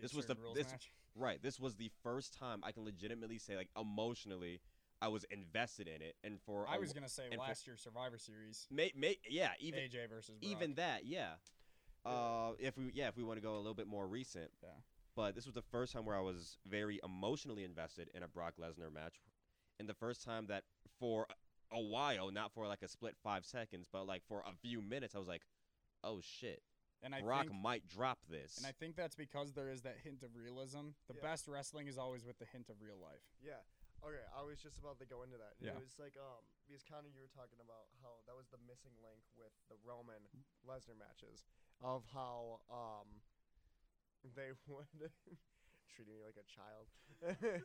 C: This was the-
A: Extreme Rules
C: this-
A: match.
C: right this was the first time i can legitimately say like emotionally i was invested in it and for
A: I
C: a
A: was
C: wh-
A: gonna say
C: and for-
A: last year's Survivor Series.
C: may, may, yeah even
A: AJ versus Brock.
C: even that yeah uh if we yeah if we want to go a little bit more recent
A: Yeah.
C: but this was the first time where i was very emotionally invested in a brock lesnar match and the first time that for a while not for like a split five seconds but like for a few minutes i was like oh shit
A: and I
C: brock
A: think,
C: might drop this
A: and I think that's because there is that hint of realism. The
I: Yeah.
A: best wrestling is always with the hint of real life.
I: Yeah. Okay, I was just about to go into that.
A: Yeah.
I: It was like um because Connor you were talking about how that was the missing link with the Roman Lesnar matches of how um they would treating me like a child.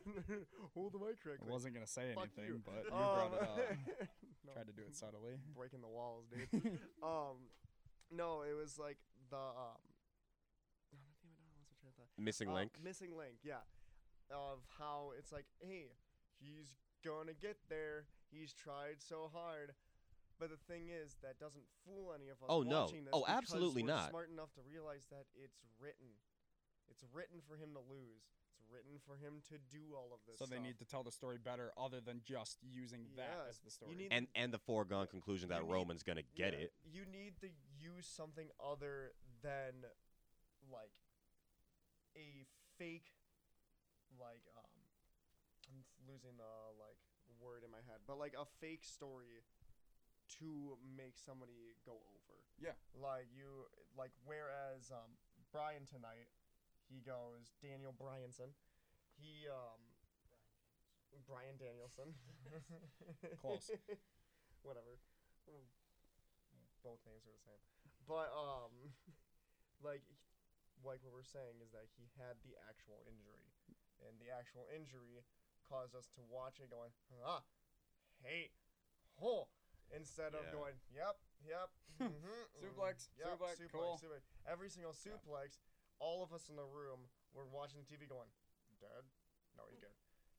I: Hold the mic
A: I
I: correctly.
A: wasn't gonna say
I: Fuck
A: anything,
I: you.
A: but you brought it up.
I: Um, no,
A: Tried to do it subtly.
I: breaking the walls, dude. um no, it was like the um oh, damn it, I lost my train of thought.
C: missing
I: Uh,
C: link
I: Missing link, yeah. Of how it's like, hey, he's gonna get there. He's tried so hard. But the thing is, that doesn't fool any of us.
C: Oh, no.
I: watching this
C: Oh,
I: because
C: absolutely
I: we're
C: not.
I: Smart enough to realize that it's written. It's written for him to lose. It's written for him to do all of this.
A: So they
I: stuff.
A: need to tell the story better, other than just using that
I: Yeah,
A: as the story.
I: You need
C: and and the foregone conclusion that
I: You need-
C: Roman's gonna get
I: yeah,
C: it.
I: You need to use something other than like a fake like um I'm f- losing the like word in my head, but like a fake story to make somebody go over.
A: Yeah.
I: Like you like whereas um Brian tonight, he goes Daniel Bryanson. He um Brian Danielson.
A: Close.
I: Whatever. Mm. Both names are the same. But um like like what we're saying is that he had the actual injury. And the actual injury caused us to watch it going, ah, hey, ho, instead of
C: Yeah.
I: going, yep, yep, mhm,
A: Suplex,
I: mhm, yep,
A: suplex, cool.
I: suplex. Every single suplex, all of us in the room were watching the TV going, dead? No, he's good.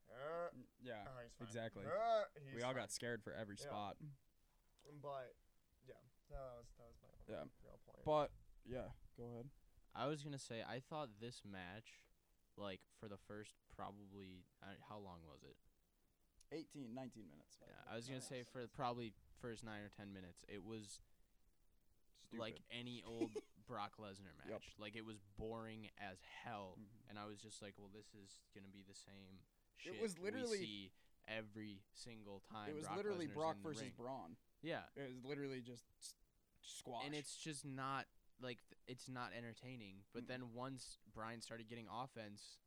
I: Uh,
A: yeah,
I: oh, he's fine.
A: exactly.
I: Uh,
A: we
I: he's
A: all
I: fine."
A: got scared for every
I: Yeah.
A: spot.
I: But, yeah, that was, that was my only
A: Yeah.
I: real point.
A: But yeah, go ahead.
F: I was gonna say I thought uh, this match, like for the first probably I, how long was it?
A: 18, 19 minutes. by the
F: Yeah,
A: way.
F: I was gonna say for probably first nine or ten minutes, it was like
A: Stupid.
F: any old Brock Lesnar match.
A: Yup.
F: Like it was boring as hell,
A: Mhm.
F: and I was just like, "Well, this is gonna be the same
A: It
F: shit."
A: was literally-
F: we see every single time.
A: it was
F: Brock
A: literally
F: Lesnar's
A: Brock
F: in the
A: versus
F: ring.
A: Braun.
F: Yeah,
A: It was literally just s- squash.
F: and it's just not like th- it's not entertaining. But then once Brian started getting offense,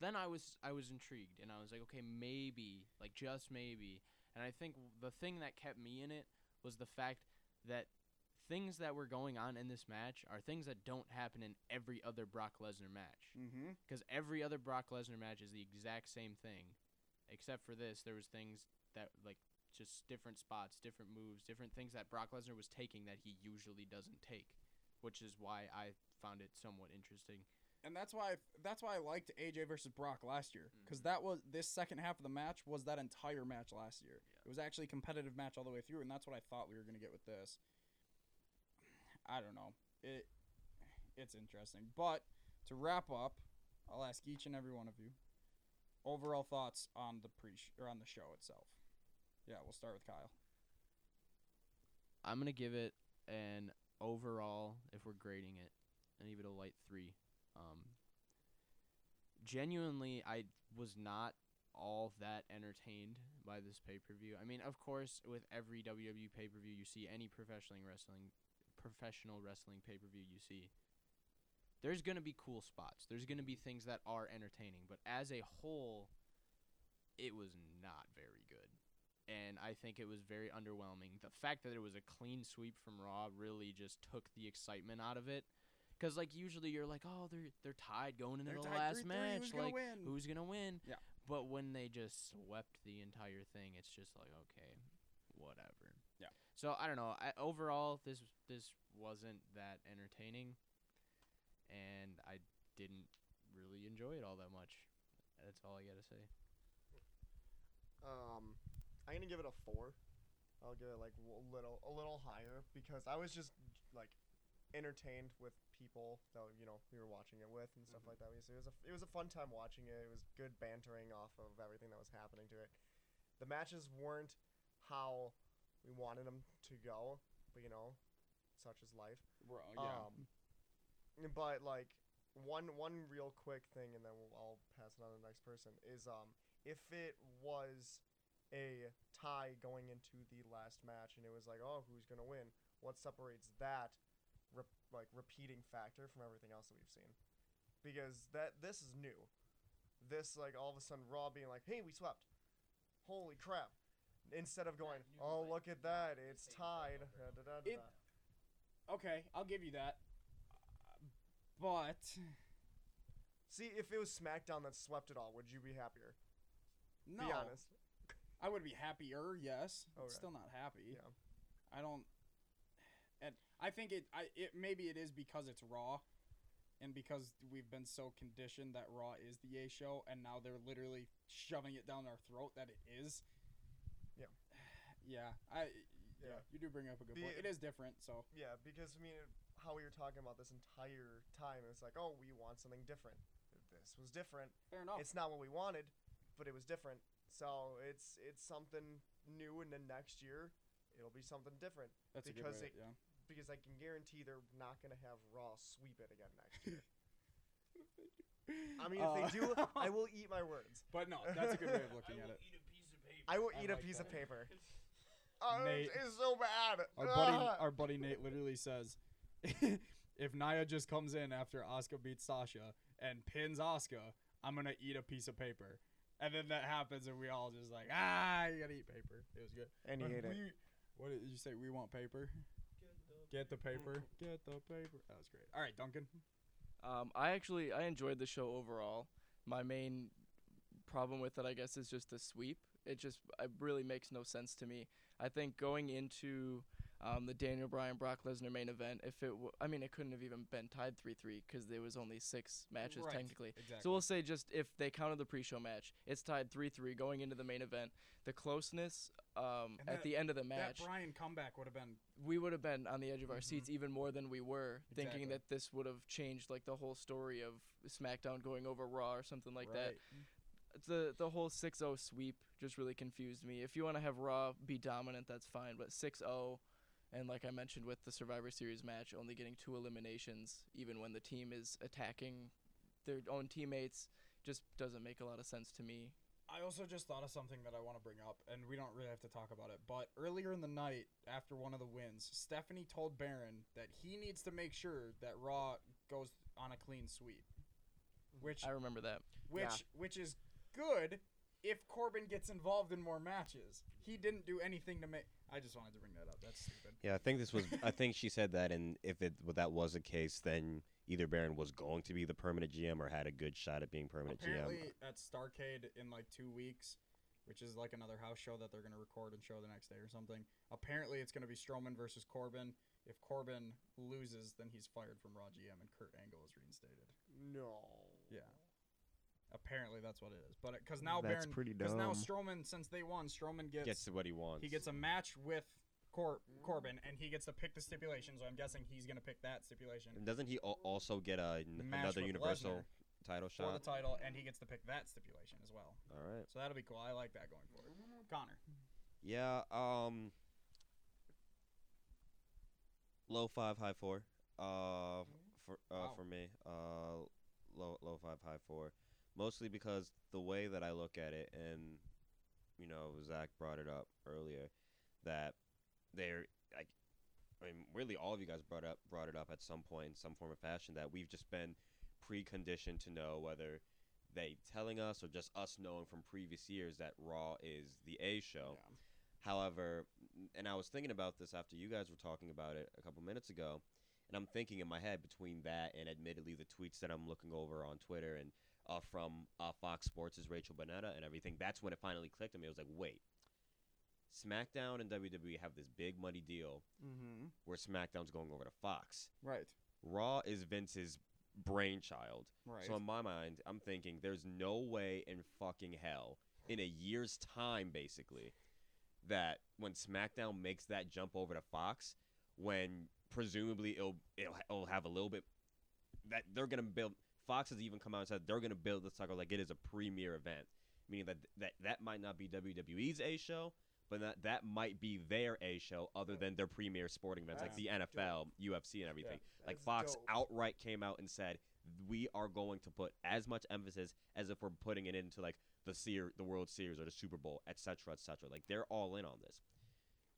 F: then I was I was intrigued and I was like, okay, maybe like just maybe. And I think w- the thing that kept me in it was the fact that things that were going on in this match are things that don't happen in every other Brock Lesnar match
A: mm-hmm.
F: because every other Brock Lesnar match is the exact same thing, except for this. There was things that like just different spots, different moves, different things that Brock Lesnar was taking that he usually doesn't take, which is why I found it somewhat interesting.
A: and that's why that's why I liked AJ versus Brock last year because
I: Mm-hmm.
A: that was this second half of the match was that entire match last year. It was actually a competitive match all the way through, and that's what I thought we were gonna get with this. I don't know. It it's interesting, but to wrap up, I'll ask each and every one of you overall thoughts on the pre sh- or on the show itself. Yeah, we'll start with Kyle.
F: I'm gonna give it an overall, if we're grading it, and give it a light three. Um, genuinely, I was not all that entertained by this pay per view. I mean, of course, with every WWE pay per view you see, any professional wrestling, professional wrestling pay per view you see, there's gonna be cool spots. There's gonna be things that are entertaining, but as a whole, it was not very good and I think it was very underwhelming. The fact that it was a clean sweep from Raw really just took the excitement out of it. Cause like usually you're like, oh, they're they're tied going into the last match, like who's gonna win?
A: Yeah.
F: But when they just swept the entire thing, it's just like okay, whatever.
A: Yeah.
F: So I don't know. I, overall, this this wasn't that entertaining, and I didn't really enjoy it all that much. That's all I gotta say.
I: Um, I'm gonna give it a four. I'll give it like w- a little, a little higher because I was just like entertained with people that you know we were watching it with and stuff like that. It was a, it was a fun time watching it. It was good bantering off of everything that was happening to it. The matches weren't how we wanted them to go, but you know, such is life.
A: Bro,
I: Um, but like one one real quick thing, and then we'll, I'll pass it on to the next person. Is um if it was a tie going into the last match, and it was like, oh, who's gonna win? What separates that re- like repeating factor from everything else that we've seen? Because that this is new. This like all of a sudden Raw being like, hey, we swept. Holy crap! Instead of going,
G: new,
I: oh
G: like,
I: look at that, it's tied. da, da, da, da,
N: It-
I: da."
N: Okay, I'll give you that. But
I: See, if it was SmackDown that swept it all, would you be happier?
A: no,
I: Be honest. Oh,
A: I would be happier, yes. I'm
I: Okay.
A: Still not happy.
I: Yeah.
A: I don't. And I think it. I it maybe it is because it's Raw, and because we've been so conditioned that Raw is the A show, and now they're literally shoving it down our throat that it is.
I: Yeah.
A: Yeah. I. Yeah.
I: Yeah.
A: You do bring up a good
I: The-
A: point. It is different. So.
I: Yeah, because I mean, it- how we were talking about this entire time, it's like, oh, we want something different. This was different.
A: Fair enough.
I: It's not what we wanted, but it was different. So it's it's something new, and then next year it'll be something different.
A: That's a good
I: because
A: way,
I: it-
A: yeah.
I: Because I can guarantee they're not gonna have Raw sweep it again next year. I mean, if they do,
A: Uh,
I: I will eat my words.
A: But no, that's a good way of looking at it.
I: I will
A: I
I: eat
A: like
I: a piece
A: that.
I: of paper. Oh,
A: Nate.
I: it's, it's so bad.
A: Our buddy,
I: Ah.
A: our buddy Nate literally says, if Naya just comes in after Oscar beats Sasha and pins Oscar, I'm gonna eat a piece of paper. And then that happens, and we all just like, ah, you gotta eat paper. It was good.
I: and he
A: But
I: ate it.
A: we- What did you say? We want paper. Get the paper. Get the paper. That was great. All right, Duncan.
J: Um, I actually I enjoyed the show overall. My main problem with it, I guess, is just the sweep. It just it really makes no sense to me. I think going into um, the Daniel Bryan Brock Lesnar main event, if it w- I mean it couldn't have even been tied three three because there was only six matches
A: Right.
J: technically.
A: Exactly.
J: So we'll say just if they counted the pre-show match, it's tied three three going into the main event. The closeness um,
A: And that-
J: at the end of the
A: that
J: match
A: Brian comeback would have been
J: we would have been on the edge of our seats even more than we were,
A: Mm-hmm. Exactly.
J: thinking that this would have changed like the whole story of SmackDown going over Raw or something like that.
A: right.
J: the the whole 6-0 sweep just really confused me. If you want to have Raw be dominant, that's fine, but 6-0 and like I mentioned with the Survivor Series match, only getting two eliminations even when the team is attacking their own teammates just doesn't make a lot of sense to me.
A: I also just thought of something that I want to bring up, and we don't really have to talk about it. But earlier in the night, after one of the wins, Stephanie told Baron that he needs to make sure that Raw goes on a clean sweep, which
J: I remember that.
A: which which is good if Corbin gets involved in more matches. He didn't do anything to make. I just wanted to bring that up. That's stupid.
C: Yeah, I think this was. I think she said that, and if it well, that was the case, then either Baron was going to be the permanent GM or had a good shot at being permanent
A: Apparently
C: GM.
A: at Starcade in like two weeks, which is like another house show that they're gonna record and show the next day or something. Apparently it's gonna be Strowman versus Corbin. If Corbin loses, then he's fired from Raw GM and Kurt Angle is reinstated.
I: No.
A: Yeah. Apparently that's what it is. But because now
I: That's
A: Baron,
I: pretty
A: because now
I: dumb.
A: Strowman, since they won, Strowman gets
C: Gets what he wants.
A: he gets a match with Cor- Corbin and he gets to pick the stipulation. So I'm guessing he's gonna pick that stipulation
C: And doesn't he al- also get a, n-
A: Match
C: another
A: with
C: Universal
A: Lesnar
C: title
A: for the
C: shot?
A: title, and he gets to pick that stipulation as well.
C: All right.
A: So that'll be cool. I like that going forward. Connor.
C: Yeah. Um. Low five, high four. Uh, for uh
A: Wow.
C: for me. Uh, low low five, high four. Mostly because the way that I look at it, and you know, Zach brought it up earlier, that they're like, I mean, really all of you guys brought up brought it up at some point in some form or fashion that we've just been preconditioned to know whether they telling us or just us knowing from previous years that Raw is the A show. However, n- and I was thinking about this after you guys were talking about it a couple minutes ago, and I'm thinking in my head between that and admittedly the tweets that I'm looking over on Twitter and uh, from uh, Fox Sports' Rachel Bonetta and everything. That's when it finally clicked on me. It was like, wait, SmackDown and WWE have this big money deal
I: Mm-hmm.
C: where SmackDown's going over to Fox.
A: Right.
C: Raw is Vince's brainchild.
A: Right.
C: So in my mind, I'm thinking there's no way in fucking hell in a year's time, basically, that when SmackDown makes that jump over to Fox, when presumably it'll it'll, ha- it'll have a little bit that they're gonna build. Fox has even come out and said they're gonna build this cycle like it is a premier event, meaning that that that might not be WWE's A show. But that, that might be their A show other than their premier sporting events like
I: That's
C: the NFL, UFC, and everything. Like
I: That's
C: Fox
I: dope.
C: outright came out and said we are going to put as much emphasis as if we're putting it into like the seer, the World Series or the Super Bowl, et cetera, et cetera. Like they're all in on this,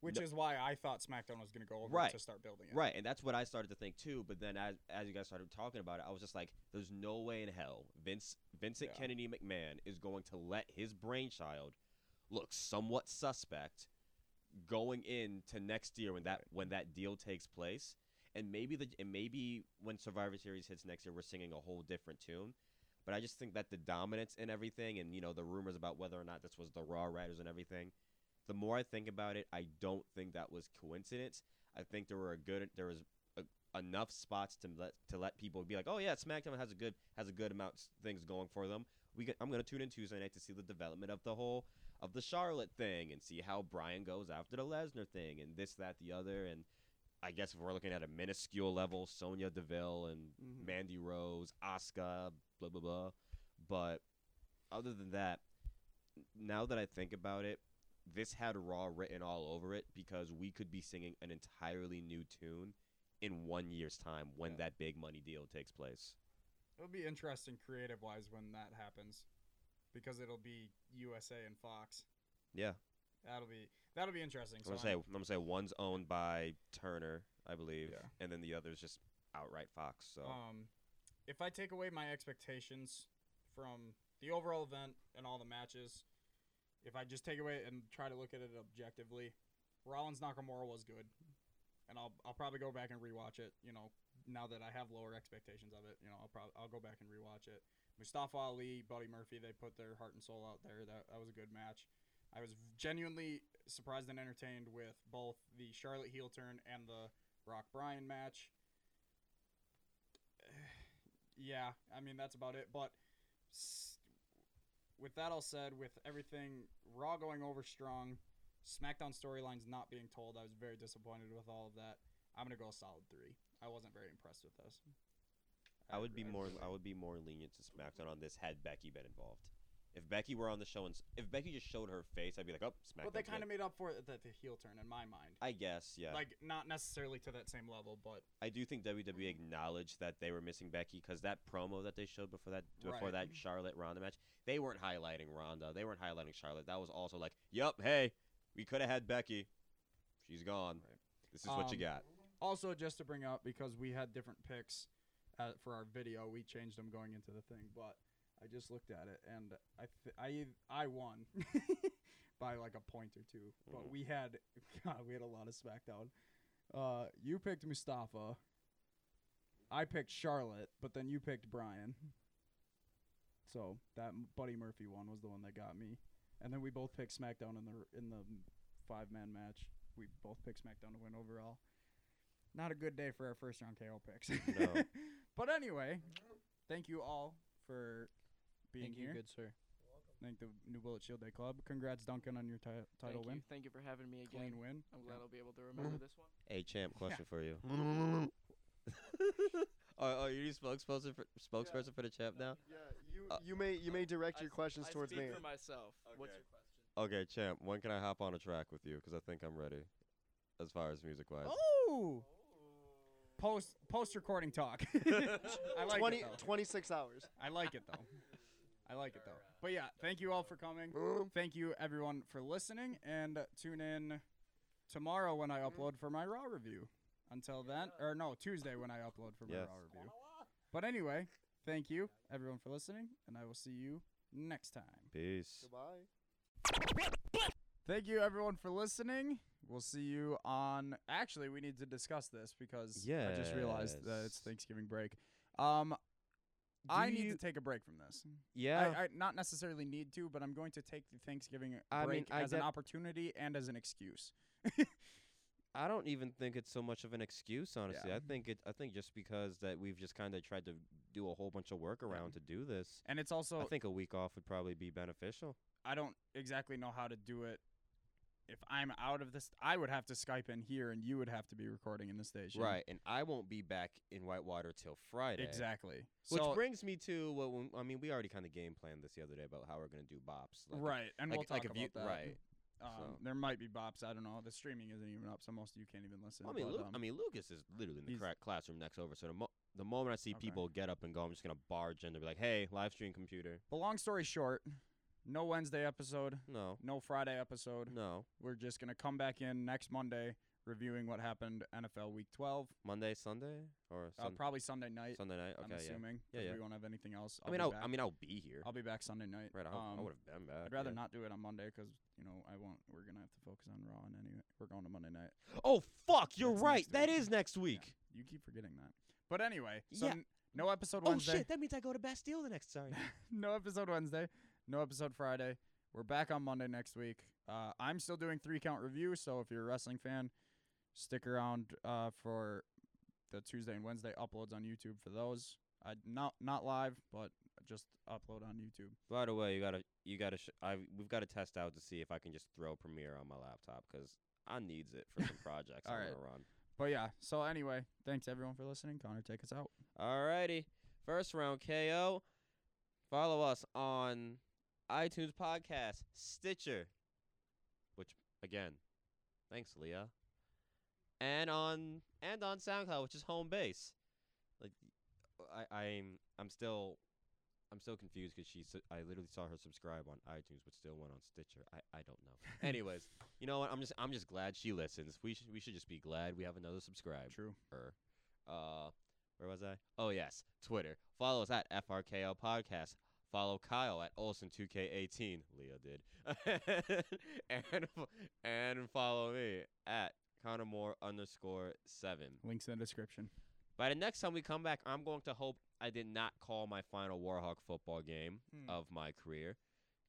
A: Which
C: No-
A: is why I thought SmackDown was going to go over
C: Right.
A: to start building it.
C: right? And that's what I started to think too. But then as as you guys started talking about it, I was just like, "There's no way in hell Vince Vincent
A: Yeah.
C: Kennedy McMahon is going to let his brainchild look somewhat suspect going into next year when that when that deal takes place." And maybe the and maybe when Survivor Series hits next year, we're singing a whole different tune. But I just think that the dominance and everything, and you know the rumors about whether or not this was the Raw writers and everything, the more I think about it, I don't think that was coincidence. I think there were a good, there was a, enough spots to let to let people be like, oh yeah, SmackDown has a good has a good amount s- things going for them. We can, I'm gonna tune in Tuesday night to see the development of the whole of the Charlotte thing and see how Brian goes after the Lesnar thing and this that the other and. I guess if we're looking at a minuscule level, Sonya Deville and
I: Mhm.
C: Mandy Rose, Asuka, blah blah blah. But other than that, now that I think about it, this had Raw written all over it because we could be singing an entirely new tune in one year's time when that big money deal takes place.
A: It'll be interesting creative wise when that happens because it'll be USA and Fox.
C: Yeah,
A: That'll be that'll be interesting.
C: I'm gonna
A: So
C: say
A: I'm-
C: I'm gonna say one's owned by Turner, I believe,
A: Yeah.
C: and then the other's just outright Fox. So
A: um if I take away my expectations from the overall event and all the matches, if I just take away and try to look at it objectively, Rollins Nakamura was good. And I'll I'll probably go back and rewatch it, you know, now that I have lower expectations of it, you know, I'll probably I'll go back and rewatch it. Mustafa Ali, Buddy Murphy, they put their heart and soul out there. That that was a good match. I was genuinely surprised and entertained with both the Charlotte heel turn and the Rock Bryan match. Yeah, I mean that's about it. But s- with that all said, with everything Raw going over strong, SmackDown storylines not being told, I was very disappointed with all of that. I'm gonna go a solid three. I wasn't very impressed with this.
C: I would be
A: I
C: more
A: really-
C: I would be more lenient to SmackDown on this had Becky been involved. If Becky were on the show and s- if Becky just showed her face, I'd be like, oh, smack.
A: But they kind of made up for it at the, the heel turn in my mind.
C: I guess, yeah.
A: Like not necessarily to that same level, but
C: I do think WWE
A: Mm-hmm.
C: acknowledged that they were missing Becky because that promo that they showed before that before
A: Right.
C: that Charlotte Ronda match, they weren't highlighting Ronda. They weren't highlighting Charlotte. That was also like, "Yep, hey, we could have had Becky. She's gone. This is what you
A: Um,
C: got."
A: also just to bring up because we had different picks uh, for our video, we changed them going into the thing. But I just looked at it and I th- I I won by like a point or 2 But
C: Mhm.
A: we had God, we had a lot of SmackDown. Uh, you picked Mustafa. I picked Charlotte, but then you picked Brian. So that M- Buddy Murphy one was the one that got me, and then we both picked SmackDown in the r- in the five man match. We both picked SmackDown to win overall. Not a good day for our first round KO picks.
C: No.
A: but anyway, thank you all for being
O: Thank
A: here.
O: you, good sir.
A: Thank the New Bullet Shield Day Club. Congrats, Duncan, on your ti- title
J: Thank
A: win.
J: you. Thank you for having me again.
A: Clean win.
J: I'm glad I'll be able to remember this one.
C: Hey, champ, question for you. are, are you the spokesperson for, spokesperson for the champ now?
I: Yeah, you you may you may direct your
J: I s-
I: questions
J: I
I: towards
J: speak
I: me.
J: for myself. What's your question?
C: Okay, champ, when can I hop on a track with you? Because I think I'm ready, as far as music wise.
A: Oh! Post post recording talk. I like
I: Twenty
A: it
I: twenty-six
A: though.
I: 26 hours.
A: I like it though. I like it though. But yeah, thank you all for coming. Thank you everyone for listening and tune in tomorrow when I upload for my raw review. Until then, or no, Tuesday when I upload for my
C: Yes.
A: raw review. But anyway, thank you everyone for listening and I will see you next time.
C: Peace.
I: Goodbye.
A: Thank you everyone for listening. We'll see you on. Actually, we need to discuss this because I just realized that it's
C: Yes.
A: Thanksgiving break. Um, I need to take a break from this.
C: Yeah.
A: I, I not necessarily need to, but I'm going to take the Thanksgiving
C: I mean,
A: break
C: I
A: as an
C: def-
A: opportunity and as an excuse.
C: I don't even think it's so much of an excuse, honestly.
A: Yeah.
C: I think it. I think just because that we've just kind of tried to do a whole bunch of work around to do this,
A: And it's also
C: I think a week off would probably be beneficial.
A: I don't exactly know how to do it. If I'm out of this, I would have to Skype in here, and you would have to be recording in the station.
C: Right, and I won't be back in Whitewater till Friday.
A: Exactly.
C: Which
A: so,
C: brings me to what we- I mean. We already kind of game planned this the other day about how we're gonna do bops. Like,
A: right, and
C: like,
A: we'll talk
C: like if
A: about
C: you,
A: that.
C: Right.
A: Um,
C: So-
A: There might be bops. I don't know. The streaming isn't even up, so most of you can't even listen.
C: Well, I mean,
A: but,
C: Lu-
A: um,
C: I mean, Lucas is literally in the
A: he's-
C: cra- classroom next over. So the, mo- the moment I see
A: Okay.
C: people get up and go, I'm just gonna barge in to be like, "Hey, live stream computer."
A: but long story short, no Wednesday episode,
C: No,
A: no Friday episode.
C: no.
A: We're just gonna come back in next Monday, reviewing what happened NFL Week 12.
C: Monday, Sunday, or
A: Uh,
C: Sun-
A: probably Sunday night.
C: Sunday night. Okay,
A: I'm
C: yeah.
A: assuming.
C: Yeah,
A: 'cause
C: yeah.
A: We won't have anything else.
C: I mean,
A: be
C: I'll,
A: back.
C: I mean, I'll be here.
A: I'll be back Sunday night.
C: right, I'll,
A: Um,
C: I would have been back.
A: I'd rather
C: yeah.
A: not do it on Monday 'cause you know I won't. We're gonna have to focus on Raw and anyway. We're going to Monday night.
C: Oh fuck, you're
A: That's next
C: right. That
A: week.
C: is next
A: Yeah,
C: week.
A: you keep forgetting that. But anyway, so
C: Yeah.
A: n- no episode
C: Oh
A: Wednesday.
C: shit, that means I go to Bastille the next. Sorry.
A: no episode Wednesday. No episode Friday. We're back on Monday next week. Uh, I'm still doing three count review, so if you're a wrestling fan, stick around uh, for the Tuesday and Wednesday uploads on YouTube for those. I not not live, but just upload on YouTube.
C: By the way, you gotta, you gotta. Sh- I we've got to test out to see if I can just throw Premiere on my laptop because I needs it for some projects I'm
A: Alright.
C: gonna run.
A: But yeah. So anyway, thanks everyone for listening. Connor, take us out.
C: Alrighty. First round KO. Follow us on iTunes Podcast, Stitcher, which again, thanks Leah. And on and on SoundCloud, which is home base. Like I I'm I'm still I'm still confused because she su- I literally saw her subscribe on iTunes, but still went on Stitcher. I, I don't know. Anyways, you know what? I'm just I'm just glad she listens. We should we should just be glad we have another subscriber.
A: True.
C: Uh, where was I? Oh yes, Twitter. Follow us at FRKL Podcast. Follow Kyle at Olson2K18. Leah did, and f- and follow me at Connor Moore underscore seven.
A: Links in the description.
C: By the next time we come back, I'm going to hope I did not call my final Warhawk football game
A: Hmm.
C: of my career,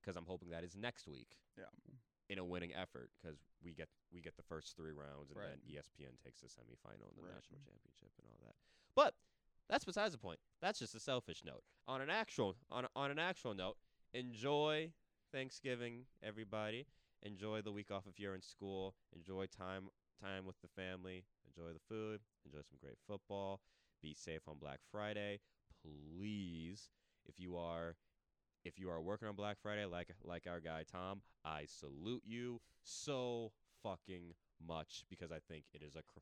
C: because I'm hoping that is next week.
A: Yeah.
C: In a winning effort, because we get we get the first three rounds, and
A: Right.
C: then E ESPN takes the semifinal and the
A: Right.
C: national championship and all that. But that's besides the point. That's just a selfish note. On an actual on on an actual note, enjoy Thanksgiving, everybody. Enjoy the week off if you're in school. Enjoy time time with the family. Enjoy the food. Enjoy some great football. Be safe on Black Friday. Please, if you are If you are working on Black Friday, like like our guy Tom, I salute you so fucking much because I think it is a, cr-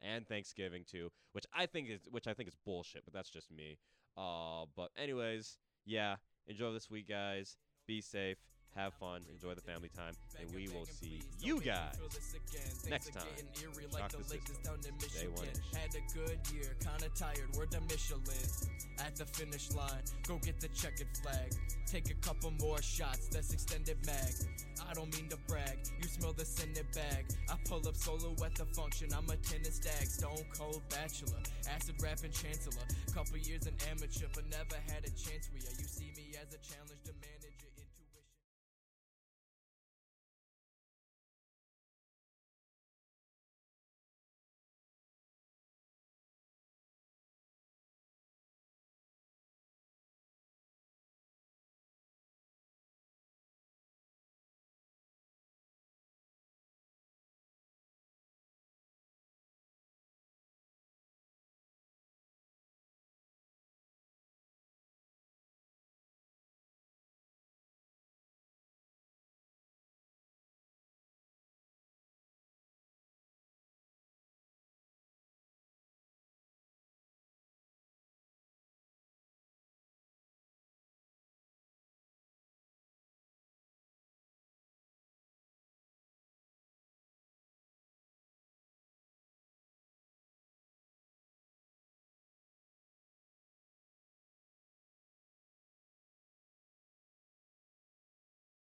C: and Thanksgiving too, which I think is which I think is bullshit, but that's just me. Uh, but anyways, yeah, enjoy this week, guys. Be safe, have fun, enjoy the family time, and we will see you guys next time. Shock the system. Day one.
J: Had a good year, kinda tired, word to Michelin. At the finish line, go get the checkered flag. Take a couple more shots, that's extended mag. I don't mean to brag, you smell the scented bag. I pull up solo at the function, I'm a tennis stag. Stone cold bachelor, acid rapping chancellor. Couple years in amateur, but never had a chance where you see me as a challenge demanding.